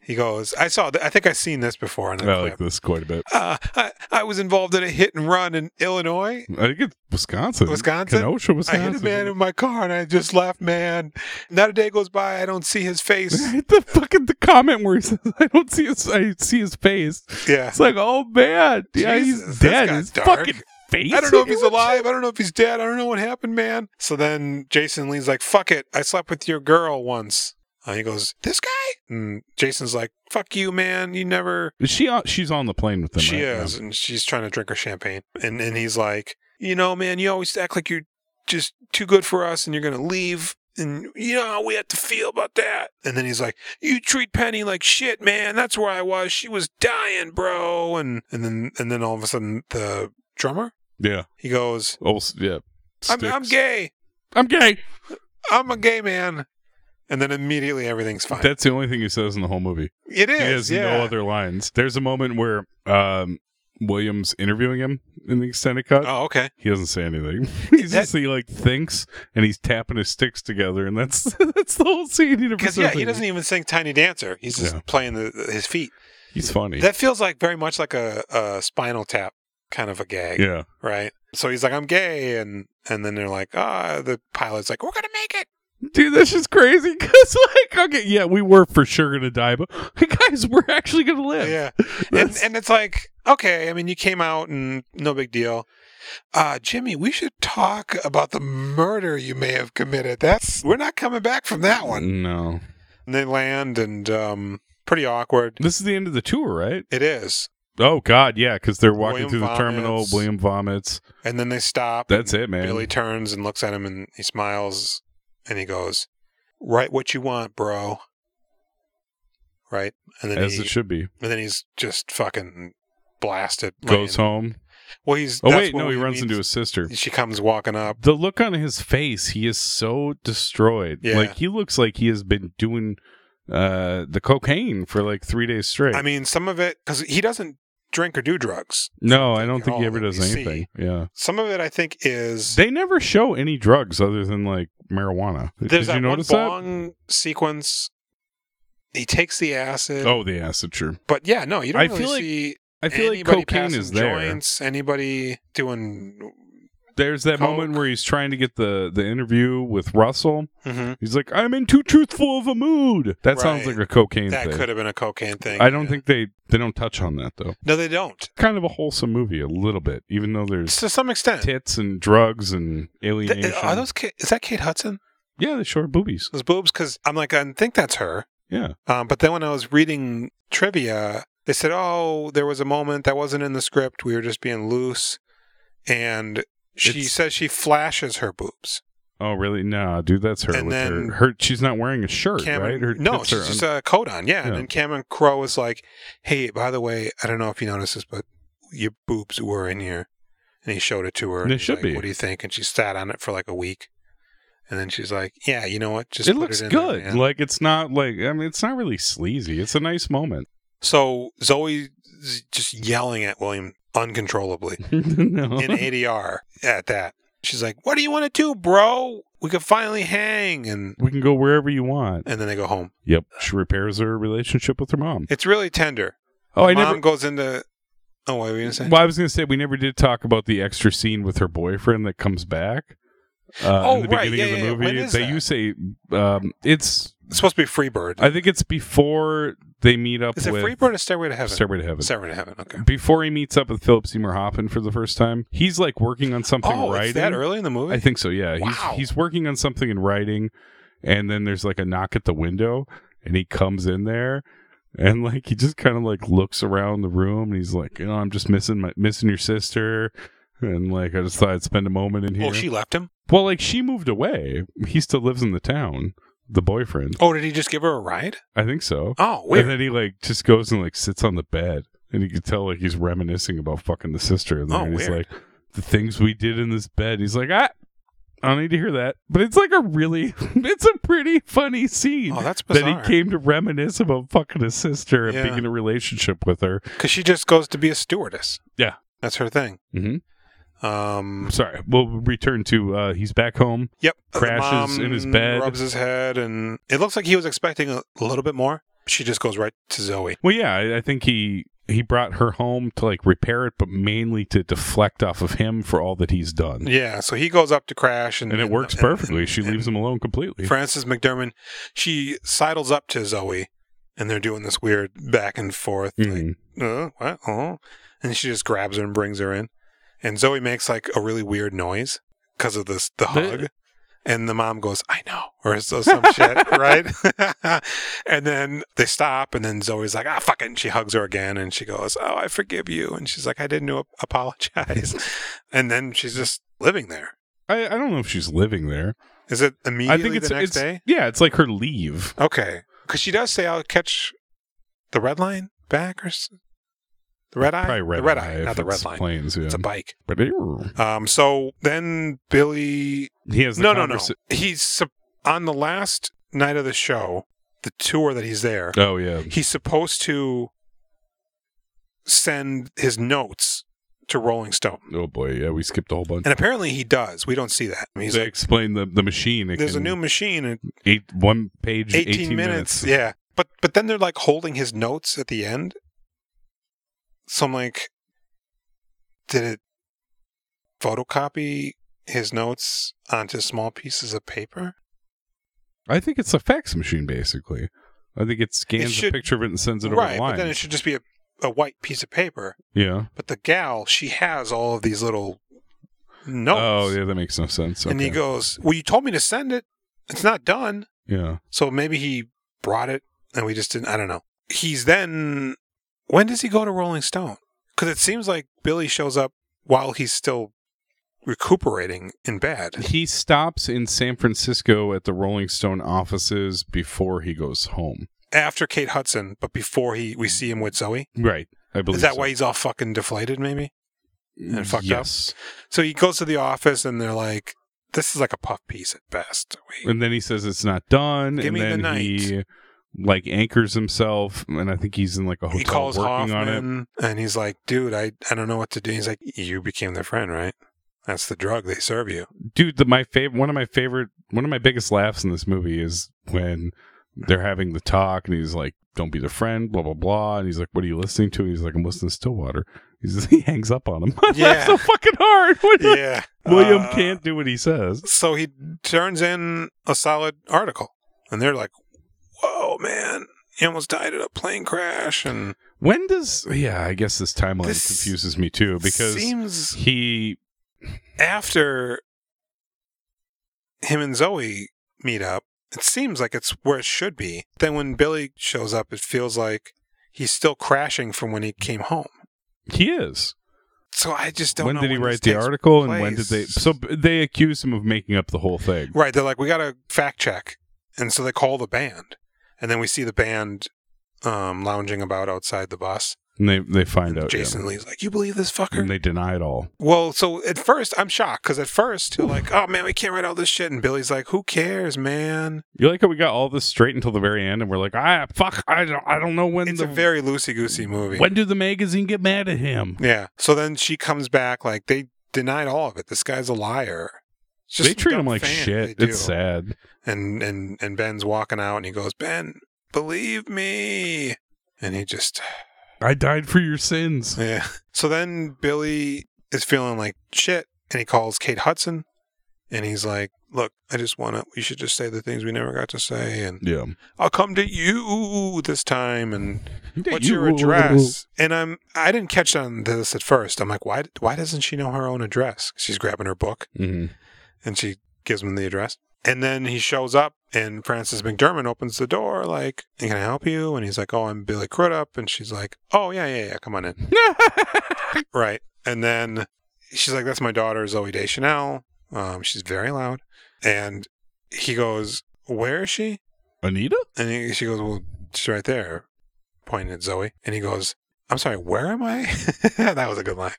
[SPEAKER 1] he goes, I saw, th- I think i seen this before. In a
[SPEAKER 2] I
[SPEAKER 1] clip.
[SPEAKER 2] like this quite a bit.
[SPEAKER 1] uh, I, I was involved in a hit and run in Illinois.
[SPEAKER 2] I think it's Wisconsin.
[SPEAKER 1] Wisconsin?
[SPEAKER 2] Kenosha,
[SPEAKER 1] I
[SPEAKER 2] Wisconsin.
[SPEAKER 1] hit a man in my car and I just left, man. Not a day goes by I don't see his face.
[SPEAKER 2] the fucking the comment where he says, "I don't see his, I see his face."
[SPEAKER 1] Yeah.
[SPEAKER 2] It's like, oh man, yeah,
[SPEAKER 1] Jesus,
[SPEAKER 2] he's
[SPEAKER 1] this
[SPEAKER 2] dead.
[SPEAKER 1] got
[SPEAKER 2] His
[SPEAKER 1] dark.
[SPEAKER 2] fucking face.
[SPEAKER 1] I don't know if he's
[SPEAKER 2] here?
[SPEAKER 1] alive. I don't know if he's dead. I don't know what happened, man. So then Jason Lee's like, fuck it. I slept with your girl once. And he goes, this guy? And Jason's like, fuck you, man. You never.
[SPEAKER 2] Is she on, she's on the plane with them.
[SPEAKER 1] she
[SPEAKER 2] right?
[SPEAKER 1] is. And she's trying to drink her champagne. And, and he's like, you know, man, you always act like you're just too good for us and you're going to leave. And you know how we have to feel about that. And then he's like, "You treat Penny like shit, man. That's where I was. She was dying, bro." And and then and then all of a sudden, the drummer
[SPEAKER 2] Yeah.
[SPEAKER 1] He goes,
[SPEAKER 2] Oh, s- yeah.
[SPEAKER 1] I'm, I'm
[SPEAKER 2] Sticks.
[SPEAKER 1] gay.
[SPEAKER 2] I'm gay.
[SPEAKER 1] I'm a gay man. And then immediately everything's fine.
[SPEAKER 2] That's the only thing he says in the whole movie.
[SPEAKER 1] it is.
[SPEAKER 2] he has
[SPEAKER 1] yeah.
[SPEAKER 2] no other lines. There's a moment where um, Williams interviewing him in the extended cut.
[SPEAKER 1] Oh, okay.
[SPEAKER 2] He doesn't say anything. He's just he like thinks and he's tapping his sticks together, and that's that's the whole scene. never
[SPEAKER 1] Because
[SPEAKER 2] says
[SPEAKER 1] yeah, he
[SPEAKER 2] anything.
[SPEAKER 1] doesn't even sing "Tiny Dancer." He's just
[SPEAKER 2] Yeah.
[SPEAKER 1] playing the, his feet.
[SPEAKER 2] He's funny.
[SPEAKER 1] That feels like very much like a, a Spinal Tap kind of a gag,
[SPEAKER 2] yeah,
[SPEAKER 1] right? So he's like, "I'm gay," and and then they're like, "Ah," the pilot's like, "We're gonna make it."
[SPEAKER 2] dude, that's just crazy. Because like, okay, yeah, we were for sure gonna die, but hey, guys, we're actually gonna live.
[SPEAKER 1] Yeah, and
[SPEAKER 2] That's-
[SPEAKER 1] and it's like, okay, I mean, you came out and no big deal. Uh, Jimmy, we should talk about the murder you may have committed. That's we're not coming back from that
[SPEAKER 2] Mm-hmm.
[SPEAKER 1] one.
[SPEAKER 2] No,
[SPEAKER 1] And they land and um, pretty awkward.
[SPEAKER 2] this is the end of the tour, right?
[SPEAKER 1] It is,
[SPEAKER 2] Oh God, yeah, because they're walking
[SPEAKER 1] William
[SPEAKER 2] through the terminal.
[SPEAKER 1] vomits.
[SPEAKER 2] William vomits.
[SPEAKER 1] and then they stop.
[SPEAKER 2] That's
[SPEAKER 1] and
[SPEAKER 2] it, man.
[SPEAKER 1] Billy turns and looks at him and he smiles and he goes, "Write what you want, bro." Right, and then
[SPEAKER 2] As
[SPEAKER 1] he,
[SPEAKER 2] it should be.
[SPEAKER 1] and then he's just fucking blasted.
[SPEAKER 2] Goes
[SPEAKER 1] laying-
[SPEAKER 2] home.
[SPEAKER 1] Well, he's
[SPEAKER 2] Oh
[SPEAKER 1] that's
[SPEAKER 2] wait,
[SPEAKER 1] what
[SPEAKER 2] no, he
[SPEAKER 1] we
[SPEAKER 2] runs
[SPEAKER 1] mean.
[SPEAKER 2] into his sister.
[SPEAKER 1] She comes walking up.
[SPEAKER 2] The look on his face, he is so destroyed.
[SPEAKER 1] Yeah.
[SPEAKER 2] Like he looks like he has been doing uh the cocaine for like three days straight.
[SPEAKER 1] I mean, some of it because he doesn't drink or do drugs.
[SPEAKER 2] no, I don't
[SPEAKER 1] at
[SPEAKER 2] think he
[SPEAKER 1] all
[SPEAKER 2] ever
[SPEAKER 1] that
[SPEAKER 2] does
[SPEAKER 1] we oh, see.
[SPEAKER 2] anything. Yeah.
[SPEAKER 1] Some of it, I think, is
[SPEAKER 2] They never show any drugs other than like marijuana.
[SPEAKER 1] there's
[SPEAKER 2] Did
[SPEAKER 1] that
[SPEAKER 2] you notice
[SPEAKER 1] one
[SPEAKER 2] that?
[SPEAKER 1] bong sequence. He takes the acid,
[SPEAKER 2] Oh, the acid, sure.
[SPEAKER 1] but yeah, no, you don't
[SPEAKER 2] I
[SPEAKER 1] really
[SPEAKER 2] feel like-
[SPEAKER 1] see
[SPEAKER 2] I feel like
[SPEAKER 1] anybody
[SPEAKER 2] cocaine
[SPEAKER 1] passing
[SPEAKER 2] is there.
[SPEAKER 1] Joints, anybody doing?
[SPEAKER 2] There's that
[SPEAKER 1] Coke.
[SPEAKER 2] moment where he's trying to get the the interview with Russell.
[SPEAKER 1] Mhm.
[SPEAKER 2] He's like, "I'm in too truthful of a mood." That sounds
[SPEAKER 1] Right.
[SPEAKER 2] like a cocaine
[SPEAKER 1] That
[SPEAKER 2] thing.
[SPEAKER 1] could have been a cocaine thing.
[SPEAKER 2] I don't
[SPEAKER 1] yeah.
[SPEAKER 2] think they they don't touch on that though.
[SPEAKER 1] No, they don't.
[SPEAKER 2] Kind of a wholesome movie, a little bit, even though there's
[SPEAKER 1] To some extent,
[SPEAKER 2] tits and drugs and alienation.
[SPEAKER 1] Th- uh, are those? Kate, is that Kate Hudson?
[SPEAKER 2] yeah, they show her boobies.
[SPEAKER 1] Those boobs? Because I'm like, I think that's her.
[SPEAKER 2] Yeah,
[SPEAKER 1] Um, but then when I was reading trivia, they said, "Oh, there was a moment that wasn't in the script. We were just being loose." And she
[SPEAKER 2] It's-
[SPEAKER 1] says she flashes her boobs.
[SPEAKER 2] Oh, really? Nah, dude, that's her.
[SPEAKER 1] And
[SPEAKER 2] with
[SPEAKER 1] then-
[SPEAKER 2] her, her, she's not wearing a shirt, right?
[SPEAKER 1] Cameron,
[SPEAKER 2] Her
[SPEAKER 1] no,
[SPEAKER 2] tits
[SPEAKER 1] she's
[SPEAKER 2] are
[SPEAKER 1] just
[SPEAKER 2] un-
[SPEAKER 1] a coat on. Yeah.
[SPEAKER 2] Yeah.
[SPEAKER 1] And then Cameron Crowe is like, "Hey, by the way, I don't know if you noticed this, but your boobs were in here." And he showed it to her. and
[SPEAKER 2] They
[SPEAKER 1] he's
[SPEAKER 2] should
[SPEAKER 1] like,
[SPEAKER 2] be.
[SPEAKER 1] What do you think? And she sat on it for like a week. And then she's like, "Yeah, you know what? Just
[SPEAKER 2] it
[SPEAKER 1] put
[SPEAKER 2] looks
[SPEAKER 1] in there,
[SPEAKER 2] good.
[SPEAKER 1] man."
[SPEAKER 2] like it's not like I mean, it's not really sleazy. It's a nice moment.
[SPEAKER 1] so Zoe's just yelling at William uncontrollably.
[SPEAKER 2] no,
[SPEAKER 1] in ADR at that. She's like, "What do you want to do, bro? We could finally hang." And
[SPEAKER 2] we can go wherever you want.
[SPEAKER 1] and then they go home.
[SPEAKER 2] Yep, she repairs her relationship with her mom.
[SPEAKER 1] It's really tender.
[SPEAKER 2] Oh, I
[SPEAKER 1] Mom
[SPEAKER 2] never.
[SPEAKER 1] goes into. Oh, what were you gonna say?
[SPEAKER 2] Well, I was gonna say we never did talk about the extra scene with her boyfriend that comes back. Uh,
[SPEAKER 1] Oh,
[SPEAKER 2] in the
[SPEAKER 1] right.
[SPEAKER 2] beginning
[SPEAKER 1] Yeah,
[SPEAKER 2] of the
[SPEAKER 1] yeah, yeah.
[SPEAKER 2] movie,
[SPEAKER 1] When is
[SPEAKER 2] they
[SPEAKER 1] that?
[SPEAKER 2] you say um, it's.
[SPEAKER 1] It's supposed to be Freebird.
[SPEAKER 2] I think it's before they meet up
[SPEAKER 1] Is it
[SPEAKER 2] with
[SPEAKER 1] Freebird or Stairway to Heaven?
[SPEAKER 2] Stairway to Heaven.
[SPEAKER 1] Stairway to Heaven. Okay.
[SPEAKER 2] Before he meets up with Philip Seymour Hoffman for the first time, he's like working on something
[SPEAKER 1] Oh,
[SPEAKER 2] writing.
[SPEAKER 1] it's that early in the movie.
[SPEAKER 2] I think so. Yeah,
[SPEAKER 1] Wow.
[SPEAKER 2] he's he's working on something in writing, and then there's like a knock at the window, and he comes in there, and like he just kind of like looks around the room, and he's like, you know, I'm just missing my missing your sister, and like I just thought I'd spend a moment in here.
[SPEAKER 1] Oh, she left him.
[SPEAKER 2] well, like she moved away. He still lives in the town. The boyfriend,
[SPEAKER 1] Oh, did he just give her a ride?
[SPEAKER 2] I think so.
[SPEAKER 1] Oh, weird.
[SPEAKER 2] And then he like just goes and like sits on the bed, and you can tell like he's reminiscing about fucking the sister. And then
[SPEAKER 1] Oh,
[SPEAKER 2] he's
[SPEAKER 1] weird.
[SPEAKER 2] like, the things we did in this bed. He's like, ah, I don't need to hear that. But it's like a really, it's a pretty funny scene.
[SPEAKER 1] oh, that's
[SPEAKER 2] that he
[SPEAKER 1] bizarre.
[SPEAKER 2] came to reminisce about fucking his sister and
[SPEAKER 1] Yeah.
[SPEAKER 2] being in a relationship with her.
[SPEAKER 1] Because she just goes to be a stewardess.
[SPEAKER 2] Yeah.
[SPEAKER 1] That's her thing.
[SPEAKER 2] Mhm.
[SPEAKER 1] Um.
[SPEAKER 2] I'm sorry. We'll return to uh he's back home.
[SPEAKER 1] Yep. The
[SPEAKER 2] Crashes in his
[SPEAKER 1] mom
[SPEAKER 2] bed.
[SPEAKER 1] rubs his head, and it looks like he was expecting a little bit more. She just goes right to Zoe.
[SPEAKER 2] Well, yeah, I, I think he he brought her home to like repair it, but mainly to deflect off of him for all that he's done.
[SPEAKER 1] Yeah, so he goes up to crash, and,
[SPEAKER 2] And it works
[SPEAKER 1] and-
[SPEAKER 2] perfectly. She
[SPEAKER 1] and
[SPEAKER 2] leaves him alone completely.
[SPEAKER 1] Frances McDermott, she sidles up to Zoe, and they're doing this weird back and forth,
[SPEAKER 2] Mhm.
[SPEAKER 1] like, uh, what, uh, and she just grabs her and brings her in, and Zoe makes like a really weird noise because of this the
[SPEAKER 2] The-
[SPEAKER 1] hug, and the mom goes, "I know," or so, some shit, right? and then they stop, and then Zoe's like, "Ah, fuck it," and she hugs her again, and she goes, "Oh, I forgive you," and she's like, "I didn't know- apologize," and then she's just living there.
[SPEAKER 2] I, I don't know if she's living there.
[SPEAKER 1] Is it
[SPEAKER 2] I
[SPEAKER 1] immediately
[SPEAKER 2] think it's
[SPEAKER 1] the next
[SPEAKER 2] it's-
[SPEAKER 1] day?
[SPEAKER 2] Yeah, it's like her leave.
[SPEAKER 1] Okay, because she does say I'll catch the red line back or s- The red eye?
[SPEAKER 2] Probably
[SPEAKER 1] Ah,
[SPEAKER 2] red,
[SPEAKER 1] the red
[SPEAKER 2] eye,
[SPEAKER 1] eye,
[SPEAKER 2] if
[SPEAKER 1] not the red
[SPEAKER 2] it's
[SPEAKER 1] line.
[SPEAKER 2] Planes, yeah.
[SPEAKER 1] It's a bike.
[SPEAKER 2] But
[SPEAKER 1] Um, so then Billy.
[SPEAKER 2] he has the
[SPEAKER 1] No, no, no.
[SPEAKER 2] conversa-
[SPEAKER 1] He's sup- on the last night of the show, the tour that he's there.
[SPEAKER 2] Oh yeah,
[SPEAKER 1] He's supposed to send his notes to Rolling Stone,
[SPEAKER 2] oh boy, yeah. We skipped a whole bunch.
[SPEAKER 1] and apparently he does. We don't see that. I mean, He's
[SPEAKER 2] they
[SPEAKER 1] like,
[SPEAKER 2] explained the the machine. It
[SPEAKER 1] "There's a
[SPEAKER 2] can-
[SPEAKER 1] new machine in
[SPEAKER 2] eight one page,
[SPEAKER 1] 18,
[SPEAKER 2] eighteen,
[SPEAKER 1] minutes. Yeah, but but then they're like holding his notes at the end. So I'm like, did it photocopy his notes onto small pieces of paper?
[SPEAKER 2] I think it's a fax machine basically. I think it scans
[SPEAKER 1] It should-
[SPEAKER 2] a picture of it and sends it over
[SPEAKER 1] right,
[SPEAKER 2] the line.
[SPEAKER 1] but then it should just be a, a white piece of paper.
[SPEAKER 2] yeah.
[SPEAKER 1] But the gal, she has all of these little notes.
[SPEAKER 2] Oh yeah, that makes no sense.
[SPEAKER 1] And he
[SPEAKER 2] Okay.
[SPEAKER 1] goes, "Well, you told me to send it. It's not done."
[SPEAKER 2] yeah.
[SPEAKER 1] So maybe he brought it and we just didn't. I don't know. He's then. When does he go to Rolling Stone? Because it seems like Billy shows up while he's still recuperating in bed.
[SPEAKER 2] He stops in San Francisco at the Rolling Stone offices before he goes home.
[SPEAKER 1] after Kate Hudson, but before he we see him with Zoe.
[SPEAKER 2] Right. I believe
[SPEAKER 1] Is that
[SPEAKER 2] so.
[SPEAKER 1] why he's all fucking deflated? Maybe. and fucked up?
[SPEAKER 2] yes.
[SPEAKER 1] So he goes to the office and they're like, "This is like a puff piece at best." We,
[SPEAKER 2] And then he says it's not done.
[SPEAKER 1] Give
[SPEAKER 2] and
[SPEAKER 1] me the
[SPEAKER 2] then
[SPEAKER 1] night.
[SPEAKER 2] he like anchors himself and I think he's in like a hotel
[SPEAKER 1] he calls
[SPEAKER 2] working on it.
[SPEAKER 1] Hoffman and he's like, "Dude, I I don't know what to do." He's like, "You became their friend, right? That's the drug they serve you."
[SPEAKER 2] Dude, the, my favorite one of my favorite one of my biggest laughs in this movie is when they're having the talk and he's like, Don't be their friend, blah blah blah. And he's like, What are you listening to? And he's like, I'm listening to Stillwater. He's, he hangs up on him. I laughed
[SPEAKER 1] Yeah.
[SPEAKER 2] so fucking hard.
[SPEAKER 1] yeah.
[SPEAKER 2] William
[SPEAKER 1] Uh,
[SPEAKER 2] can't do what he says.
[SPEAKER 1] So he turns in a solid article, and they're like, "Whoa, man! He almost died in a plane crash." And
[SPEAKER 2] When does yeah, I guess this timeline
[SPEAKER 1] This
[SPEAKER 2] confuses me too because
[SPEAKER 1] seems
[SPEAKER 2] he
[SPEAKER 1] after him and Zoe meet up, it seems like it's where it should be. Then when Billy shows up, it feels like he's still crashing from when he came home.
[SPEAKER 2] he is.
[SPEAKER 1] So I just don't.
[SPEAKER 2] when
[SPEAKER 1] know
[SPEAKER 2] did he
[SPEAKER 1] this
[SPEAKER 2] write the
[SPEAKER 1] takes
[SPEAKER 2] article and when did
[SPEAKER 1] place.
[SPEAKER 2] they so b- they accuse him of making up the whole thing.
[SPEAKER 1] Right. They're like, we got to fact check. And so they call the band. And then we see the band um, lounging about outside the bus.
[SPEAKER 2] And they they find
[SPEAKER 1] And
[SPEAKER 2] out yeah.
[SPEAKER 1] Jason Lee's like, you believe this fucker?
[SPEAKER 2] and they deny it all.
[SPEAKER 1] well, so at first, I'm shocked because at first, you're like, oh man, we can't write all this shit. And Billy's like, who cares, man?
[SPEAKER 2] You like how we got all this straight until the very end and we're like, "Ah, fuck, I don't I don't know when
[SPEAKER 1] it's
[SPEAKER 2] the
[SPEAKER 1] a very loosey goosey movie.
[SPEAKER 2] when did the magazine get mad at him?"
[SPEAKER 1] yeah. So then she comes back like, they denied all of it. This guy's a liar. It's just
[SPEAKER 2] they treat
[SPEAKER 1] dumb
[SPEAKER 2] him like
[SPEAKER 1] fan.
[SPEAKER 2] shit.
[SPEAKER 1] They
[SPEAKER 2] It's
[SPEAKER 1] do.
[SPEAKER 2] sad.
[SPEAKER 1] and and and Ben's walking out and he goes, "Ben, believe me." And he just
[SPEAKER 2] I died for your sins.
[SPEAKER 1] yeah. So then Billy is feeling like shit and he calls Kate Hudson and he's like, "Look, I just want to we should just say the things we never got to say and
[SPEAKER 2] Yeah.
[SPEAKER 1] I'll come to you this time and what's
[SPEAKER 2] You-
[SPEAKER 1] your address?" And I'm I didn't catch on to this at first. I'm like, "Why why doesn't she know her own address?" She's grabbing her book
[SPEAKER 2] Mhm.
[SPEAKER 1] and she gives him the address. And then he shows up, and Frances McDermott opens the door, like, "Can I help you?" And he's like, "Oh, I'm Billy Crudup," and she's like, "Oh yeah, yeah, yeah, come on in." right. And then she's like, "That's my daughter, Zoe Deschanel. Um, she's very loud." And he goes, "Where is she?"
[SPEAKER 2] Anita?
[SPEAKER 1] And he, she goes, "Well, she's right there," pointing at Zoe. And he goes, "I'm sorry, where am I?" that was a good line.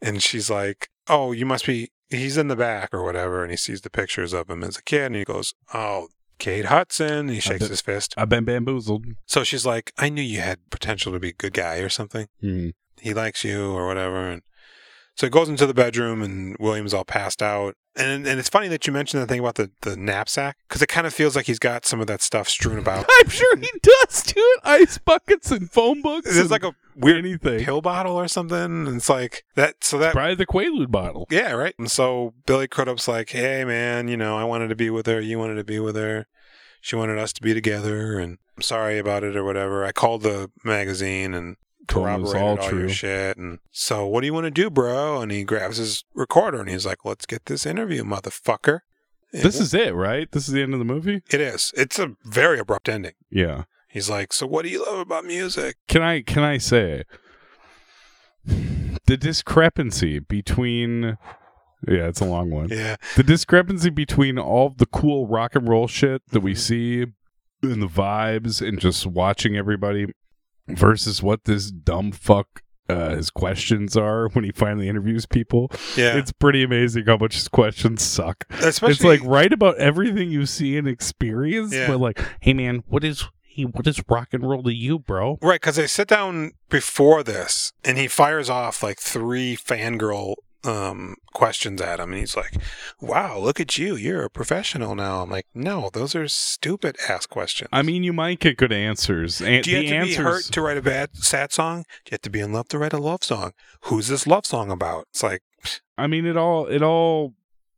[SPEAKER 1] And she's like, "Oh, you must be. He's in the back or whatever." And he sees the pictures of him as a kid, and he goes, "Oh, Kate Hudson." He shakes
[SPEAKER 2] bet-
[SPEAKER 1] his fist.
[SPEAKER 2] I've been bamboozled.
[SPEAKER 1] So she's like, "I knew you had potential to be a good guy or something.
[SPEAKER 2] Mhm.
[SPEAKER 1] He likes you or whatever." And so he goes into the bedroom, and William's all passed out. And and it's funny that you mentioned that thing about the the knapsack because it kind of feels like he's got some of that stuff strewn about.
[SPEAKER 2] I'm sure he does, dude. Ice buckets and phone books.
[SPEAKER 1] There's
[SPEAKER 2] and
[SPEAKER 1] like a weird
[SPEAKER 2] anything.
[SPEAKER 1] pill bottle or something. And it's like that. So that.
[SPEAKER 2] Probably the Quaalude bottle.
[SPEAKER 1] Yeah, right. And so Billy Crudup's like, hey, man, you know, I wanted to be with her. You wanted to be with her. She wanted us to be together. And I'm sorry about it or whatever. I called the magazine and
[SPEAKER 2] Told him it was
[SPEAKER 1] corroborated all,
[SPEAKER 2] all
[SPEAKER 1] your
[SPEAKER 2] true.
[SPEAKER 1] shit. And so what do you want to do, bro? And he grabs his recorder and he's like, let's get this interview, motherfucker.
[SPEAKER 2] This is it, right? This is the end of the movie.
[SPEAKER 1] It is. It's a very abrupt ending.
[SPEAKER 2] Yeah.
[SPEAKER 1] He's like, so what do you love about music?
[SPEAKER 2] Can I can I say the discrepancy between? Yeah, it's a long one.
[SPEAKER 1] Yeah.
[SPEAKER 2] The discrepancy between all the cool rock and roll shit that
[SPEAKER 1] Mm-hmm.
[SPEAKER 2] we see and the vibes and just watching everybody versus what this dumb fuck uh, his questions are when he finally interviews people.
[SPEAKER 1] Yeah.
[SPEAKER 2] It's pretty amazing how much his questions suck.
[SPEAKER 1] Especially,
[SPEAKER 2] it's like write about everything you see and experience,
[SPEAKER 1] Yeah.
[SPEAKER 2] but like, hey man, what is he? What is rock and roll to you, bro?
[SPEAKER 1] Right, because they sit down before this, and he fires off like three fangirl um, questions at him, and he's like, "Wow, look at you! You're a professional now." I'm like, "No, those are stupid ass questions."
[SPEAKER 2] I mean, you might get good answers. And
[SPEAKER 1] do you have
[SPEAKER 2] the
[SPEAKER 1] to
[SPEAKER 2] answers,
[SPEAKER 1] be hurt to write a bad sad song? Do you have to be in love to write a love song? Who's this love song about? It's like,
[SPEAKER 2] I mean, it all it all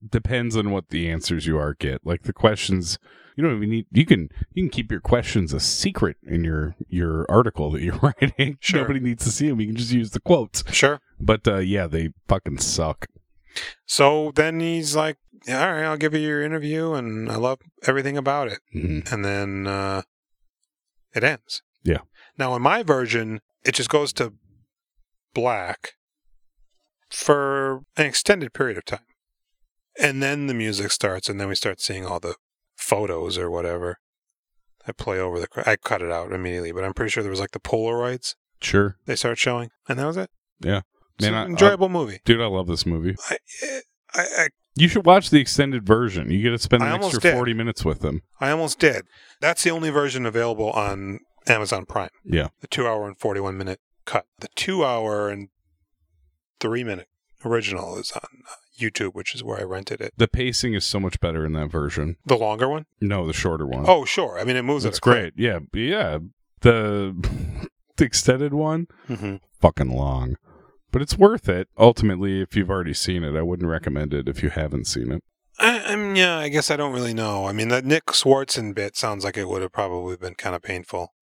[SPEAKER 2] depends on what the answers you are get. Like the questions, you don't even need. You can you can keep your questions a secret in your your article that you're writing.
[SPEAKER 1] Sure.
[SPEAKER 2] Nobody needs to see them. You can just use the quotes.
[SPEAKER 1] sure.
[SPEAKER 2] But uh, yeah, they fucking suck.
[SPEAKER 1] So then he's like, "All right, I'll give you your interview, and I love everything about it."
[SPEAKER 2] Mhm.
[SPEAKER 1] and then uh, it ends.
[SPEAKER 2] Yeah.
[SPEAKER 1] Now in my version, it just goes to black for an extended period of time, and then the music starts, and then we start seeing all the photos or whatever that play over the. cr- I cut it out immediately, but I'm pretty sure there was like the Polaroids
[SPEAKER 2] Sure,
[SPEAKER 1] they start showing, and that was it. It's
[SPEAKER 2] man.
[SPEAKER 1] an
[SPEAKER 2] I- I-
[SPEAKER 1] enjoyable movie.
[SPEAKER 2] dude, I love this movie.
[SPEAKER 1] I, eh, I, I
[SPEAKER 2] You should watch the extended version. You get to spend
[SPEAKER 1] I
[SPEAKER 2] an
[SPEAKER 1] almost
[SPEAKER 2] extra
[SPEAKER 1] did.
[SPEAKER 2] forty minutes with them.
[SPEAKER 1] I almost did. That's the only version available on Amazon Prime.
[SPEAKER 2] Yeah.
[SPEAKER 1] the two hour and 41 minute cut. The two hour and three minute original is on uh, YouTube, which is where I rented it.
[SPEAKER 2] The pacing is so much better in that version.
[SPEAKER 1] The longer one?
[SPEAKER 2] No, the shorter one.
[SPEAKER 1] Oh, sure. I mean, it moves.
[SPEAKER 2] Hmm. that's great. Yeah, yeah. The the extended one,
[SPEAKER 1] Mm-hmm.
[SPEAKER 2] fucking long, but it's worth it. Ultimately, if you've already seen it, I wouldn't recommend it if you haven't seen it.
[SPEAKER 1] I, I mean, yeah, I guess I don't really know. I mean, that Nick Swartzen bit sounds like it would have probably been kind of painful.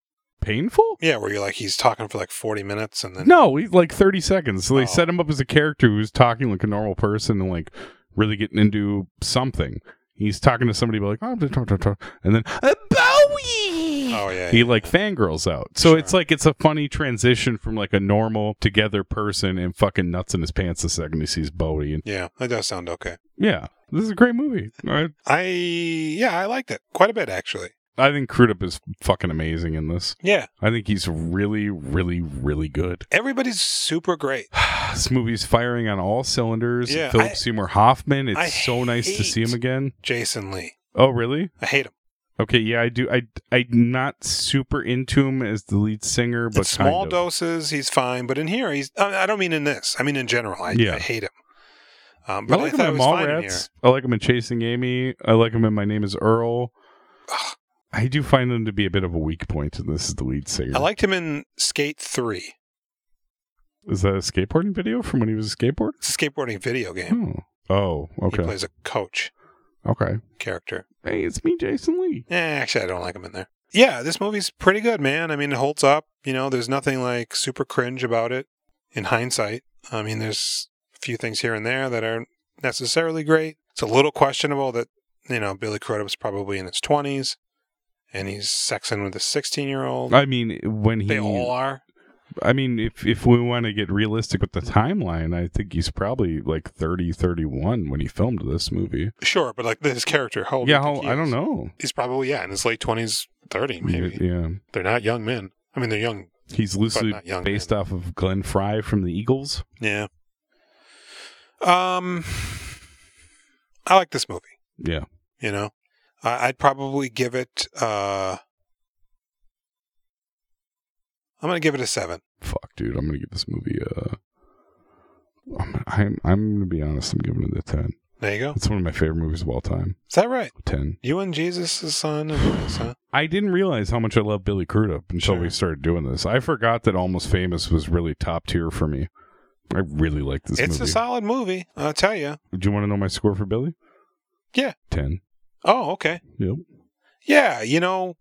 [SPEAKER 2] Painful?
[SPEAKER 1] Yeah, where you're like, he's talking for like 40 minutes and then.
[SPEAKER 2] No, he's like thirty seconds. So they
[SPEAKER 1] Oh.
[SPEAKER 2] set him up as a character who's talking like a normal person and like really getting into something. He's talking to somebody like, "Oh, da- da- da- da," and then "Uh, Bowie.
[SPEAKER 1] Oh, yeah.
[SPEAKER 2] he
[SPEAKER 1] yeah.
[SPEAKER 2] like fangirls out. So
[SPEAKER 1] Sure.
[SPEAKER 2] it's like it's a funny transition from like a normal together person and fucking nuts in his pants the second he sees Bodie. And
[SPEAKER 1] Yeah, that does sound okay.
[SPEAKER 2] yeah, this is a great movie. I,
[SPEAKER 1] I, yeah, I liked it quite a bit, actually.
[SPEAKER 2] I think Crudup is fucking amazing in this.
[SPEAKER 1] Yeah.
[SPEAKER 2] I think he's really, really, really good.
[SPEAKER 1] Everybody's super great.
[SPEAKER 2] This movie's firing on all cylinders.
[SPEAKER 1] Yeah,
[SPEAKER 2] Philip
[SPEAKER 1] I-
[SPEAKER 2] Seymour Hoffman. It's
[SPEAKER 1] I
[SPEAKER 2] so nice to see
[SPEAKER 1] hate-
[SPEAKER 2] him again.
[SPEAKER 1] Jason Lee.
[SPEAKER 2] Oh, really?
[SPEAKER 1] I hate him.
[SPEAKER 2] Okay, yeah, I do. I I'm not super into him as the lead singer, but
[SPEAKER 1] In small
[SPEAKER 2] kind of.
[SPEAKER 1] doses, he's fine. But in here, he's. I I don't mean in this. I mean in general. I,
[SPEAKER 2] Yeah.
[SPEAKER 1] I hate him. Um,
[SPEAKER 2] I
[SPEAKER 1] but I,
[SPEAKER 2] like
[SPEAKER 1] thought he
[SPEAKER 2] him in
[SPEAKER 1] was fine in here.
[SPEAKER 2] Mallrats. I like him in Chasing Amy. I like him in My Name Is Earl.
[SPEAKER 1] Ugh.
[SPEAKER 2] I do find him to be a bit of a weak point, and this is the lead singer.
[SPEAKER 1] I liked him in Skate Three.
[SPEAKER 2] Is that a skateboarding video from when he was a skateboarder?
[SPEAKER 1] It's a skateboarding video game.
[SPEAKER 2] Oh, oh,
[SPEAKER 1] He
[SPEAKER 2] okay,
[SPEAKER 1] plays a coach
[SPEAKER 2] okay.
[SPEAKER 1] character.
[SPEAKER 2] Hey, it's me, Jason Lee.
[SPEAKER 1] Eh, actually, I don't like him in there. Yeah, this movie's pretty good, man. I mean, it holds up. You know, there's nothing like super cringe about it. In hindsight, I mean, there's a few things here and there that aren't necessarily great. It's a little questionable that you know Billy Crudup's probably in his 20s, and he's sexing with a 16 year old.
[SPEAKER 2] I mean, when he,
[SPEAKER 1] They all are.
[SPEAKER 2] I mean, if if we want to get realistic with the timeline, I think he's probably like 30, 31 when he filmed this movie.
[SPEAKER 1] Sure, but like his character, how old? do you
[SPEAKER 2] yeah,
[SPEAKER 1] think
[SPEAKER 2] how,
[SPEAKER 1] he
[SPEAKER 2] I don't
[SPEAKER 1] is?
[SPEAKER 2] know.
[SPEAKER 1] He's probably yeah in his late twenties, thirty maybe.
[SPEAKER 2] Yeah,
[SPEAKER 1] They're not young men. I mean, they're young.
[SPEAKER 2] he's loosely
[SPEAKER 1] not young
[SPEAKER 2] based off of Glenn Fry from the Eagles.
[SPEAKER 1] Yeah. Um, I like this movie.
[SPEAKER 2] Yeah.
[SPEAKER 1] You know, I, I'd probably give it. uh I'm gonna give it a seven.
[SPEAKER 2] fuck, dude, I'm gonna give this movie a. I'm I'm, I'm gonna be honest. I'm giving it a ten.
[SPEAKER 1] There you go.
[SPEAKER 2] It's one of my favorite movies of all time.
[SPEAKER 1] Is that right?
[SPEAKER 2] Ten.
[SPEAKER 1] You and Jesus' son, and this, huh?
[SPEAKER 2] I didn't realize how much I love Billy Crudup until
[SPEAKER 1] Sure.
[SPEAKER 2] we started doing this. I forgot that Almost Famous was really top tier for me. I really like this
[SPEAKER 1] It's
[SPEAKER 2] movie.
[SPEAKER 1] a solid movie. I'll tell you.
[SPEAKER 2] Do you want to know my score for Billy?
[SPEAKER 1] Yeah.
[SPEAKER 2] Ten.
[SPEAKER 1] Oh, okay.
[SPEAKER 2] Yep.
[SPEAKER 1] Yeah, you know,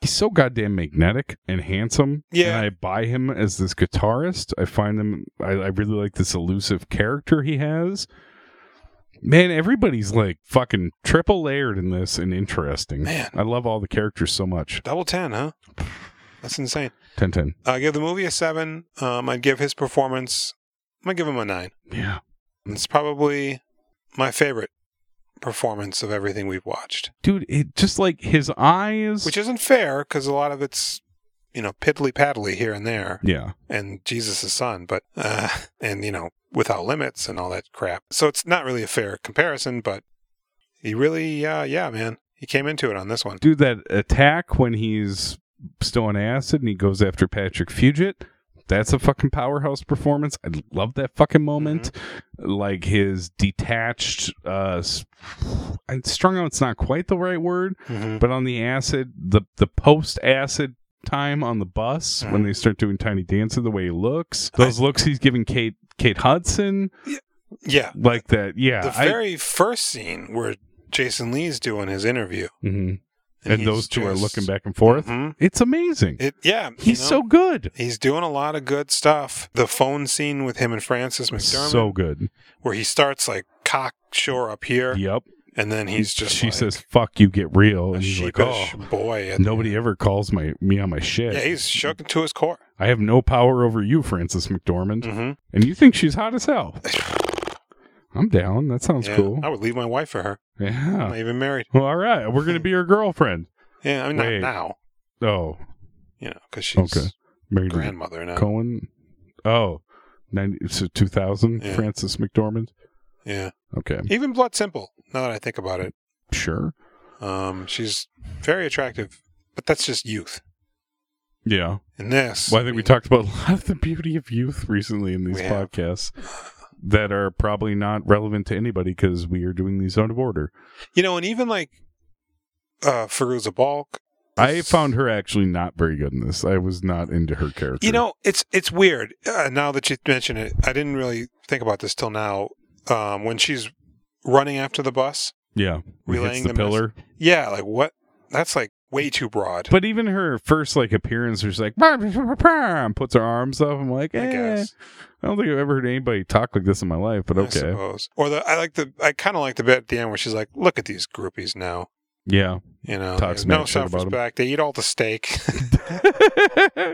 [SPEAKER 2] He's so goddamn magnetic and handsome.
[SPEAKER 1] Yeah.
[SPEAKER 2] And I buy him as this guitarist. I find him, I, I really like this elusive character he has. Man, everybody's like fucking triple layered in this and interesting.
[SPEAKER 1] Man.
[SPEAKER 2] I love all the characters so much.
[SPEAKER 1] double ten, huh? That's insane.
[SPEAKER 2] 10 10.
[SPEAKER 1] I give the movie a seven. Um, I'd give his performance. I'm gonna give him a nine.
[SPEAKER 2] Yeah.
[SPEAKER 1] It's probably my favorite performance of everything we've watched,
[SPEAKER 2] Dude, it just like his eyes.
[SPEAKER 1] which isn't fair because a lot of it's you know, piddly paddly here and there,
[SPEAKER 2] Yeah.
[SPEAKER 1] and Jesus' son, but, uh, and, you know, without limits and all that crap. So it's not really a fair comparison, but he really, uh, yeah, man, he came into it on this one.
[SPEAKER 2] Dude, that attack when he's still on acid and he goes after Patrick Fugit. That's a fucking powerhouse performance. I love that fucking moment.
[SPEAKER 1] Mm-hmm.
[SPEAKER 2] Like his detached, uh, s- and strung out's not quite the right word,
[SPEAKER 1] Mhm.
[SPEAKER 2] but on the acid, the the post acid time on the bus when
[SPEAKER 1] Mm-hmm.
[SPEAKER 2] they start doing tiny dancer, the way he looks, those looks he's giving Kate Kate Hudson,
[SPEAKER 1] Yeah.
[SPEAKER 2] like that. Yeah,
[SPEAKER 1] The
[SPEAKER 2] I-
[SPEAKER 1] very first scene where Jason Lee's doing his interview.
[SPEAKER 2] Mhm. and
[SPEAKER 1] he's
[SPEAKER 2] those two are
[SPEAKER 1] just-
[SPEAKER 2] looking back and forth.
[SPEAKER 1] Mhm.
[SPEAKER 2] It's amazing.
[SPEAKER 1] It, yeah. you
[SPEAKER 2] He's
[SPEAKER 1] know?
[SPEAKER 2] so good.
[SPEAKER 1] He's doing a lot of good stuff. The phone scene with him and Francis McDermott,
[SPEAKER 2] So good.
[SPEAKER 1] where he starts like cocksure up here,
[SPEAKER 2] Yep.
[SPEAKER 1] and then he's just
[SPEAKER 2] she
[SPEAKER 1] like,
[SPEAKER 2] says, "Fuck you, get real,"
[SPEAKER 1] a
[SPEAKER 2] and he's like, "Oh,
[SPEAKER 1] sheepish boy. at-
[SPEAKER 2] nobody ever calls my me on my shit.
[SPEAKER 1] yeah, he's shook to his core.
[SPEAKER 2] I have no power over you, Francis McDormand,
[SPEAKER 1] hmm
[SPEAKER 2] and you think she's hot as hell." I'm down. That sounds
[SPEAKER 1] yeah,
[SPEAKER 2] cool.
[SPEAKER 1] I would leave my wife for her. I'm
[SPEAKER 2] yeah.
[SPEAKER 1] not even married.
[SPEAKER 2] Well, all right. We're gonna be your girlfriend.
[SPEAKER 1] Yeah, I mean
[SPEAKER 2] Wait.
[SPEAKER 1] not now,
[SPEAKER 2] Oh,
[SPEAKER 1] you know, because she's
[SPEAKER 2] Okay. married to
[SPEAKER 1] grandmother now.
[SPEAKER 2] Cohen. Oh, 90, so 2000.
[SPEAKER 1] Yeah.
[SPEAKER 2] Francis McDormand.
[SPEAKER 1] Yeah,
[SPEAKER 2] Okay,
[SPEAKER 1] even Blood Simple. Now that I think about it,
[SPEAKER 2] sure.
[SPEAKER 1] um, she's very attractive, but that's just youth.
[SPEAKER 2] Yeah.
[SPEAKER 1] And this,
[SPEAKER 2] Well, I think we talked about a lot of the beauty of youth recently in these
[SPEAKER 1] We have.
[SPEAKER 2] podcasts that are probably not relevant to anybody because we are doing these out of order.
[SPEAKER 1] you know, and even like uh, Feruza Balk,
[SPEAKER 2] I found her actually not very good in this. I was not into her character.
[SPEAKER 1] You know, it's it's weird. Uh, now that you mention it, I didn't really think about this till now. Um, when she's running after the bus,
[SPEAKER 2] yeah,
[SPEAKER 1] relaying
[SPEAKER 2] hits the
[SPEAKER 1] the mess-
[SPEAKER 2] pillar.
[SPEAKER 1] yeah, like what? That's like way too broad.
[SPEAKER 2] But even her first like appearance, she's like "Bah, bah, bah, bah, bah," and puts her arms up. I'm like,
[SPEAKER 1] I
[SPEAKER 2] eh,
[SPEAKER 1] guess.
[SPEAKER 2] I don't think I've ever heard anybody talk like this in my life. But
[SPEAKER 1] I
[SPEAKER 2] okay,
[SPEAKER 1] suppose. Or the I like the I kind of like the bit at the end where she's like, "Look at these groupies now."
[SPEAKER 2] yeah.
[SPEAKER 1] You know,
[SPEAKER 2] Talks
[SPEAKER 1] they have no
[SPEAKER 2] mad shit about 'em.
[SPEAKER 1] self-respect. They eat all the steak.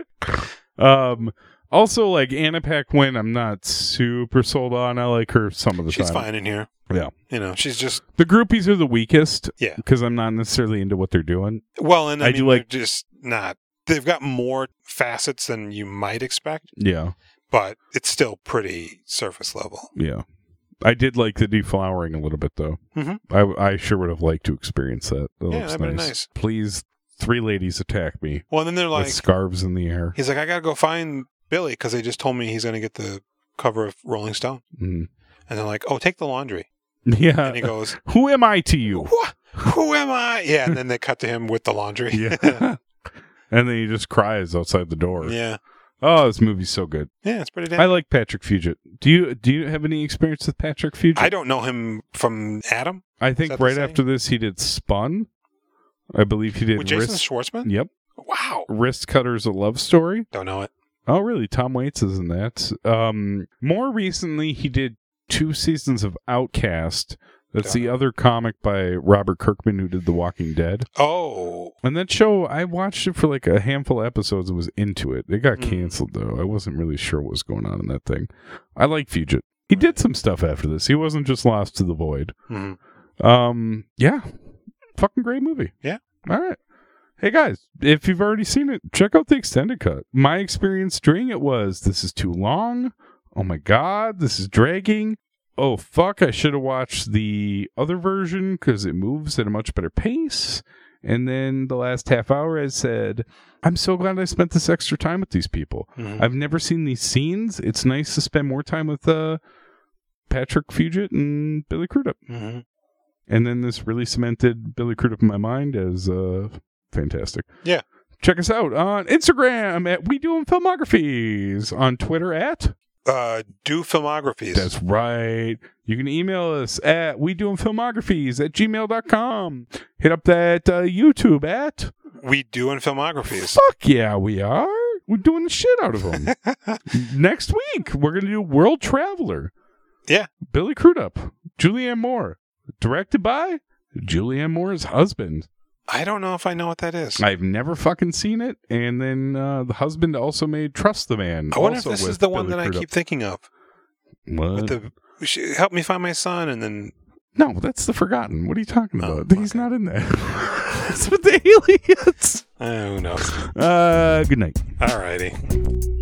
[SPEAKER 2] um. Also, like Anna Paquin, I'm not super sold on. I like her some of the
[SPEAKER 1] she's
[SPEAKER 2] time.
[SPEAKER 1] fine in here.
[SPEAKER 2] Yeah.
[SPEAKER 1] You know, she's just
[SPEAKER 2] The groupies are the weakest.
[SPEAKER 1] Yeah.
[SPEAKER 2] Because I'm not necessarily into what they're doing.
[SPEAKER 1] well, and I,
[SPEAKER 2] I
[SPEAKER 1] mean,
[SPEAKER 2] do like-
[SPEAKER 1] they're just not. They've got more facets than you might expect,
[SPEAKER 2] Yeah.
[SPEAKER 1] but it's still pretty surface level.
[SPEAKER 2] Yeah. I did like the deflowering a little bit, though.
[SPEAKER 1] Mhm.
[SPEAKER 2] I, I sure would have liked to experience that. That
[SPEAKER 1] Yeah,
[SPEAKER 2] looks
[SPEAKER 1] that'd been
[SPEAKER 2] nice.
[SPEAKER 1] nice.
[SPEAKER 2] Please, three ladies attack me
[SPEAKER 1] Well, and then they're like,
[SPEAKER 2] with scarves in the air.
[SPEAKER 1] He's like, I gotta go find Billy because they just told me he's gonna get the cover of Rolling Stone.
[SPEAKER 2] Mm.
[SPEAKER 1] And they're like, Oh, take the laundry.
[SPEAKER 2] Yeah.
[SPEAKER 1] And he goes,
[SPEAKER 2] Who am I to Uh, you?
[SPEAKER 1] what? Who am I? Yeah. And then they cut to him with the laundry.
[SPEAKER 2] Yeah. and then he just cries outside the door.
[SPEAKER 1] yeah.
[SPEAKER 2] Oh, this movie's so good.
[SPEAKER 1] Yeah. It's pretty.
[SPEAKER 2] I
[SPEAKER 1] Damn-
[SPEAKER 2] like Patrick Fugit. Do you do you have any experience with Patrick Fugit?
[SPEAKER 1] I, don't know him from Adam
[SPEAKER 2] I
[SPEAKER 1] Is that
[SPEAKER 2] think
[SPEAKER 1] the
[SPEAKER 2] right
[SPEAKER 1] same?
[SPEAKER 2] after this he did Spun. I believe he did
[SPEAKER 1] with Jason
[SPEAKER 2] Wrist-
[SPEAKER 1] Schwartzman.
[SPEAKER 2] Yep.
[SPEAKER 1] Wow.
[SPEAKER 2] Wrist Cutter's a Love Story.
[SPEAKER 1] Don't know it.
[SPEAKER 2] Oh, really? Tom Waits is in that. Um, more recently, he did two seasons of Outcast. That's the other comic by Robert Kirkman who did The Walking Dead.
[SPEAKER 1] Oh,
[SPEAKER 2] And that show, I watched it for like a handful of episodes and was into it. It got
[SPEAKER 1] Mm.
[SPEAKER 2] canceled, though. I wasn't really sure what was going on in that thing. I like Fugit. He did some stuff after this. He wasn't just lost to the void.
[SPEAKER 1] Mhm.
[SPEAKER 2] Um, yeah, fucking great movie.
[SPEAKER 1] Yeah.
[SPEAKER 2] All right. Hey guys, if you've already seen it, check out the extended cut. My experience during it was this is too long. Oh my god, this is dragging. Oh fuck, I should have watched the other version because it moves at a much better pace. And then the last half hour, I said, I'm so glad I spent this extra time with these people.
[SPEAKER 1] Mhm.
[SPEAKER 2] I've never seen these scenes. It's nice to spend more time with uh, Patrick Fugit and Billy Crudup
[SPEAKER 1] Mhm.
[SPEAKER 2] and then this really cemented Billy Crudup in my mind as uh fantastic.
[SPEAKER 1] Yeah.
[SPEAKER 2] Check us out on Instagram at We Doing Filmographies, on Twitter at
[SPEAKER 1] Uh, do filmographies.
[SPEAKER 2] That's right. You can email us at We Doing Filmographies at gmail.com. Hit up that uh, YouTube at
[SPEAKER 1] we do in filmographies.
[SPEAKER 2] Fuck Yeah We Are. We're doing the shit out of them. Next week, we're going to do World Traveler.
[SPEAKER 1] Yeah.
[SPEAKER 2] Billy Crudup, Julianne Moore, directed by Julianne Moore's husband.
[SPEAKER 1] I don't know if I know what that is. I,
[SPEAKER 2] I've never fucking seen it. And then uh, the husband also made Trust the Man.
[SPEAKER 1] wonder if
[SPEAKER 2] also
[SPEAKER 1] this
[SPEAKER 2] with
[SPEAKER 1] is the one
[SPEAKER 2] Billy
[SPEAKER 1] that I
[SPEAKER 2] Crudup.
[SPEAKER 1] keep thinking of.
[SPEAKER 2] What?
[SPEAKER 1] With the she- help me find my son, and then
[SPEAKER 2] no, that's the Forgotten. What are you talking
[SPEAKER 1] Oh,
[SPEAKER 2] about? He's
[SPEAKER 1] okay.
[SPEAKER 2] not in that. That's with the aliens.
[SPEAKER 1] Eh, who knows?
[SPEAKER 2] Uh, good night.
[SPEAKER 1] Alrighty.